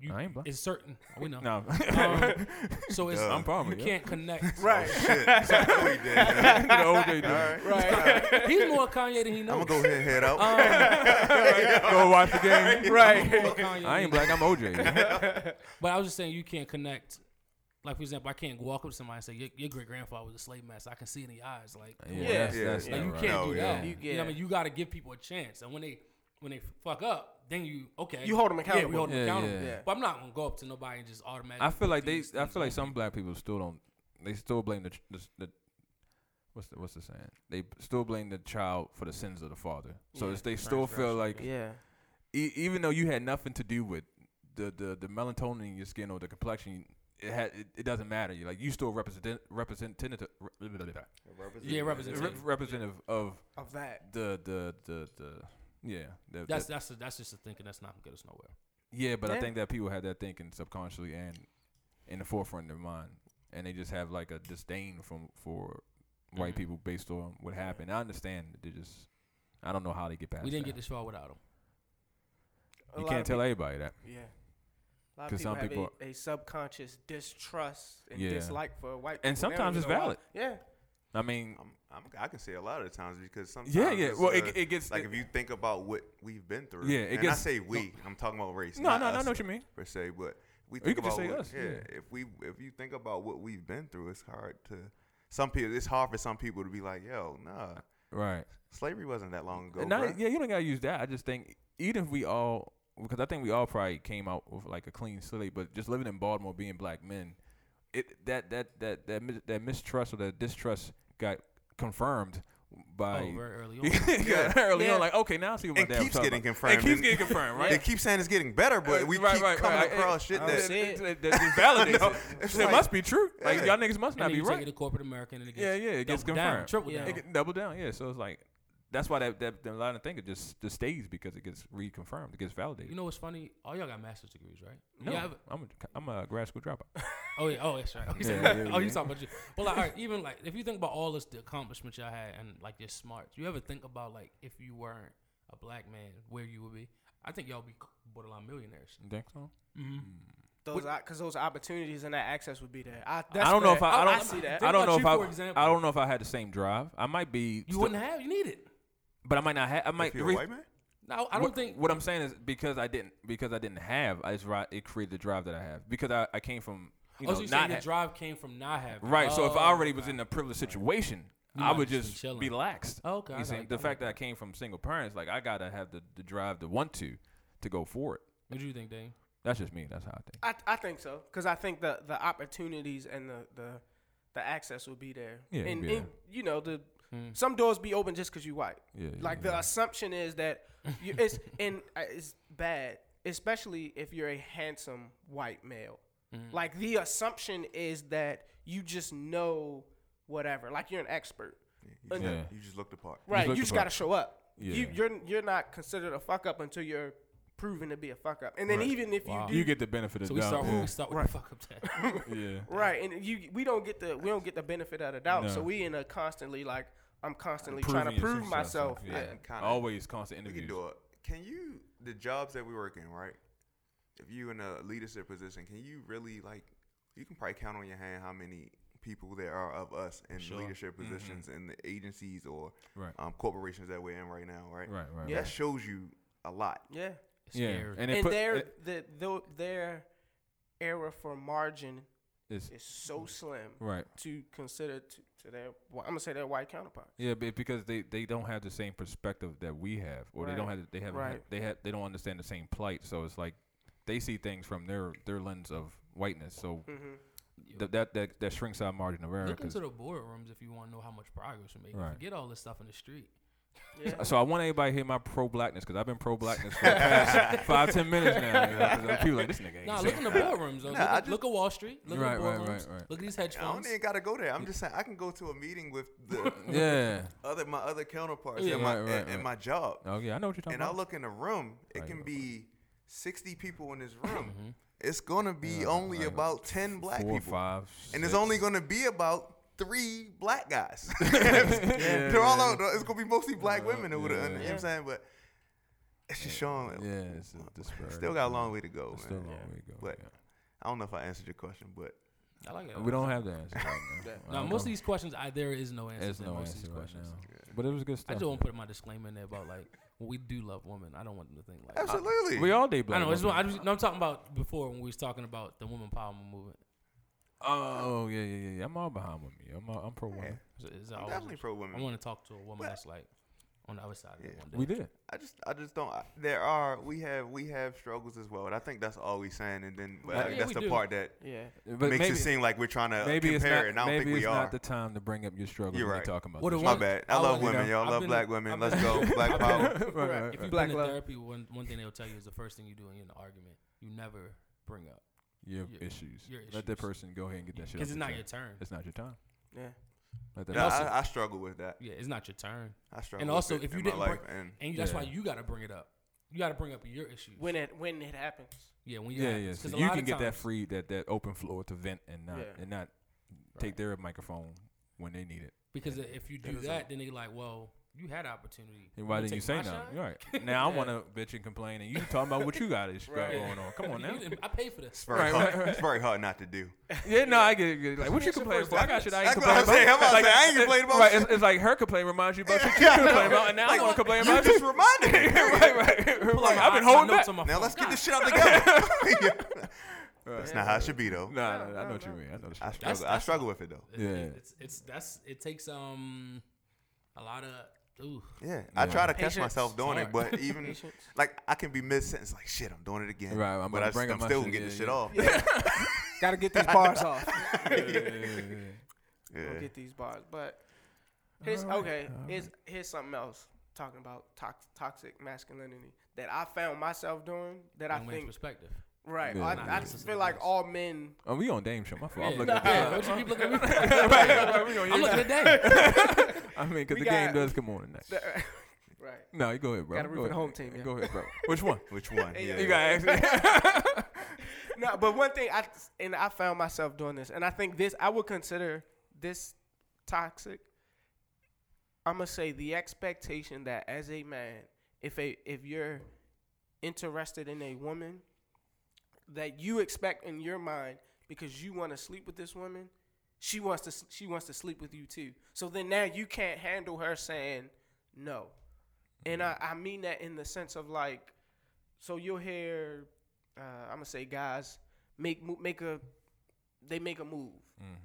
[SPEAKER 2] you.
[SPEAKER 5] I ain't black.
[SPEAKER 2] It's certain we know.
[SPEAKER 5] No,
[SPEAKER 2] Um, so it's
[SPEAKER 5] I'm probably
[SPEAKER 2] you can't connect.
[SPEAKER 4] Right.
[SPEAKER 3] No, he didn't.
[SPEAKER 5] You know, okay, dude.
[SPEAKER 4] right.
[SPEAKER 2] He's more Kanye than he
[SPEAKER 3] I'm
[SPEAKER 2] knows.
[SPEAKER 3] gonna go ahead and head out.
[SPEAKER 5] Um, Go watch the game.
[SPEAKER 4] Right.
[SPEAKER 2] More Kanye
[SPEAKER 5] I
[SPEAKER 2] than
[SPEAKER 5] ain't black. I'm OJ.
[SPEAKER 2] But I was just saying you can't connect. Like for example, I can't walk up to somebody and say your, your great grandfather was a slave master. I can see it in your eyes. Like, come on.
[SPEAKER 5] that's-
[SPEAKER 3] Yeah.
[SPEAKER 5] that's
[SPEAKER 2] like
[SPEAKER 5] not
[SPEAKER 2] you
[SPEAKER 5] right.
[SPEAKER 2] can't
[SPEAKER 3] No,
[SPEAKER 2] do
[SPEAKER 3] yeah.
[SPEAKER 2] that. You know
[SPEAKER 4] You-
[SPEAKER 2] what I
[SPEAKER 4] yeah.
[SPEAKER 2] mean, you got to give people a chance, and when they when they fuck up, then you okay.
[SPEAKER 4] You hold 'em
[SPEAKER 2] Yeah, we hold them
[SPEAKER 5] accountable. Yeah,
[SPEAKER 2] accountable.
[SPEAKER 5] yeah.
[SPEAKER 4] Yeah.
[SPEAKER 2] But I'm not gonna go up to nobody and just automatically.
[SPEAKER 5] I feel
[SPEAKER 2] put
[SPEAKER 5] like they.
[SPEAKER 2] these
[SPEAKER 5] I
[SPEAKER 2] things
[SPEAKER 5] feel like
[SPEAKER 2] on.
[SPEAKER 5] some black people still don't. They still blame the tr- the, the what's the, what's the saying? They b- still blame the child for the sins of the father. So
[SPEAKER 4] Yeah,
[SPEAKER 5] it's, they still feel
[SPEAKER 2] transgression,
[SPEAKER 5] like
[SPEAKER 4] Yeah.
[SPEAKER 5] e- even though you had nothing to do with the, the, the melatonin in your skin or the complexion, it had it, it doesn't matter. You like you still represent representative re-
[SPEAKER 2] Yeah, representative.
[SPEAKER 5] representative of
[SPEAKER 4] Of that.
[SPEAKER 5] the the the the yeah. The,
[SPEAKER 2] That's
[SPEAKER 5] the-
[SPEAKER 2] that's that's just a thinking that's not gonna get us nowhere.
[SPEAKER 5] yeah, but I
[SPEAKER 4] Yeah.
[SPEAKER 5] think that people had that thinking subconsciously and in the forefront of their mind, and they just have like a disdain from for white
[SPEAKER 2] Mhm.
[SPEAKER 5] people based on what happened. I understand. that They just I don't know how they get past.
[SPEAKER 2] We didn't
[SPEAKER 5] that.
[SPEAKER 2] get this far without him.
[SPEAKER 4] A
[SPEAKER 5] You
[SPEAKER 4] lot
[SPEAKER 5] can't
[SPEAKER 4] of
[SPEAKER 5] tell
[SPEAKER 4] peop-
[SPEAKER 5] everybody that.
[SPEAKER 4] Yeah. A lot
[SPEAKER 5] 'Cause
[SPEAKER 4] of people
[SPEAKER 5] some
[SPEAKER 4] have
[SPEAKER 5] people-
[SPEAKER 4] a, a subconscious distrust and
[SPEAKER 5] Yeah.
[SPEAKER 4] dislike for white people.
[SPEAKER 5] And
[SPEAKER 4] They don't
[SPEAKER 5] sometimes
[SPEAKER 4] even
[SPEAKER 5] it's
[SPEAKER 4] know why.
[SPEAKER 5] valid.
[SPEAKER 4] Yeah.
[SPEAKER 5] I mean,
[SPEAKER 3] I'm, I'm, I can say a lot of the times because sometimes.
[SPEAKER 5] yeah, yeah.
[SPEAKER 3] it's,
[SPEAKER 5] Well,
[SPEAKER 3] uh,
[SPEAKER 5] it, it gets
[SPEAKER 3] like if you think about what we've been through.
[SPEAKER 5] Yeah, it
[SPEAKER 3] and
[SPEAKER 5] gets-
[SPEAKER 3] I say we. I'm talking about race.
[SPEAKER 5] No,
[SPEAKER 3] not
[SPEAKER 5] no, no, I
[SPEAKER 3] us
[SPEAKER 5] know what you mean.
[SPEAKER 3] Per se, but we
[SPEAKER 5] Or Oh, you
[SPEAKER 3] think
[SPEAKER 5] could
[SPEAKER 3] about
[SPEAKER 5] just say
[SPEAKER 3] what,
[SPEAKER 5] us,
[SPEAKER 3] Yeah,
[SPEAKER 5] yeah.
[SPEAKER 3] If we if you think about what we've been through, it's hard to some people. It's hard for some people to be like, yo, nah,
[SPEAKER 5] Right.
[SPEAKER 3] slavery wasn't that long ago.
[SPEAKER 5] And not-
[SPEAKER 3] bruh.
[SPEAKER 5] yeah, you don't gotta use that. I just think even if we all, because I think we all probably came out with like a clean slate, but just living in Baltimore, being black men, it that that that that mis- that mistrust or that distrust got confirmed by.
[SPEAKER 2] oh, very early on.
[SPEAKER 5] yeah, early
[SPEAKER 4] Yeah.
[SPEAKER 5] on, like okay, now I see what my
[SPEAKER 3] It
[SPEAKER 5] dad was
[SPEAKER 3] keeps
[SPEAKER 5] talking
[SPEAKER 3] getting
[SPEAKER 5] about.
[SPEAKER 3] confirmed,
[SPEAKER 5] It keeps
[SPEAKER 3] and-
[SPEAKER 5] getting confirmed, right?
[SPEAKER 3] They keep saying it's getting better, but we
[SPEAKER 5] Uh, Right,
[SPEAKER 3] keep
[SPEAKER 5] right,
[SPEAKER 3] coming
[SPEAKER 5] right. Uh,
[SPEAKER 3] across
[SPEAKER 5] It-
[SPEAKER 3] shit
[SPEAKER 4] I
[SPEAKER 5] it-
[SPEAKER 4] was
[SPEAKER 3] that.
[SPEAKER 4] saying-
[SPEAKER 5] it- it- that just validates
[SPEAKER 3] know.
[SPEAKER 5] it.
[SPEAKER 3] It's
[SPEAKER 5] It
[SPEAKER 3] like-
[SPEAKER 5] must be true. Like
[SPEAKER 3] Yeah.
[SPEAKER 5] y'all niggas
[SPEAKER 2] And
[SPEAKER 5] must not
[SPEAKER 2] then
[SPEAKER 5] be
[SPEAKER 2] you take it
[SPEAKER 5] right.
[SPEAKER 2] to corporate America and it gets
[SPEAKER 5] Yeah, yeah, it gets
[SPEAKER 2] double down,
[SPEAKER 5] confirmed.
[SPEAKER 2] triple
[SPEAKER 4] Yeah.
[SPEAKER 2] down.
[SPEAKER 5] It get double down, yeah. So it's like that's why that that, that line of thinking just just stays because it gets reconfirmed, it gets validated.
[SPEAKER 2] You know what's funny? All y'all got master's degrees, right?
[SPEAKER 5] no,
[SPEAKER 2] Yeah, I've-
[SPEAKER 5] I'm a, I'm a grad school dropout.
[SPEAKER 2] Oh yeah. Oh, that's right. Oh, you
[SPEAKER 5] Yeah,
[SPEAKER 2] said-
[SPEAKER 5] yeah,
[SPEAKER 2] oh, you
[SPEAKER 5] yeah.
[SPEAKER 2] talking about you? Well, like, all right, even like if you think about all this the accomplishments y'all had and like your smarts, you ever think about like if you weren't a black man, where you would be? I think y'all be borderline millionaires.
[SPEAKER 5] You think so?
[SPEAKER 4] Those because those opportunities and that access would be there. I, that's
[SPEAKER 5] I don't
[SPEAKER 4] fair.
[SPEAKER 5] know if I, I don't
[SPEAKER 4] see that.
[SPEAKER 2] Think
[SPEAKER 5] I don't
[SPEAKER 2] about
[SPEAKER 5] know
[SPEAKER 2] you,
[SPEAKER 5] if I
[SPEAKER 2] for example.
[SPEAKER 5] I don't know if I had the same drive. I might be.
[SPEAKER 2] You wouldn't have. You need it.
[SPEAKER 5] but I might not have. I might.
[SPEAKER 3] If you're a
[SPEAKER 5] the reas-
[SPEAKER 3] white man,
[SPEAKER 2] No, I don't
[SPEAKER 5] what,
[SPEAKER 2] think.
[SPEAKER 5] what I'm saying is because I didn't because I didn't have. I just ri- it created the drive that I have because I, I came from you know
[SPEAKER 2] also, you
[SPEAKER 5] not
[SPEAKER 2] oh, saying your
[SPEAKER 5] ha-
[SPEAKER 2] drive came from not having.
[SPEAKER 5] Right. so if
[SPEAKER 2] Oh,
[SPEAKER 5] I already was in a privileged situation,
[SPEAKER 2] You
[SPEAKER 5] I
[SPEAKER 2] might
[SPEAKER 5] would
[SPEAKER 2] just
[SPEAKER 5] just
[SPEAKER 2] been
[SPEAKER 5] be
[SPEAKER 2] chilling.
[SPEAKER 5] laxed.
[SPEAKER 2] Okay, I
[SPEAKER 5] You see,
[SPEAKER 2] like
[SPEAKER 5] the
[SPEAKER 2] that. I like
[SPEAKER 5] fact that I came from single parents, like I gotta have the, the drive to want to to go for it.
[SPEAKER 2] Oh. what do you think, Dane?
[SPEAKER 5] That's just me. That's how I think.
[SPEAKER 4] I, I think so because I think the the opportunities and the the, the access would be there.
[SPEAKER 5] Yeah, it'd
[SPEAKER 4] and,
[SPEAKER 5] be
[SPEAKER 4] and,
[SPEAKER 5] there.
[SPEAKER 4] you know the
[SPEAKER 2] Hmm.
[SPEAKER 4] some doors be open just because you white.
[SPEAKER 5] Yeah, yeah,
[SPEAKER 4] like the
[SPEAKER 5] yeah.
[SPEAKER 4] assumption is that you, it's and uh, it's bad, especially if you're a handsome white male.
[SPEAKER 5] Mm.
[SPEAKER 4] Like the assumption is that you just know whatever. Like you're an expert.
[SPEAKER 3] you,
[SPEAKER 4] Yeah.
[SPEAKER 3] you just looked apart.
[SPEAKER 4] Right.
[SPEAKER 5] look
[SPEAKER 4] You
[SPEAKER 5] the
[SPEAKER 4] just
[SPEAKER 5] part.
[SPEAKER 4] got to show up. You
[SPEAKER 5] Yeah.
[SPEAKER 4] you're you're not considered a fuck up until you're proven to be a fuck up. And then even if you do
[SPEAKER 5] You get the benefit of
[SPEAKER 2] So
[SPEAKER 5] the
[SPEAKER 2] we
[SPEAKER 5] doubt.
[SPEAKER 2] start.
[SPEAKER 5] yeah.
[SPEAKER 2] We start with the fuck up tag.
[SPEAKER 5] yeah.
[SPEAKER 4] Right, and you we don't get the we don't get the benefit of the doubt, so
[SPEAKER 5] No.
[SPEAKER 4] we in a constantly like I'm constantly trying
[SPEAKER 5] Proving
[SPEAKER 4] to prove
[SPEAKER 5] yourself,
[SPEAKER 4] myself.
[SPEAKER 5] yeah.
[SPEAKER 4] Yeah.
[SPEAKER 3] I kinda-
[SPEAKER 5] Always constant
[SPEAKER 3] We can
[SPEAKER 5] interviews.
[SPEAKER 3] do it. Can you the jobs that we work in, right? If you in a leadership position, can you really like? You can probably count on your hand how many people there are of us in
[SPEAKER 2] Sure.
[SPEAKER 3] leadership positions in the agencies or
[SPEAKER 5] Right.
[SPEAKER 3] um, corporations that we're in right now, right?
[SPEAKER 5] Right. Right.
[SPEAKER 4] Yeah.
[SPEAKER 5] right.
[SPEAKER 3] That shows you a lot.
[SPEAKER 4] yeah,
[SPEAKER 2] It's
[SPEAKER 5] Yeah.
[SPEAKER 2] Scary.
[SPEAKER 5] And, it
[SPEAKER 4] and
[SPEAKER 5] put,
[SPEAKER 4] their
[SPEAKER 5] it-
[SPEAKER 4] the, the their error for margin
[SPEAKER 5] it's,
[SPEAKER 4] is so slim
[SPEAKER 5] Mm. right.
[SPEAKER 4] to consider to, to their wh- I'm gonna say their white counterpart.
[SPEAKER 5] Yeah, be- because they, they don't have the same perspective that we have, or they don't
[SPEAKER 4] Right,
[SPEAKER 5] have they have
[SPEAKER 4] right.
[SPEAKER 5] they have they don't understand the same plight. So it's like they see things from their their lens of whiteness. So
[SPEAKER 3] Mm-hmm.
[SPEAKER 5] th- that that that shrinks our margin of error.
[SPEAKER 2] Look
[SPEAKER 5] 'cause-
[SPEAKER 2] into the boardrooms if you want to know how much progress we made.
[SPEAKER 5] Right.
[SPEAKER 2] Forget all this stuff in the street.
[SPEAKER 4] Yeah,
[SPEAKER 5] Uh, So I want everybody to hear my pro blackness because I've been pro blackness for the past five ten minutes now. You know, 'cause I'm people like this nigga ain't
[SPEAKER 2] Nah,
[SPEAKER 5] saying
[SPEAKER 2] look in the boardrooms. Though.
[SPEAKER 3] Nah,
[SPEAKER 2] look,
[SPEAKER 3] I
[SPEAKER 2] at,
[SPEAKER 3] just-
[SPEAKER 2] look at Wall Street. Look at
[SPEAKER 5] Right,
[SPEAKER 2] the
[SPEAKER 5] right,
[SPEAKER 2] boardrooms.
[SPEAKER 5] right, right.
[SPEAKER 2] Look at these hedge
[SPEAKER 3] I don't
[SPEAKER 2] funds.
[SPEAKER 3] even gotta go there. I'm just saying I can go to a meeting with the
[SPEAKER 5] Yeah.
[SPEAKER 3] other my other counterparts
[SPEAKER 5] Yeah.
[SPEAKER 3] in my
[SPEAKER 5] Right, right,
[SPEAKER 3] in, in
[SPEAKER 5] right.
[SPEAKER 3] my job.
[SPEAKER 5] Oh yeah, I know what you're talking
[SPEAKER 3] and I
[SPEAKER 5] about.
[SPEAKER 3] look in the room, it
[SPEAKER 5] Right,
[SPEAKER 3] can
[SPEAKER 5] right,
[SPEAKER 3] be 60 people in this room. It's going to be only
[SPEAKER 5] right.
[SPEAKER 3] about 10 black
[SPEAKER 5] Four,
[SPEAKER 3] people.
[SPEAKER 5] five,
[SPEAKER 3] and it's
[SPEAKER 5] six.
[SPEAKER 3] only going to be about three black guys. They're all out. It's going to be mostly black women who would have, you know what I'm saying? But it's just showing.
[SPEAKER 5] Yeah, it's a disparity.
[SPEAKER 3] Still got a long way to go, man.
[SPEAKER 5] It's Still a long way to go.
[SPEAKER 3] But I don't know if I answered your question, but
[SPEAKER 2] I like it.
[SPEAKER 5] yeah. We don't have the answer right now. I
[SPEAKER 2] Now,
[SPEAKER 5] don't
[SPEAKER 2] most of
[SPEAKER 5] know.
[SPEAKER 2] these questions, I, there is no answer.
[SPEAKER 5] There's
[SPEAKER 2] to
[SPEAKER 5] no
[SPEAKER 2] most of
[SPEAKER 5] answer
[SPEAKER 2] these
[SPEAKER 5] right
[SPEAKER 2] questions.
[SPEAKER 5] now. But it was good
[SPEAKER 2] I
[SPEAKER 5] stuff.
[SPEAKER 2] just want to put my disclaimer in there about like when we do love women. I don't want them to think like.
[SPEAKER 3] absolutely.
[SPEAKER 5] We all day black.
[SPEAKER 2] I know. It's
[SPEAKER 5] women.
[SPEAKER 2] what I just, no, I'm talking about before when we was talking about the woman power movement.
[SPEAKER 5] Oh yeah, yeah, yeah, yeah. I'm all behind with me. I'm all, I'm pro woman.
[SPEAKER 2] Is, is
[SPEAKER 3] I'm definitely pro
[SPEAKER 2] I
[SPEAKER 3] women.
[SPEAKER 2] want to talk to a woman
[SPEAKER 3] But-
[SPEAKER 2] that's like, on the other side of it
[SPEAKER 3] Yeah.
[SPEAKER 2] one day.
[SPEAKER 5] We did.
[SPEAKER 3] I just, I just don't. I, there are we have we have struggles as well, and I think that's all we saying. And then but
[SPEAKER 5] Yeah,
[SPEAKER 3] I-
[SPEAKER 5] we
[SPEAKER 3] that's the
[SPEAKER 2] do.
[SPEAKER 3] part that
[SPEAKER 4] Yeah.
[SPEAKER 5] But
[SPEAKER 3] makes
[SPEAKER 5] maybe,
[SPEAKER 3] it seem like we're trying to
[SPEAKER 5] maybe it's
[SPEAKER 3] compare,
[SPEAKER 5] not.
[SPEAKER 3] it, and I don't
[SPEAKER 5] maybe
[SPEAKER 3] think we
[SPEAKER 5] it's
[SPEAKER 3] are.
[SPEAKER 5] not the time to bring up your struggles
[SPEAKER 3] You're
[SPEAKER 5] when
[SPEAKER 3] right.
[SPEAKER 5] you talking about.
[SPEAKER 2] What
[SPEAKER 5] this.
[SPEAKER 2] it
[SPEAKER 3] My
[SPEAKER 2] was-
[SPEAKER 3] bad. I,
[SPEAKER 2] I
[SPEAKER 3] love
[SPEAKER 2] was-
[SPEAKER 3] women,
[SPEAKER 5] you
[SPEAKER 2] know,
[SPEAKER 3] y'all. I
[SPEAKER 2] I've
[SPEAKER 3] love
[SPEAKER 2] been-
[SPEAKER 3] black women.
[SPEAKER 2] I've
[SPEAKER 3] Let's
[SPEAKER 2] been-
[SPEAKER 3] go. Black power.
[SPEAKER 5] Right, right, right.
[SPEAKER 2] If you've
[SPEAKER 4] Black
[SPEAKER 2] been in
[SPEAKER 4] love.
[SPEAKER 2] therapy, one one thing they'll tell you is the first thing you do when you're in an argument, you never bring up
[SPEAKER 5] Your
[SPEAKER 2] your-
[SPEAKER 5] issues.
[SPEAKER 2] your
[SPEAKER 5] Let that
[SPEAKER 2] issues.
[SPEAKER 5] person go ahead and get that shit.
[SPEAKER 2] because it's
[SPEAKER 5] off their
[SPEAKER 2] not
[SPEAKER 5] chest.
[SPEAKER 2] your turn.
[SPEAKER 5] It's not your time.
[SPEAKER 4] Yeah.
[SPEAKER 5] Let
[SPEAKER 3] Yeah,
[SPEAKER 5] that.
[SPEAKER 2] also-
[SPEAKER 3] I, I struggle with that.
[SPEAKER 2] Yeah, it's not your turn,
[SPEAKER 3] I struggle.
[SPEAKER 2] And
[SPEAKER 3] with
[SPEAKER 2] also,
[SPEAKER 3] it
[SPEAKER 2] if you
[SPEAKER 3] in my
[SPEAKER 2] didn't
[SPEAKER 3] life,
[SPEAKER 2] break-
[SPEAKER 3] and
[SPEAKER 2] and you, that's why
[SPEAKER 5] Yeah.
[SPEAKER 2] you got to bring it up. You got to bring up your issues.
[SPEAKER 4] When it when it happens.
[SPEAKER 2] yeah, when you
[SPEAKER 5] Yeah, yeah. So you can get that free, that that open floor to vent and not
[SPEAKER 4] Yeah.
[SPEAKER 5] and not take their microphone when they need it.
[SPEAKER 2] because if you do that, then they like, well, you had opportunity.
[SPEAKER 5] And why
[SPEAKER 2] You
[SPEAKER 5] didn't you
[SPEAKER 2] take
[SPEAKER 5] say
[SPEAKER 2] my
[SPEAKER 5] nothing?
[SPEAKER 2] shot?
[SPEAKER 5] All right. Now I
[SPEAKER 2] Yeah.
[SPEAKER 5] want to bitch and complain, and you talking about what you got is got
[SPEAKER 4] Right.
[SPEAKER 5] going on. Come on now.
[SPEAKER 2] You didn't- I paid for this.
[SPEAKER 3] it's very
[SPEAKER 5] Right,
[SPEAKER 3] hard.
[SPEAKER 5] right, right.
[SPEAKER 3] It's very hard not to do.
[SPEAKER 5] Yeah, no, I get it. get it. Like, what
[SPEAKER 2] That's
[SPEAKER 5] you
[SPEAKER 2] your
[SPEAKER 5] complaining
[SPEAKER 2] first
[SPEAKER 5] about? I got
[SPEAKER 2] offense.
[SPEAKER 5] shit I ain't
[SPEAKER 3] That's what I'm
[SPEAKER 5] complaining about.
[SPEAKER 3] saying. I'm about to
[SPEAKER 5] Like,
[SPEAKER 3] say, I ain't complaining about
[SPEAKER 5] right,
[SPEAKER 3] shit.
[SPEAKER 5] It's, it's like her complaint reminds you about shit you complain about, and now I want to complain
[SPEAKER 3] You
[SPEAKER 5] about
[SPEAKER 3] just
[SPEAKER 5] you.
[SPEAKER 3] reminded me.
[SPEAKER 5] right, right.
[SPEAKER 2] Pull out
[SPEAKER 5] Like,
[SPEAKER 2] my-
[SPEAKER 5] I've been
[SPEAKER 2] my
[SPEAKER 5] holding
[SPEAKER 2] notes
[SPEAKER 5] back.
[SPEAKER 2] on my
[SPEAKER 3] Now
[SPEAKER 2] phone.
[SPEAKER 3] let's get
[SPEAKER 2] God,
[SPEAKER 3] this shit out together. Yeah. That's not how it should be though.
[SPEAKER 5] Nah, nah, nah, I know what you mean. I know what you
[SPEAKER 3] I
[SPEAKER 5] mean.
[SPEAKER 3] struggle. I
[SPEAKER 2] that's-
[SPEAKER 3] struggle with it though.
[SPEAKER 2] it's-
[SPEAKER 5] Yeah.
[SPEAKER 2] it's it's that's it takes um a lot of ooh
[SPEAKER 3] Yeah, I try to catch
[SPEAKER 4] Patience.
[SPEAKER 3] myself doing it,
[SPEAKER 2] Hard.
[SPEAKER 3] but even
[SPEAKER 4] Patience.
[SPEAKER 3] like I can be mid sentence, like shit, I'm doing it again.
[SPEAKER 5] Right, I'm
[SPEAKER 3] but
[SPEAKER 5] about
[SPEAKER 3] I
[SPEAKER 5] to bring
[SPEAKER 3] am
[SPEAKER 5] up my
[SPEAKER 3] still
[SPEAKER 5] shit,
[SPEAKER 3] getting
[SPEAKER 5] yeah,
[SPEAKER 3] the shit
[SPEAKER 5] yeah.
[SPEAKER 3] off.
[SPEAKER 4] Got to get these bars off.
[SPEAKER 3] Yeah.
[SPEAKER 4] We'll get these bars, but here's okay. Here's here's something else talking about tox, toxic masculinity that I found myself doing that I
[SPEAKER 2] young man's
[SPEAKER 4] think
[SPEAKER 2] perspective.
[SPEAKER 4] right.
[SPEAKER 5] Yeah.
[SPEAKER 4] I,
[SPEAKER 5] Nah,
[SPEAKER 4] I
[SPEAKER 5] this
[SPEAKER 2] is
[SPEAKER 4] feel
[SPEAKER 2] the
[SPEAKER 4] like
[SPEAKER 2] best.
[SPEAKER 4] all men.
[SPEAKER 5] Oh, we on Dame Show. My fault. I'm
[SPEAKER 2] Yeah.
[SPEAKER 5] looking at
[SPEAKER 2] Yeah,
[SPEAKER 5] the-
[SPEAKER 2] don't you keep looking at me?
[SPEAKER 5] we on
[SPEAKER 2] I'm
[SPEAKER 5] your
[SPEAKER 2] looking
[SPEAKER 5] side.
[SPEAKER 2] at Dave.
[SPEAKER 5] I mean, because
[SPEAKER 4] We
[SPEAKER 5] the game
[SPEAKER 4] got-
[SPEAKER 5] does come on tonight.
[SPEAKER 4] right.
[SPEAKER 5] No, you go ahead, bro.
[SPEAKER 4] Gotta root
[SPEAKER 5] Go
[SPEAKER 4] for the
[SPEAKER 5] ahead.
[SPEAKER 4] home team, yeah.
[SPEAKER 5] Go ahead, bro. Which one?
[SPEAKER 3] Which one?
[SPEAKER 4] You
[SPEAKER 3] Yeah.
[SPEAKER 5] You got actually.
[SPEAKER 4] No, but one thing I and I found myself doing this, and I think this I would consider this toxic. I'm gonna say the expectation that as a man, if a if you're interested in a woman, that you expect in your mind because you want to sleep with this woman, she wants to s- she wants to sleep with you too. So then now you can't handle her saying no, and I, I mean that in the sense of like, so you'll hear uh, I'm gonna say guys make mo- make a they make a move,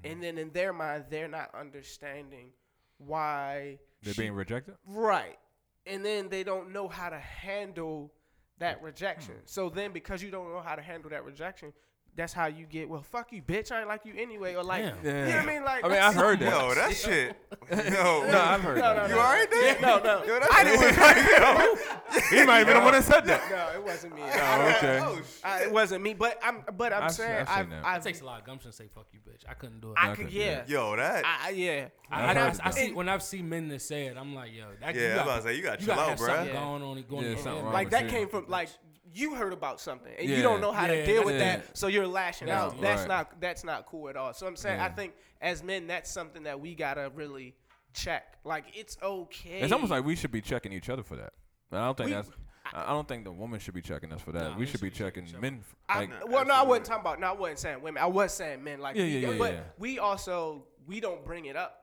[SPEAKER 4] and then in their mind they're not understanding why
[SPEAKER 5] They're
[SPEAKER 4] she-
[SPEAKER 5] being rejected.
[SPEAKER 4] right, and then they don't know how to handle that rejection.
[SPEAKER 5] Mm-hmm.
[SPEAKER 4] So then because you don't know how to handle that rejection. That's how you get. Well, fuck you, bitch. I ain't like you anyway. Or like,
[SPEAKER 2] Damn.
[SPEAKER 4] you know what I mean? Like,
[SPEAKER 5] I mean, I've heard that.
[SPEAKER 3] Yo, that shit. Yo,
[SPEAKER 5] No, I've heard
[SPEAKER 4] No,
[SPEAKER 5] that.
[SPEAKER 4] no,
[SPEAKER 3] you alright there?
[SPEAKER 4] Yeah, no, no.
[SPEAKER 3] Yo, that shit was like, yo.
[SPEAKER 5] He might have been the one that said that.
[SPEAKER 4] no, it wasn't me.
[SPEAKER 5] Oh, okay.
[SPEAKER 3] Oh, shit.
[SPEAKER 4] I- it wasn't me. But I'm, but I'm
[SPEAKER 5] I've seen-
[SPEAKER 4] saying,
[SPEAKER 5] I've seen
[SPEAKER 4] I've,
[SPEAKER 5] that.
[SPEAKER 2] It
[SPEAKER 4] I've,
[SPEAKER 2] takes a lot of gumption to say fuck you, bitch. I couldn't do it.
[SPEAKER 4] I
[SPEAKER 5] I
[SPEAKER 4] could,
[SPEAKER 5] could do it.
[SPEAKER 4] yeah,
[SPEAKER 3] Yo, that.
[SPEAKER 4] I, I- yeah.
[SPEAKER 2] I, I,
[SPEAKER 5] I've heard
[SPEAKER 2] I,
[SPEAKER 5] of
[SPEAKER 2] I
[SPEAKER 5] that.
[SPEAKER 2] see when I've seen men that say it, I'm like, yo, that
[SPEAKER 3] Yeah, I was about to say, you gotta chill
[SPEAKER 2] gotta
[SPEAKER 3] out,
[SPEAKER 2] have
[SPEAKER 3] bruh.
[SPEAKER 2] something
[SPEAKER 4] Yeah.
[SPEAKER 2] going on, going
[SPEAKER 5] Yeah,
[SPEAKER 2] on
[SPEAKER 5] something
[SPEAKER 2] in
[SPEAKER 5] wrong
[SPEAKER 2] there.
[SPEAKER 4] like that
[SPEAKER 5] you.
[SPEAKER 4] came from like you heard about something and you
[SPEAKER 5] Yeah.
[SPEAKER 4] don't know how to
[SPEAKER 2] Yeah,
[SPEAKER 4] deal with
[SPEAKER 5] yeah.
[SPEAKER 4] that so you're lashing
[SPEAKER 5] Yeah.
[SPEAKER 4] out that's
[SPEAKER 5] Right.
[SPEAKER 4] not that's not cool at all so i'm saying i
[SPEAKER 5] Yeah.
[SPEAKER 4] think as men that's something that we gotta really check like it's okay
[SPEAKER 5] It's almost like we should be checking each other for that. I don't think
[SPEAKER 4] We-
[SPEAKER 5] that's. I I don't think the woman should be checking us for that.
[SPEAKER 2] Nah,
[SPEAKER 5] we should be checking men. f- Like,
[SPEAKER 4] I, well, no, I wasn't talking about. No, I wasn't saying women. I was saying men. Like,
[SPEAKER 5] Yeah, yeah,
[SPEAKER 4] we-
[SPEAKER 5] yeah,
[SPEAKER 4] but
[SPEAKER 5] yeah.
[SPEAKER 4] we also we don't bring it up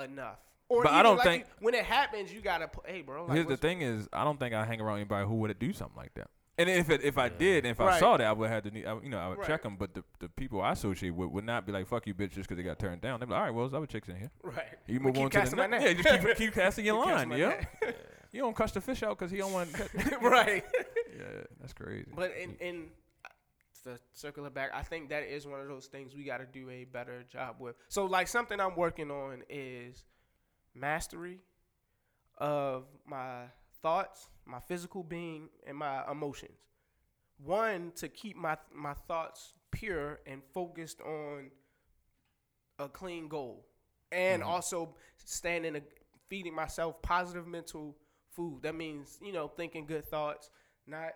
[SPEAKER 4] enough. Or
[SPEAKER 5] But I
[SPEAKER 4] even,
[SPEAKER 5] don't
[SPEAKER 4] like,
[SPEAKER 5] think-
[SPEAKER 4] you- when it happens, you gotta. pu- Hey, bro. Like,
[SPEAKER 5] here's the
[SPEAKER 4] what's-
[SPEAKER 5] thing: is I don't think I hang around anybody who would do something like that. And if it, if I did, and if I
[SPEAKER 4] Right.
[SPEAKER 5] saw that, I would have to, ne- I would- you know, I would check
[SPEAKER 4] Right.
[SPEAKER 5] 'em, check them. But the, the people I associate with would not be like, "Fuck you, bitch," just because they got turned down. They'd be like, "All right, well, there's other chicks in here."
[SPEAKER 4] Right.
[SPEAKER 5] You
[SPEAKER 4] We
[SPEAKER 5] move
[SPEAKER 4] keep
[SPEAKER 5] on to the
[SPEAKER 4] casting my
[SPEAKER 5] next.
[SPEAKER 4] net.
[SPEAKER 5] Yeah, just keep, keep casting your
[SPEAKER 4] Keep
[SPEAKER 5] line.
[SPEAKER 4] casting
[SPEAKER 5] yeah,
[SPEAKER 4] my net.
[SPEAKER 5] you don't cuss the fish out because he don't want.
[SPEAKER 4] right.
[SPEAKER 5] yeah, that's crazy. Mm.
[SPEAKER 4] But in in uh, the circular back, I think that is one of those things we got to do a better job with. So like something I'm working on is mastery of my thoughts, my physical being, and my emotions. One to keep my my thoughts pure and focused on a clean goal, and
[SPEAKER 5] Mm-hmm.
[SPEAKER 4] also standing a, feeding myself positive mental food. That means you know thinking good thoughts, not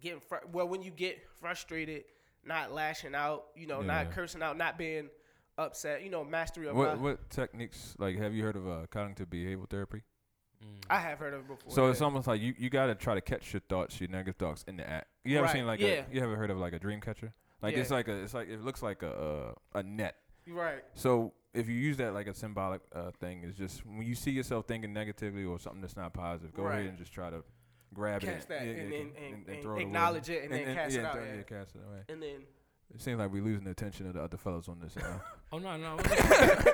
[SPEAKER 4] getting fr- well when you get frustrated, not lashing out, you know,
[SPEAKER 5] Yeah.
[SPEAKER 4] not cursing out, not being upset. You know, mastery of
[SPEAKER 5] What
[SPEAKER 4] my,
[SPEAKER 5] what techniques like have you heard of uh, cognitive behavioral therapy?
[SPEAKER 2] Mm.
[SPEAKER 4] I have heard of it before.
[SPEAKER 5] So
[SPEAKER 4] yeah.
[SPEAKER 5] it's almost like you, you gotta try to catch your thoughts, your negative thoughts in the act. You ever
[SPEAKER 4] Right,
[SPEAKER 5] seen like
[SPEAKER 4] yeah.
[SPEAKER 5] a you ever heard of like a dream catcher? Like it's
[SPEAKER 4] Yeah.
[SPEAKER 5] like a it's like it looks like a a, a net.
[SPEAKER 4] You're right.
[SPEAKER 5] So if you use that like a symbolic uh, thing, it's just when you see yourself thinking negatively or something that's not positive, go
[SPEAKER 4] Right.
[SPEAKER 5] ahead and just try to grab
[SPEAKER 4] Catch
[SPEAKER 5] it
[SPEAKER 4] that
[SPEAKER 5] yeah,
[SPEAKER 4] and
[SPEAKER 5] yeah,
[SPEAKER 4] then- and- and
[SPEAKER 5] away.
[SPEAKER 4] acknowledge it and then cast it
[SPEAKER 5] yeah,
[SPEAKER 4] out,
[SPEAKER 5] throw-
[SPEAKER 4] yeah.
[SPEAKER 5] yeah, cast it away.
[SPEAKER 4] And then
[SPEAKER 5] It seems like we're losing the attention of the other fellas on this. Uh,
[SPEAKER 2] Oh no, no. I,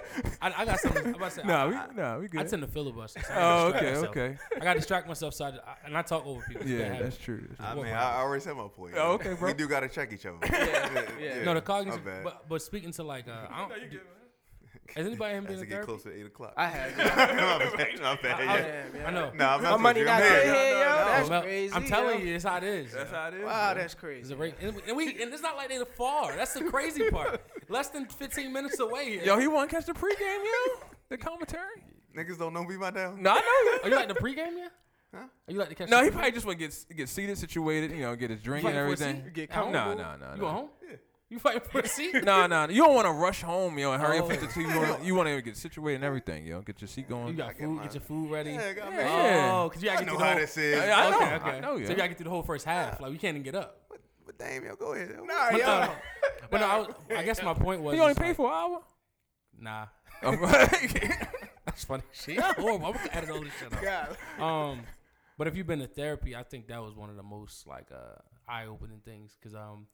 [SPEAKER 2] I got something. I'm about to say,
[SPEAKER 5] nah,
[SPEAKER 2] I,
[SPEAKER 5] we,
[SPEAKER 2] I,
[SPEAKER 5] nah, we
[SPEAKER 2] I
[SPEAKER 5] good.
[SPEAKER 2] tend to filibuster. so I gotta
[SPEAKER 5] oh,
[SPEAKER 2] distract
[SPEAKER 5] okay,
[SPEAKER 2] myself.
[SPEAKER 5] okay.
[SPEAKER 2] I got to distract myself, so I, I- and I talk over people.
[SPEAKER 5] Yeah,
[SPEAKER 2] That
[SPEAKER 5] that's
[SPEAKER 2] happens.
[SPEAKER 5] true. That's true.
[SPEAKER 3] I
[SPEAKER 2] What
[SPEAKER 3] mean,
[SPEAKER 2] my-
[SPEAKER 3] I, I already said my point.
[SPEAKER 5] Oh, okay, bro.
[SPEAKER 3] We do gotta check each other.
[SPEAKER 4] yeah.
[SPEAKER 2] no, the
[SPEAKER 3] My
[SPEAKER 2] cognitive.
[SPEAKER 3] bad.
[SPEAKER 2] But, but speaking to like, uh, I don't, has anybody here
[SPEAKER 3] As
[SPEAKER 2] been
[SPEAKER 3] it
[SPEAKER 2] in
[SPEAKER 3] get
[SPEAKER 2] therapy?
[SPEAKER 3] closer to eight o'clock.
[SPEAKER 4] I have.
[SPEAKER 3] my
[SPEAKER 4] Yeah.
[SPEAKER 3] bad. My bad.
[SPEAKER 2] I-
[SPEAKER 3] Yeah.
[SPEAKER 4] yeah, yeah.
[SPEAKER 2] I know.
[SPEAKER 3] No, I'm
[SPEAKER 4] My
[SPEAKER 3] messing
[SPEAKER 4] money
[SPEAKER 3] with you.
[SPEAKER 4] not
[SPEAKER 3] I'm
[SPEAKER 4] here,
[SPEAKER 3] mad.
[SPEAKER 4] yo. That's
[SPEAKER 2] Mel-
[SPEAKER 4] crazy.
[SPEAKER 2] I'm telling
[SPEAKER 4] yo.
[SPEAKER 2] you, it's how it is.
[SPEAKER 5] That's how it is.
[SPEAKER 4] Wow, that's
[SPEAKER 2] It's
[SPEAKER 4] crazy.
[SPEAKER 2] a break, and we- and we and it's not like they're far. That's the crazy part. Less than 15 minutes away here.
[SPEAKER 5] Yo, he won't catch the pregame, yo. The commentary.
[SPEAKER 3] Niggas don't know me by now.
[SPEAKER 5] No, I know.
[SPEAKER 2] Are Oh, you like the pregame yet? Huh? Are you like to catch?
[SPEAKER 5] No,
[SPEAKER 2] the
[SPEAKER 5] he
[SPEAKER 2] pregame?
[SPEAKER 5] probably just want to get s- get seated, situated, you know, get his drink and
[SPEAKER 2] Fighting for a seat?
[SPEAKER 5] everything.
[SPEAKER 4] Get
[SPEAKER 5] no, no,
[SPEAKER 4] comfortable.
[SPEAKER 5] no, no.
[SPEAKER 2] You going home? You fighting for a seat?
[SPEAKER 5] No, no, you don't want to rush home, yo, and hurry up with
[SPEAKER 2] Oh.
[SPEAKER 5] the two. You want, you want to get situated and everything, yo. Get your seat
[SPEAKER 2] You
[SPEAKER 5] going.
[SPEAKER 2] got
[SPEAKER 3] get
[SPEAKER 2] food.
[SPEAKER 3] mine.
[SPEAKER 2] Get your food ready.
[SPEAKER 3] Yeah, I got
[SPEAKER 5] Yeah.
[SPEAKER 3] mad.
[SPEAKER 2] Oh, cause you
[SPEAKER 3] I
[SPEAKER 2] gotta get
[SPEAKER 3] know
[SPEAKER 2] through the
[SPEAKER 3] how
[SPEAKER 2] whole.
[SPEAKER 3] this is.
[SPEAKER 5] Yeah, I know.
[SPEAKER 2] okay, okay.
[SPEAKER 5] I know,
[SPEAKER 2] So
[SPEAKER 5] yeah.
[SPEAKER 2] you gotta get through the whole first half. Like we can't even get up.
[SPEAKER 3] But damn, yo, go ahead.
[SPEAKER 4] Nah,
[SPEAKER 3] Nah,
[SPEAKER 2] But,
[SPEAKER 4] yo.
[SPEAKER 2] uh, but no, I, was, I guess my point was.
[SPEAKER 5] He only
[SPEAKER 2] it's
[SPEAKER 5] paid
[SPEAKER 2] like,
[SPEAKER 5] for an hour.
[SPEAKER 2] Nah,
[SPEAKER 5] Oh,
[SPEAKER 2] that's funny shit. Horrible. I'm gonna edit all this shit out.
[SPEAKER 4] God.
[SPEAKER 2] Um, but if you've been to therapy, I think that was one of the most like uh, eye-opening things. Cause um,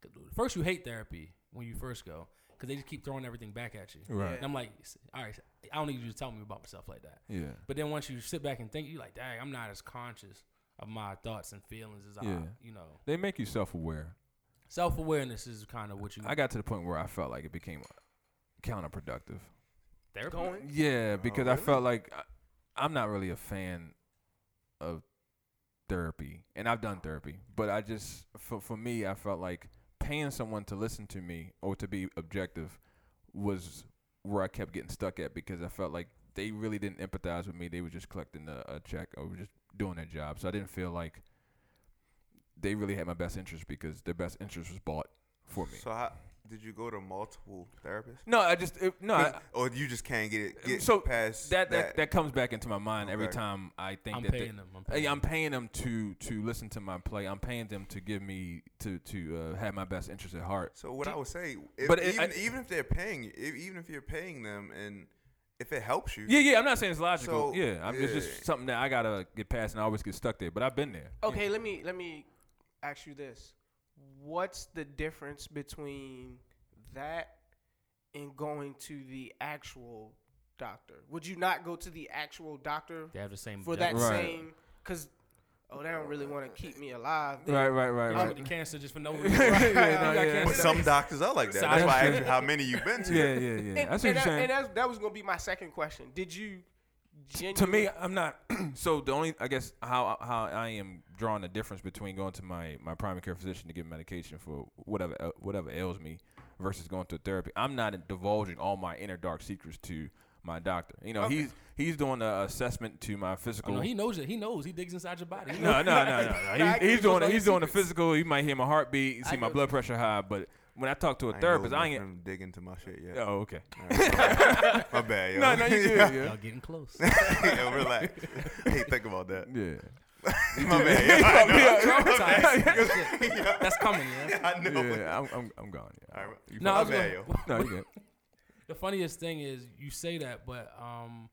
[SPEAKER 2] 'cause first you hate therapy when you first go, cause they just keep throwing everything back at you.
[SPEAKER 5] Right.
[SPEAKER 2] And I'm like, s- all right, I don't need you to tell me about myself like that.
[SPEAKER 5] Yeah.
[SPEAKER 2] But then once you sit back and think, you like, dang, I'm not as conscious of my thoughts and feelings as I,
[SPEAKER 5] Yeah.
[SPEAKER 2] you know.
[SPEAKER 5] They make you self-aware.
[SPEAKER 2] Self awareness is kind of what you.
[SPEAKER 5] I got to the point where I felt like it became counterproductive.
[SPEAKER 2] therapy.
[SPEAKER 4] Going.
[SPEAKER 5] Yeah, because I
[SPEAKER 3] Oh, really?
[SPEAKER 5] felt like I, I'm not really a fan of therapy, and I've done therapy, but I just for for me, I felt like paying someone to listen to me or to be objective was where I kept getting stuck at because I felt like they really didn't empathize with me. They were just collecting a, a check or were just doing their job, so I didn't feel like they really had my best interest because their best interest was bought for me.
[SPEAKER 3] So how did you go to multiple therapists?
[SPEAKER 5] no, I just it, no. I,
[SPEAKER 3] or you just can't get it get
[SPEAKER 5] so
[SPEAKER 3] past
[SPEAKER 5] that, that that comes back into my mind every
[SPEAKER 3] Okay.
[SPEAKER 5] time I think
[SPEAKER 2] I'm
[SPEAKER 5] that they-
[SPEAKER 2] paying them. I'm
[SPEAKER 5] Hey,
[SPEAKER 2] paying
[SPEAKER 5] I'm
[SPEAKER 2] them.
[SPEAKER 5] paying them to to listen to my play. I'm paying them to give me to to uh, have my best interest at heart.
[SPEAKER 3] So what I would say, if,
[SPEAKER 5] But
[SPEAKER 3] but
[SPEAKER 5] it-
[SPEAKER 3] even,
[SPEAKER 5] I-
[SPEAKER 3] even if they're paying, you- if, even if you're paying them, and if it helps you,
[SPEAKER 5] Yeah, yeah. I'm not saying it's logical.
[SPEAKER 3] So,
[SPEAKER 5] yeah, I'm, it's just
[SPEAKER 3] yeah.
[SPEAKER 5] something that I gotta get past, and I always get stuck there. But I've been there.
[SPEAKER 4] Okay, let me let me ask you this: What's the difference between that and going to the actual doctor? Would you not go to the actual doctor
[SPEAKER 2] They have the same.
[SPEAKER 4] for that
[SPEAKER 2] diagnosis.
[SPEAKER 5] Right.
[SPEAKER 4] same? Because oh, they don't really want to keep me alive. They-
[SPEAKER 5] Right, right, right,
[SPEAKER 2] You
[SPEAKER 5] right.
[SPEAKER 2] get the cancer just for no reason.
[SPEAKER 5] Yeah,
[SPEAKER 2] You got
[SPEAKER 5] no, yeah.
[SPEAKER 2] cancer.
[SPEAKER 3] But some doctors are like that.
[SPEAKER 2] So
[SPEAKER 3] That's
[SPEAKER 2] I-
[SPEAKER 3] why I asked you how many you've been to.
[SPEAKER 5] yeah, yeah, yeah.
[SPEAKER 4] And,
[SPEAKER 5] That's what
[SPEAKER 4] and
[SPEAKER 5] you're
[SPEAKER 4] that-
[SPEAKER 5] saying.
[SPEAKER 4] and that's, that was gonna be my second question. Did you?
[SPEAKER 5] to me,
[SPEAKER 4] genuinely-
[SPEAKER 5] I'm not. so the only, I guess, how how I am drawing the difference between going to my my primary care physician to get medication for whatever uh, whatever ails me, versus going to therapy. I'm not divulging all my inner dark secrets to my doctor. You know, he's he's doing an assessment to my physical.
[SPEAKER 2] No, he knows it. He knows. He digs inside your body. He knows.
[SPEAKER 5] no, no, no, no, no.
[SPEAKER 4] I
[SPEAKER 5] He's, he's
[SPEAKER 4] give you
[SPEAKER 5] doing
[SPEAKER 4] all
[SPEAKER 5] he's
[SPEAKER 4] your
[SPEAKER 5] doing the
[SPEAKER 4] secrets.
[SPEAKER 5] physical. He might hear my heartbeat, see my blood pressure high. But when I talk to a
[SPEAKER 3] I ain't
[SPEAKER 5] therapist,
[SPEAKER 3] know
[SPEAKER 5] I
[SPEAKER 3] enough
[SPEAKER 5] ain't.
[SPEAKER 3] of them dig into my shit yet.
[SPEAKER 5] Oh, okay.
[SPEAKER 3] My bad, yo.
[SPEAKER 5] No, no, you good.
[SPEAKER 2] Y'all
[SPEAKER 5] Yeah.
[SPEAKER 2] getting close.
[SPEAKER 3] yo, relax. Hey, think about that.
[SPEAKER 5] yeah.
[SPEAKER 3] My bad, yo. I know.
[SPEAKER 2] Traumatized. That's coming. Yeah.
[SPEAKER 3] I know.
[SPEAKER 5] Yeah, I'm, I'm, I'm gone. Yeah.
[SPEAKER 3] All right, you
[SPEAKER 2] No, I
[SPEAKER 3] my
[SPEAKER 2] was
[SPEAKER 3] bad,
[SPEAKER 2] gonna-
[SPEAKER 3] yo.
[SPEAKER 5] No, you good.
[SPEAKER 2] The funniest thing is you say that, but um,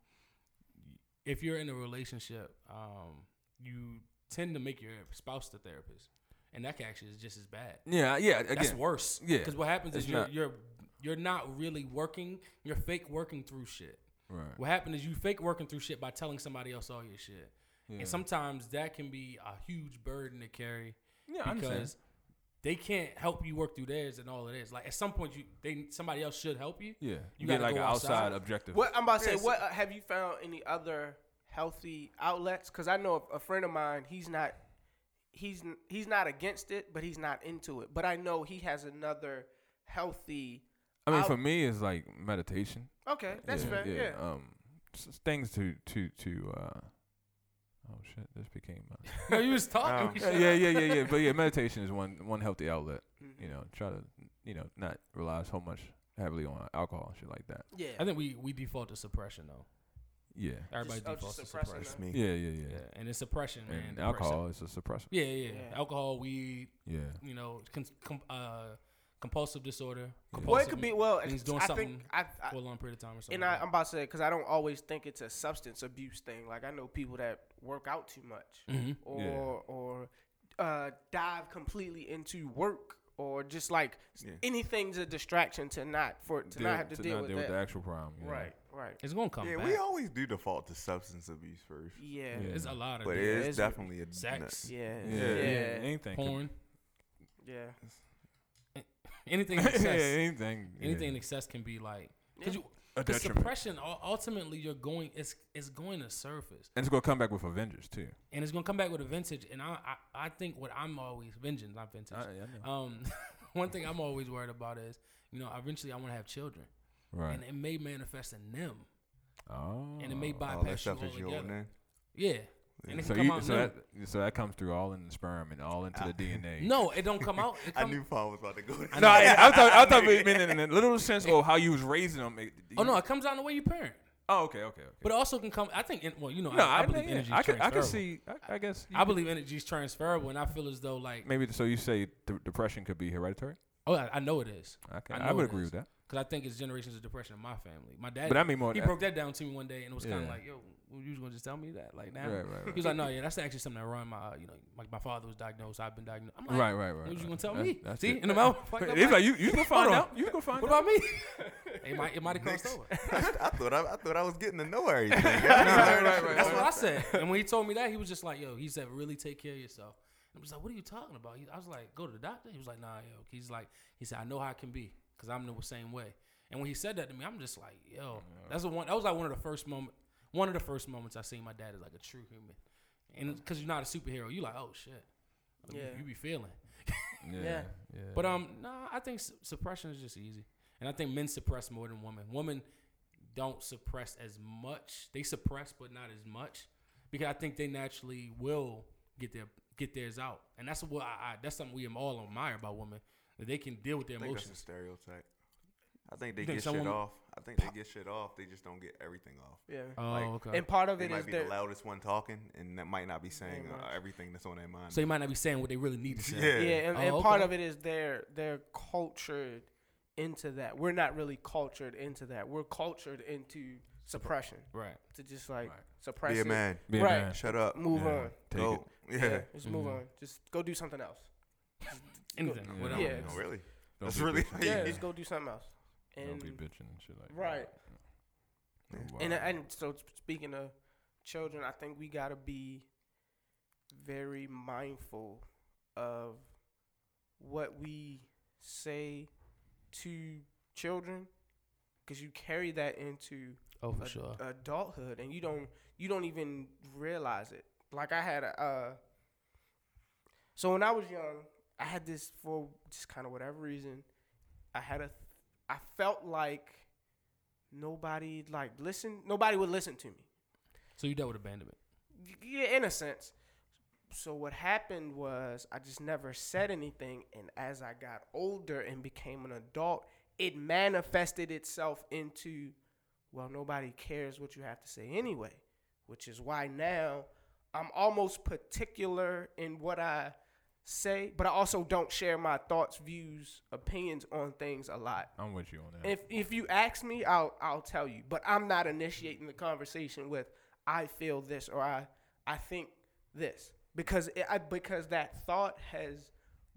[SPEAKER 2] if you're in a relationship, um, you tend to make your spouse the therapist, and that actually is just as bad.
[SPEAKER 5] Yeah, yeah. Again,
[SPEAKER 2] That's worse.
[SPEAKER 5] Yeah.
[SPEAKER 2] Because what happens
[SPEAKER 5] It's
[SPEAKER 2] is you're,
[SPEAKER 5] not-
[SPEAKER 2] you're you're not really working. You're fake working through shit.
[SPEAKER 5] Right.
[SPEAKER 2] What happened is you fake working through shit by telling somebody else all your shit,
[SPEAKER 5] Yeah.
[SPEAKER 2] and sometimes that can be a huge burden to carry
[SPEAKER 5] Yeah, I understand.
[SPEAKER 2] because they can't help you work through theirs and all of theirs. Like at some point, you they somebody else should help you.
[SPEAKER 5] Yeah,
[SPEAKER 2] you
[SPEAKER 5] you get
[SPEAKER 2] gotta
[SPEAKER 5] like
[SPEAKER 2] go
[SPEAKER 5] an outside,
[SPEAKER 2] outside.
[SPEAKER 5] objective.
[SPEAKER 4] What I'm about to say,
[SPEAKER 3] Yeah, so-
[SPEAKER 4] what uh, have you found any other healthy outlets? Because I know a, a friend of mine, he's not, he's n- he's not against it, but he's not into it. But I know he has another healthy.
[SPEAKER 5] I mean,
[SPEAKER 4] I'll-
[SPEAKER 5] for me, it's like meditation.
[SPEAKER 4] Okay, that's fair. Yeah.
[SPEAKER 5] Um, s- things to to to. Uh, oh shit, this became. Uh,
[SPEAKER 2] No, you was
[SPEAKER 3] Oh.
[SPEAKER 2] talking.
[SPEAKER 5] yeah, yeah, yeah, yeah, yeah. But yeah, meditation is one one healthy outlet. um, You know, try to you know not rely so much heavily on alcohol and shit like that.
[SPEAKER 4] yeah.
[SPEAKER 2] I think we we default to suppression though.
[SPEAKER 5] Yeah,
[SPEAKER 2] Everybody
[SPEAKER 4] Just- oh,
[SPEAKER 2] defaults
[SPEAKER 4] just
[SPEAKER 2] to
[SPEAKER 4] suppressing
[SPEAKER 2] suppression.
[SPEAKER 3] That's me.
[SPEAKER 5] yeah, yeah, yeah.
[SPEAKER 2] Yeah, and it's suppression, man.
[SPEAKER 5] And
[SPEAKER 2] depression.
[SPEAKER 5] alcohol is a suppressor.
[SPEAKER 2] Yeah, yeah,
[SPEAKER 4] Yeah.
[SPEAKER 2] Alcohol, weed,
[SPEAKER 5] Yeah,
[SPEAKER 2] you know, con- com- uh, compulsive disorder. Compulsive
[SPEAKER 4] well, it could be well.
[SPEAKER 2] means doing
[SPEAKER 4] I
[SPEAKER 2] something
[SPEAKER 4] think I, I
[SPEAKER 2] for a long period of time or something.
[SPEAKER 4] and I,
[SPEAKER 2] like
[SPEAKER 4] I'm about to say because I don't always think it's a substance abuse thing. Like I know people that work out too much
[SPEAKER 2] Mhm.
[SPEAKER 4] or
[SPEAKER 5] Yeah.
[SPEAKER 4] or uh, dive completely into work or just like s-
[SPEAKER 3] Yeah.
[SPEAKER 4] anything's a distraction to not for to
[SPEAKER 5] Deal-
[SPEAKER 4] not have to, deal,
[SPEAKER 5] not
[SPEAKER 4] with
[SPEAKER 5] deal with
[SPEAKER 4] that.
[SPEAKER 5] the actual problem. you know?
[SPEAKER 4] right, right.
[SPEAKER 2] It's gonna come
[SPEAKER 3] Yeah,
[SPEAKER 2] back.
[SPEAKER 3] we always do default to substance abuse first,
[SPEAKER 4] Yeah,
[SPEAKER 5] Yeah.
[SPEAKER 2] It's a lot of
[SPEAKER 3] but
[SPEAKER 2] that.
[SPEAKER 3] it
[SPEAKER 4] it's-
[SPEAKER 3] is definitely a
[SPEAKER 2] Sex.
[SPEAKER 4] yeah,
[SPEAKER 5] Yeah.
[SPEAKER 4] yeah,
[SPEAKER 5] yeah,
[SPEAKER 4] yeah.
[SPEAKER 5] Anything. could-
[SPEAKER 2] porn,
[SPEAKER 4] yeah.
[SPEAKER 2] anything in
[SPEAKER 5] yeah,
[SPEAKER 2] excess.
[SPEAKER 5] anything.
[SPEAKER 2] Anything in
[SPEAKER 5] Yeah.
[SPEAKER 2] excess can be like
[SPEAKER 4] Yeah.
[SPEAKER 2] because you
[SPEAKER 5] A
[SPEAKER 2] the
[SPEAKER 5] detriment.
[SPEAKER 2] suppression u- ultimately you're going it's it's going to surface
[SPEAKER 5] And it's gonna come back with a vengeance too.
[SPEAKER 2] and it's gonna come back with a vengeance and I I, I think what I'm always vengeance not vintage.
[SPEAKER 5] I- I know.
[SPEAKER 2] um, one thing I'm always worried about is you know eventually I want to have children
[SPEAKER 5] Right.
[SPEAKER 2] and it may manifest in them
[SPEAKER 5] oh.
[SPEAKER 2] and it may
[SPEAKER 3] all that
[SPEAKER 2] bypass you
[SPEAKER 3] stuff is your
[SPEAKER 2] altogether.
[SPEAKER 3] name.
[SPEAKER 2] Yeah. And it
[SPEAKER 5] so
[SPEAKER 2] can
[SPEAKER 5] you,
[SPEAKER 2] come out
[SPEAKER 5] so
[SPEAKER 2] new. Uh,
[SPEAKER 5] that, so that comes through all in the sperm and all into the DNA.
[SPEAKER 2] No, it don't come out. It
[SPEAKER 3] I
[SPEAKER 2] come,
[SPEAKER 3] knew Paul was about to go. there.
[SPEAKER 5] No, I, I thought I thought it meant in a literal sense or how you was raising them. It-
[SPEAKER 2] Oh no, it comes out in the way you parent.
[SPEAKER 5] Oh, okay, okay, okay.
[SPEAKER 2] But it also can come. I think. in- Well, you know,
[SPEAKER 5] no,
[SPEAKER 2] I, I
[SPEAKER 5] think,
[SPEAKER 2] believe
[SPEAKER 5] yeah,
[SPEAKER 2] energy.
[SPEAKER 5] I could, I could
[SPEAKER 2] transferable.
[SPEAKER 5] see. I, I guess. you
[SPEAKER 2] I
[SPEAKER 5] could-
[SPEAKER 2] believe energy is transferable, and I feel as though like
[SPEAKER 5] maybe. So you say de- depression could be hereditary?
[SPEAKER 2] oh, I, I know it is.
[SPEAKER 5] Okay,
[SPEAKER 2] I
[SPEAKER 5] I,
[SPEAKER 2] know
[SPEAKER 5] would
[SPEAKER 2] it
[SPEAKER 5] agree
[SPEAKER 2] is.
[SPEAKER 5] with that.
[SPEAKER 2] Because I think it's generations of depression in my family. My dad,
[SPEAKER 5] But I mean more.
[SPEAKER 2] he
[SPEAKER 5] that-
[SPEAKER 2] broke that down to me one day, and it was kind of
[SPEAKER 5] Yeah.
[SPEAKER 2] like, "Yo, well, you was gonna just tell me that like now?"
[SPEAKER 5] Right, right,
[SPEAKER 2] He
[SPEAKER 5] right.
[SPEAKER 2] was like, "No, yeah, that's actually something that run my, uh, you know, like my father was diagnosed. I've been diagnosed. I'm like,
[SPEAKER 5] Right, right, right.
[SPEAKER 2] What you
[SPEAKER 5] right.
[SPEAKER 2] gonna tell
[SPEAKER 5] That's-
[SPEAKER 2] me?
[SPEAKER 5] that's
[SPEAKER 2] See,
[SPEAKER 5] it.
[SPEAKER 2] in the mouth. Fucked up
[SPEAKER 5] It's like you, you can find
[SPEAKER 2] on.
[SPEAKER 5] out. You can find
[SPEAKER 2] what
[SPEAKER 5] out.
[SPEAKER 2] about me? it might, it might have crossed over.
[SPEAKER 3] I thought I, I thought I was getting to know everything. I
[SPEAKER 5] right, right, right.
[SPEAKER 2] That's what I said. And when he told me that, he was just like, "Yo," he said, "Really take care of yourself." And I was like, "What are you talking about?" He, I was like, "Go to the doctor." He was like, "Nah, yo." He's like, he said, "I know how it can be because I'm the same way." And when he said that to me, I'm just like, "Yo,"
[SPEAKER 5] Mm-hmm.
[SPEAKER 2] that's the one. That was like one of the first moment, one of the first moments I seen my dad as like a true human. And because you're not a superhero, you like, "Oh shit," You-
[SPEAKER 4] Yeah.
[SPEAKER 2] you be feeling.
[SPEAKER 5] yeah.
[SPEAKER 4] Yeah.
[SPEAKER 5] yeah.
[SPEAKER 2] But um, nah, I think su- suppression is just easy, and I think men suppress more than women. Women don't suppress as much; they suppress, but not as much, because I think they naturally will get their get theirs out, and that's what I, I that's something we all admire about women that they can deal with their
[SPEAKER 3] I think that's a
[SPEAKER 2] emotions.
[SPEAKER 3] stereotype. I think they
[SPEAKER 2] You think
[SPEAKER 3] get
[SPEAKER 2] someone-
[SPEAKER 3] shit off. I think they get shit off. They just don't get everything off.
[SPEAKER 4] yeah.
[SPEAKER 2] Oh,
[SPEAKER 3] like,
[SPEAKER 2] okay.
[SPEAKER 4] And part of
[SPEAKER 3] They
[SPEAKER 4] it is
[SPEAKER 3] might be the
[SPEAKER 4] that
[SPEAKER 3] loudest one talking, and that might not be saying
[SPEAKER 4] Very
[SPEAKER 3] uh,
[SPEAKER 4] much.
[SPEAKER 3] everything that's on their mind.
[SPEAKER 2] So you might not be saying what they really need to say.
[SPEAKER 3] Yeah.
[SPEAKER 4] Yeah, and,
[SPEAKER 2] Oh,
[SPEAKER 4] and part
[SPEAKER 2] okay.
[SPEAKER 4] of it is they're they're cultured into that. We're not really cultured into that. We're cultured into suppression
[SPEAKER 2] Right.
[SPEAKER 4] to just like
[SPEAKER 5] Right.
[SPEAKER 4] suppress
[SPEAKER 3] be a
[SPEAKER 4] it.
[SPEAKER 3] man.
[SPEAKER 5] Be a
[SPEAKER 4] right.
[SPEAKER 5] man.
[SPEAKER 3] Shut up.
[SPEAKER 4] Move
[SPEAKER 5] Yeah.
[SPEAKER 4] on.
[SPEAKER 5] Take
[SPEAKER 3] Go.
[SPEAKER 4] Yeah,
[SPEAKER 3] Yeah.
[SPEAKER 4] just move
[SPEAKER 5] Mhm.
[SPEAKER 4] on. Just go do something else.
[SPEAKER 2] Anything.
[SPEAKER 5] Yeah.
[SPEAKER 2] Whatever.
[SPEAKER 4] Yeah.
[SPEAKER 3] No,
[SPEAKER 4] It's-
[SPEAKER 3] really.
[SPEAKER 5] Don't
[SPEAKER 3] That's
[SPEAKER 5] be
[SPEAKER 3] really.
[SPEAKER 5] bitching.
[SPEAKER 4] Yeah,
[SPEAKER 5] Yeah.
[SPEAKER 4] just go do something else.
[SPEAKER 5] it.
[SPEAKER 4] And
[SPEAKER 5] Don't be bitching and shit like
[SPEAKER 4] Right.
[SPEAKER 5] that. Oh,
[SPEAKER 4] and
[SPEAKER 5] wow.
[SPEAKER 4] and so sp- speaking of children, I think we gotta be very mindful of what we say to children, because you carry that into
[SPEAKER 2] Oh, for
[SPEAKER 4] ad-
[SPEAKER 2] sure.
[SPEAKER 4] adulthood and you don't you don't even realize it like i had a uh so when i was young i had this for just kind of whatever reason i had a i felt like nobody like listen nobody would listen to me
[SPEAKER 2] So you dealt with abandonment.
[SPEAKER 4] Y- yeah in a sense so what happened was i just never said anything and as i got older and became an adult it manifested itself into well, nobody cares what you have to say anyway, which is why now I'm almost particular in what I say, but I also don't share my thoughts, views, opinions on things a lot.
[SPEAKER 5] I'm with you on that.
[SPEAKER 4] If if you ask me, I'll I'll tell you, but I'm not initiating the conversation with I feel this or I I think this because it, I, because that thought has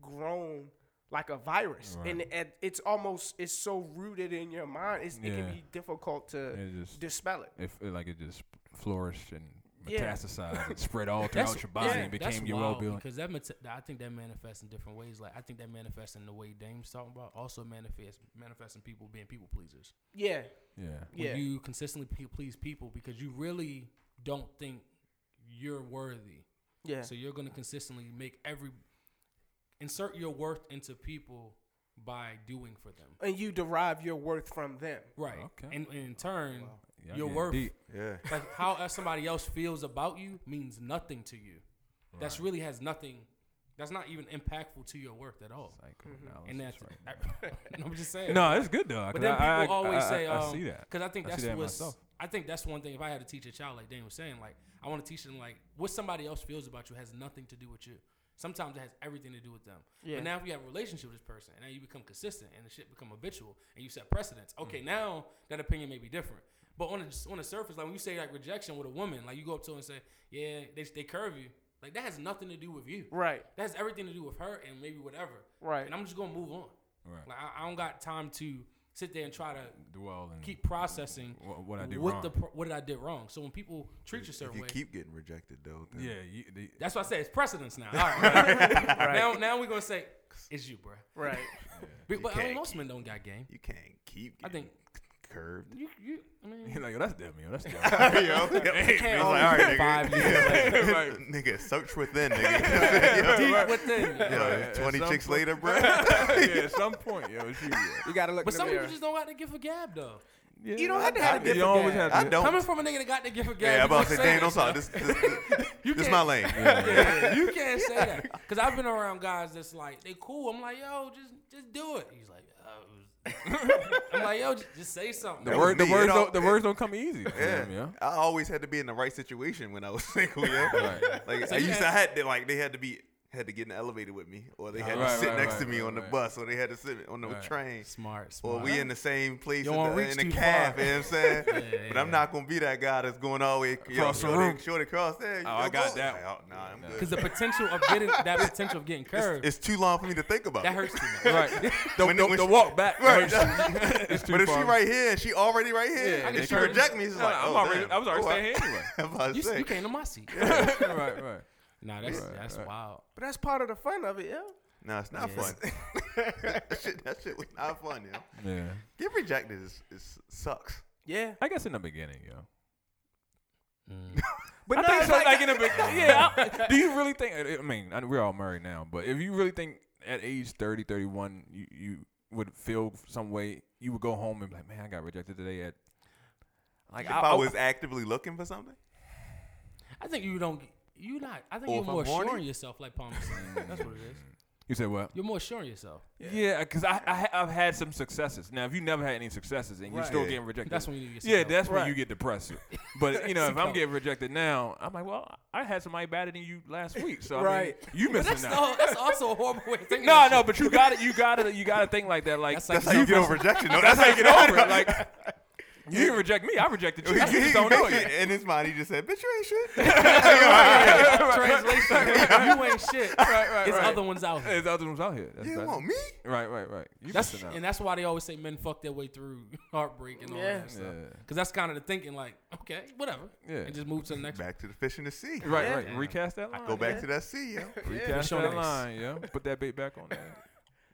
[SPEAKER 4] grown like a virus
[SPEAKER 5] Right.
[SPEAKER 4] and it, it's almost it's so rooted in your mind. It's, It
[SPEAKER 5] Yeah.
[SPEAKER 4] can be difficult to
[SPEAKER 5] it just
[SPEAKER 4] dispel it.
[SPEAKER 5] it f- like it just flourished and
[SPEAKER 4] Yeah.
[SPEAKER 5] metastasized and spread all throughout your body and
[SPEAKER 2] that's
[SPEAKER 5] became your well
[SPEAKER 2] wild
[SPEAKER 5] being.
[SPEAKER 2] Because that mate- I think that manifests in different ways. Like I think that manifests in the way Dame's talking about. Also manifests manifests in people being people pleasers.
[SPEAKER 4] Yeah,
[SPEAKER 5] Yeah.
[SPEAKER 2] When
[SPEAKER 4] yeah,
[SPEAKER 2] you consistently pe- please people because you really don't think you're worthy.
[SPEAKER 4] yeah,
[SPEAKER 2] So you're gonna consistently make every insert your worth into people by doing for them.
[SPEAKER 4] and you derive your worth from them.
[SPEAKER 2] Right.
[SPEAKER 5] Okay.
[SPEAKER 2] And, and in turn,
[SPEAKER 5] Y'all
[SPEAKER 2] your
[SPEAKER 5] getting
[SPEAKER 2] worth
[SPEAKER 5] deep.
[SPEAKER 3] Yeah.
[SPEAKER 2] like how else somebody else feels about you means nothing to you. That's really has nothing. That's not even impactful to your worth at all.
[SPEAKER 5] Psychoanalysis
[SPEAKER 2] And that's
[SPEAKER 5] right
[SPEAKER 2] I'm just saying.
[SPEAKER 5] now. No, it's good though.
[SPEAKER 2] but
[SPEAKER 5] 'cause
[SPEAKER 2] then people
[SPEAKER 5] I, I,
[SPEAKER 2] always
[SPEAKER 5] I,
[SPEAKER 2] say,
[SPEAKER 5] I,
[SPEAKER 2] um,
[SPEAKER 5] I see that.
[SPEAKER 2] Because I think
[SPEAKER 5] I see
[SPEAKER 2] that's
[SPEAKER 5] that
[SPEAKER 2] what's.
[SPEAKER 5] myself.
[SPEAKER 2] I think that's one thing. If I had to teach a child, like Dan was saying, like I want to teach them, like what somebody else feels about you has nothing to do with you. Sometimes it has everything to do with them.
[SPEAKER 4] Yeah.
[SPEAKER 2] But now if you have a relationship with this person, and now you become consistent, and the shit become habitual, and you set precedents. Okay,
[SPEAKER 5] Mm.
[SPEAKER 2] now that opinion may be different. But on the on the surface, like when you say like rejection with a woman, like you go up to her and say, yeah, they they curve you. Like that has nothing to do with you.
[SPEAKER 4] Right.
[SPEAKER 2] That has everything to do with her and maybe whatever.
[SPEAKER 4] Right.
[SPEAKER 2] And I'm just gonna move on.
[SPEAKER 5] Right.
[SPEAKER 2] Like I, I don't got time to sit there and try to
[SPEAKER 5] Dwell and
[SPEAKER 2] keep processing
[SPEAKER 5] wha- what I did
[SPEAKER 2] what
[SPEAKER 5] wrong.
[SPEAKER 2] the pro- what I did wrong. So when people treat you a
[SPEAKER 3] If
[SPEAKER 2] certain
[SPEAKER 3] you
[SPEAKER 2] way,
[SPEAKER 3] keep getting rejected though, then
[SPEAKER 5] yeah, you, the,
[SPEAKER 2] that's why I say it's precedence now. All right, now now we're gonna say it's you, bro.
[SPEAKER 4] Right.
[SPEAKER 2] But, but I mean,
[SPEAKER 3] can't
[SPEAKER 2] most men don't got game.
[SPEAKER 3] you can't keep.
[SPEAKER 2] I
[SPEAKER 3] Getting
[SPEAKER 2] think
[SPEAKER 3] curved.
[SPEAKER 2] you you. I mean,
[SPEAKER 5] you're like, oh, that's them, yo, that's them.
[SPEAKER 3] yo, yo. It's like,
[SPEAKER 2] can't
[SPEAKER 3] all right, nigga.
[SPEAKER 2] five years
[SPEAKER 3] nigga, search within, nigga.
[SPEAKER 2] deep within.
[SPEAKER 3] yo,
[SPEAKER 5] Right, at
[SPEAKER 3] twenty
[SPEAKER 5] some
[SPEAKER 3] chicks
[SPEAKER 5] point-
[SPEAKER 3] later, bro.
[SPEAKER 5] yeah, at some point, yo, it's you. yo.
[SPEAKER 4] You gotta look.
[SPEAKER 2] But
[SPEAKER 4] in the
[SPEAKER 2] some people
[SPEAKER 4] mirror.
[SPEAKER 2] just don't got to give a gab though.
[SPEAKER 5] Yeah,
[SPEAKER 4] You don't have to
[SPEAKER 5] I-
[SPEAKER 4] have a
[SPEAKER 5] You
[SPEAKER 4] different
[SPEAKER 5] always
[SPEAKER 4] guy.
[SPEAKER 5] have to.
[SPEAKER 3] I don't.
[SPEAKER 2] Coming from a nigga that got to give a gab,
[SPEAKER 3] yeah,
[SPEAKER 2] you
[SPEAKER 3] I'm about
[SPEAKER 2] can't
[SPEAKER 3] to say,
[SPEAKER 2] say
[SPEAKER 3] damn, don't
[SPEAKER 2] that,
[SPEAKER 3] talk.
[SPEAKER 2] yo.
[SPEAKER 3] This, this, this,
[SPEAKER 2] You
[SPEAKER 3] this
[SPEAKER 2] can't-
[SPEAKER 3] my lane.
[SPEAKER 2] Yeah, you can't say that because I've been around guys that's like they cool. I'm like, yo, just just do it. He's like, oh. I'm like, yo, just, just say something.
[SPEAKER 5] The,
[SPEAKER 3] was
[SPEAKER 5] word, the
[SPEAKER 3] me, it
[SPEAKER 5] words
[SPEAKER 3] all-
[SPEAKER 5] don't the words don't come easy. For
[SPEAKER 3] Yeah.
[SPEAKER 5] them, yeah.
[SPEAKER 3] I always had to be in the right situation when I was single. Yeah,
[SPEAKER 5] Right.
[SPEAKER 3] like
[SPEAKER 2] So
[SPEAKER 3] I
[SPEAKER 2] you
[SPEAKER 3] used to
[SPEAKER 2] had-
[SPEAKER 3] had to like they had to be had to get in the elevator with me, or they had to
[SPEAKER 5] Right,
[SPEAKER 3] sit
[SPEAKER 5] right,
[SPEAKER 3] next
[SPEAKER 5] right,
[SPEAKER 3] to me
[SPEAKER 5] right,
[SPEAKER 3] on the
[SPEAKER 5] right.
[SPEAKER 3] bus, or they had to sit on the
[SPEAKER 5] Right.
[SPEAKER 3] train.
[SPEAKER 2] Smart, smart.
[SPEAKER 3] Or we in the same place
[SPEAKER 2] You
[SPEAKER 3] in
[SPEAKER 2] won't
[SPEAKER 3] the,
[SPEAKER 2] reach
[SPEAKER 3] in the
[SPEAKER 2] too
[SPEAKER 3] cab,
[SPEAKER 2] far.
[SPEAKER 3] you know what I'm saying? But I'm
[SPEAKER 2] yeah.
[SPEAKER 3] not gonna be that guy that's going all the way
[SPEAKER 5] Across the
[SPEAKER 3] shorty-
[SPEAKER 5] room.
[SPEAKER 3] Shorty across there. you
[SPEAKER 5] Oh, I
[SPEAKER 3] know,
[SPEAKER 5] got
[SPEAKER 3] go.
[SPEAKER 5] that
[SPEAKER 3] Like, oh, nah, I'm
[SPEAKER 5] Nah.
[SPEAKER 3] good.
[SPEAKER 2] because the potential of getting that potential of getting curved
[SPEAKER 3] It's too long for me to think about.
[SPEAKER 2] that
[SPEAKER 3] it.
[SPEAKER 2] hurts too much.
[SPEAKER 5] Right. The,
[SPEAKER 3] When-
[SPEAKER 5] the,
[SPEAKER 3] when
[SPEAKER 5] the
[SPEAKER 3] she-
[SPEAKER 5] walk back.
[SPEAKER 3] Right.
[SPEAKER 5] It's too
[SPEAKER 3] But if she
[SPEAKER 5] far.
[SPEAKER 3] right here and she already right here,
[SPEAKER 5] Yeah, I
[SPEAKER 3] and
[SPEAKER 5] can
[SPEAKER 3] she
[SPEAKER 5] turn-
[SPEAKER 3] reject me, it's just
[SPEAKER 5] No,
[SPEAKER 3] like,
[SPEAKER 5] I'm
[SPEAKER 3] oh,
[SPEAKER 5] already-
[SPEAKER 3] damn.
[SPEAKER 5] I was already
[SPEAKER 3] Oh,
[SPEAKER 5] staying here anyway.
[SPEAKER 3] I'm about to
[SPEAKER 2] You,
[SPEAKER 3] say.
[SPEAKER 2] you came to my seat.
[SPEAKER 5] right, right.
[SPEAKER 2] Nah, that's that's wild.
[SPEAKER 4] But that's part of the fun of it, yo.
[SPEAKER 3] No, it's not fun. that, shit, that shit was not fun, yo.
[SPEAKER 5] Yeah.
[SPEAKER 3] Get rejected is, is sucks.
[SPEAKER 4] Yeah.
[SPEAKER 5] I guess in the beginning, yo.
[SPEAKER 2] Mm.
[SPEAKER 4] But
[SPEAKER 5] I
[SPEAKER 4] no,
[SPEAKER 5] think
[SPEAKER 4] it's
[SPEAKER 5] so. Like, in the beginning. Yeah.
[SPEAKER 4] I-
[SPEAKER 5] I- do you really think? I mean, I, we're all married now, but if you really think at age 30, 31, you, you would feel some way, you would go home and be like, man, I got rejected today at. Like,
[SPEAKER 3] If I, was actively looking for something,
[SPEAKER 2] I think you don't. You not. I think
[SPEAKER 3] Or
[SPEAKER 2] you're
[SPEAKER 3] if I'm
[SPEAKER 2] more sure
[SPEAKER 3] horny?
[SPEAKER 2] in yourself, like Palmer said. that's what it is.
[SPEAKER 5] You said what?
[SPEAKER 2] You're more sure in yourself.
[SPEAKER 5] Yeah, because I, I ha- I've had some successes. Now, if you never had any successes and you're
[SPEAKER 4] Right.
[SPEAKER 5] still
[SPEAKER 3] Yeah.
[SPEAKER 5] getting rejected,
[SPEAKER 2] That's when you get
[SPEAKER 5] yeah,
[SPEAKER 2] some
[SPEAKER 5] that's when
[SPEAKER 4] Right.
[SPEAKER 5] you get depressed. But you know, if I'm
[SPEAKER 2] Some
[SPEAKER 5] getting rejected now, I'm like, well, I had somebody better than you last week, so
[SPEAKER 4] Right.
[SPEAKER 5] I mean, you
[SPEAKER 2] But that's,
[SPEAKER 5] missing out.
[SPEAKER 2] all, that's also a horrible way of thinking.
[SPEAKER 5] No,
[SPEAKER 2] about
[SPEAKER 5] no,
[SPEAKER 2] shit.
[SPEAKER 5] but you got to You got to You got to think like that. Like
[SPEAKER 2] That's
[SPEAKER 3] that's
[SPEAKER 2] like
[SPEAKER 3] how you get over rejection. No,
[SPEAKER 5] that's how you get over it. Like you didn't reject me, I rejected you.
[SPEAKER 3] He,
[SPEAKER 5] You
[SPEAKER 3] he,
[SPEAKER 5] just don't know it.
[SPEAKER 3] basically-
[SPEAKER 5] yet.
[SPEAKER 3] in his mind, he just said, "Bitch, you ain't shit."
[SPEAKER 2] translation. you ain't shit.
[SPEAKER 5] Right, right,
[SPEAKER 2] It's
[SPEAKER 5] right.
[SPEAKER 2] other ones out here.
[SPEAKER 5] There's other ones out here. That's
[SPEAKER 3] You
[SPEAKER 5] that's-
[SPEAKER 3] want me?
[SPEAKER 5] Right, right, right. You
[SPEAKER 2] That's
[SPEAKER 5] missing out.
[SPEAKER 2] and that's why they always say men fuck their way through heartbreak and all
[SPEAKER 4] Yeah.
[SPEAKER 2] that stuff.
[SPEAKER 5] Yeah.
[SPEAKER 2] Cause that's kind of the thinking, like, okay, whatever,
[SPEAKER 5] Yeah.
[SPEAKER 2] and just move to the next.
[SPEAKER 3] Back to the fish in the sea.
[SPEAKER 5] Right, right. Recast that line.
[SPEAKER 3] Go back to that sea, yo.
[SPEAKER 5] Recast
[SPEAKER 2] Show
[SPEAKER 5] that
[SPEAKER 2] next.
[SPEAKER 5] line, yeah. Put that bait back on there.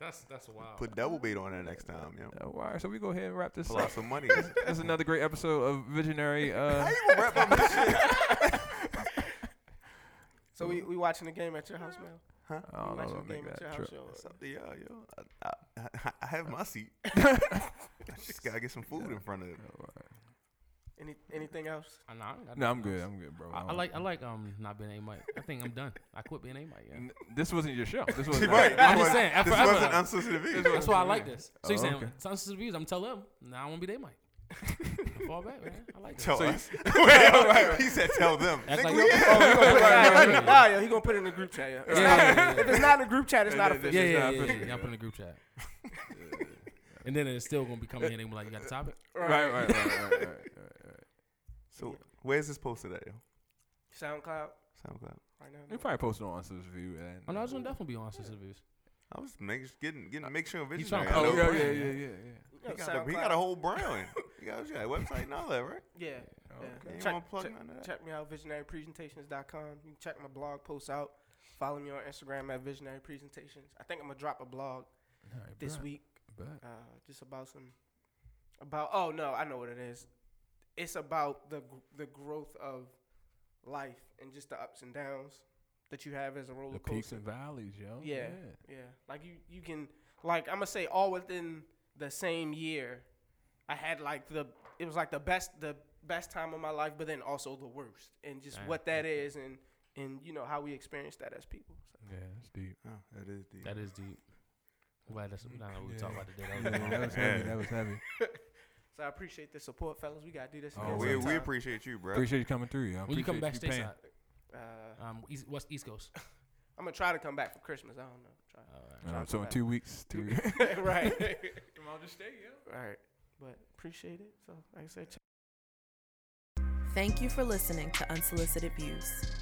[SPEAKER 2] That's that's wild.
[SPEAKER 3] Put double bait on there next time, yo.
[SPEAKER 5] Uh, All right, so we go ahead and wrap this
[SPEAKER 3] Pull
[SPEAKER 5] up.
[SPEAKER 3] out some money.
[SPEAKER 5] That's another great episode of Visionary. Uh,
[SPEAKER 3] How you gonna wrap up this shit?
[SPEAKER 4] So we, we watching the game at your house, man.
[SPEAKER 5] I don't
[SPEAKER 4] We
[SPEAKER 5] know
[SPEAKER 4] watching
[SPEAKER 5] if I'll
[SPEAKER 4] the
[SPEAKER 5] make
[SPEAKER 4] game at your
[SPEAKER 5] that
[SPEAKER 4] house,
[SPEAKER 5] trip.
[SPEAKER 4] yo.
[SPEAKER 3] It's up to y'all, yo. I, I, I have my seat. I just gotta get some food in front of it.
[SPEAKER 4] Any anything else?
[SPEAKER 2] I, know, I ain't got
[SPEAKER 5] No,
[SPEAKER 2] nothing
[SPEAKER 5] I'm good.
[SPEAKER 2] else.
[SPEAKER 5] I'm good, bro.
[SPEAKER 2] I, I
[SPEAKER 5] don't-
[SPEAKER 2] like I like um not being a mic. I think I'm done. I quit being a mic. Yeah.
[SPEAKER 5] N- This wasn't your show. This was
[SPEAKER 3] Right.
[SPEAKER 2] I'm
[SPEAKER 3] this
[SPEAKER 2] just saying,
[SPEAKER 3] was- This
[SPEAKER 2] forever.
[SPEAKER 3] wasn't unsolicited video.
[SPEAKER 2] That's why I like this. So you
[SPEAKER 5] Oh,
[SPEAKER 2] saying
[SPEAKER 5] okay.
[SPEAKER 2] sounds to the views? I'm telling them. Now I won't be their mic. I fall back, man. I like that.
[SPEAKER 3] Tell
[SPEAKER 5] So you-
[SPEAKER 3] us. He said, "Tell them."
[SPEAKER 2] Act
[SPEAKER 3] Nigga,
[SPEAKER 2] like
[SPEAKER 3] we-
[SPEAKER 2] you-
[SPEAKER 4] Nah, nah, yo, he gonna put it in the group chat. Yo. It's
[SPEAKER 2] Yeah,
[SPEAKER 4] not-
[SPEAKER 2] yeah, yeah, yeah.
[SPEAKER 4] If it's not in the group chat, it's not
[SPEAKER 5] Yeah,
[SPEAKER 4] official.
[SPEAKER 2] Yeah,
[SPEAKER 5] It's
[SPEAKER 2] yeah,
[SPEAKER 5] not
[SPEAKER 2] yeah, yeah,
[SPEAKER 5] official,
[SPEAKER 2] yeah. Y'all put in the group chat. and then it's still gonna be coming in and be like, "You got a topic?"
[SPEAKER 5] Right, right, right, right, right, right.
[SPEAKER 3] So where's this posted at, yo?
[SPEAKER 4] SoundCloud
[SPEAKER 3] SoundCloud.
[SPEAKER 4] right now.
[SPEAKER 5] You probably posted on Unsolicited View. And, uh,
[SPEAKER 2] Oh no, I was gonna definitely be on Sister Views.
[SPEAKER 3] I was making getting getting make sure
[SPEAKER 2] He's
[SPEAKER 3] visionary.
[SPEAKER 2] trying to
[SPEAKER 3] I
[SPEAKER 5] Oh,
[SPEAKER 3] know.
[SPEAKER 5] yeah,
[SPEAKER 2] Hello,
[SPEAKER 5] yeah,
[SPEAKER 2] Brian.
[SPEAKER 5] yeah, yeah, yeah.
[SPEAKER 4] Yo,
[SPEAKER 3] He got, the, he
[SPEAKER 4] SoundCloud.
[SPEAKER 3] got a whole brown. He got, he got a website and all that, right?
[SPEAKER 4] Yeah. yeah.
[SPEAKER 3] You ain't
[SPEAKER 4] Check-
[SPEAKER 3] wanna plug
[SPEAKER 4] check-
[SPEAKER 3] none of that?
[SPEAKER 4] Check me out, visionarypresentations.com. You can check my blog posts out. Follow me on Instagram at Visionary Presentations. I think I'm gonna drop a blog
[SPEAKER 5] All right,
[SPEAKER 4] this
[SPEAKER 5] bet,
[SPEAKER 4] week,
[SPEAKER 5] bet.
[SPEAKER 4] uh, just about some about. Oh no, I know what it is. It's about the gr- the growth of life and just the ups and downs that you have as a roller
[SPEAKER 5] The peaks
[SPEAKER 4] coaster.
[SPEAKER 5] and valleys, yo.
[SPEAKER 4] Yeah, yeah. Like you, you can like I'm gonna say all within the same year, I had like the it was like the best the best time of my life, but then also the worst, and just
[SPEAKER 2] Damn.
[SPEAKER 4] what that is, and and you know how we experience that as people. So,
[SPEAKER 5] Yeah, that's deep.
[SPEAKER 3] Oh, that is deep.
[SPEAKER 2] That is deep. I'm glad that's not what we
[SPEAKER 5] Yeah.
[SPEAKER 2] talk about today.
[SPEAKER 5] Yeah,
[SPEAKER 2] That was
[SPEAKER 5] that was heavy. That was heavy.
[SPEAKER 4] so I appreciate the support, fellas. We gotta do this.
[SPEAKER 5] Oh,
[SPEAKER 4] again
[SPEAKER 3] we, we
[SPEAKER 4] sometime.
[SPEAKER 3] appreciate you, bro.
[SPEAKER 5] Appreciate you coming through, yo.
[SPEAKER 2] when you come back,
[SPEAKER 5] Appreciate
[SPEAKER 2] stay
[SPEAKER 5] paying.
[SPEAKER 2] side.
[SPEAKER 4] uh,
[SPEAKER 2] Um, East, what's East Coast?
[SPEAKER 4] I'm gonna try to come back for Christmas. I don't know. Try.
[SPEAKER 5] All right, Uh, so in two weeks, two weeks.
[SPEAKER 4] right. Come on, just stay. Yeah. All right. But appreciate it. So like I said,
[SPEAKER 1] Thank you for listening to Unsolicited Views.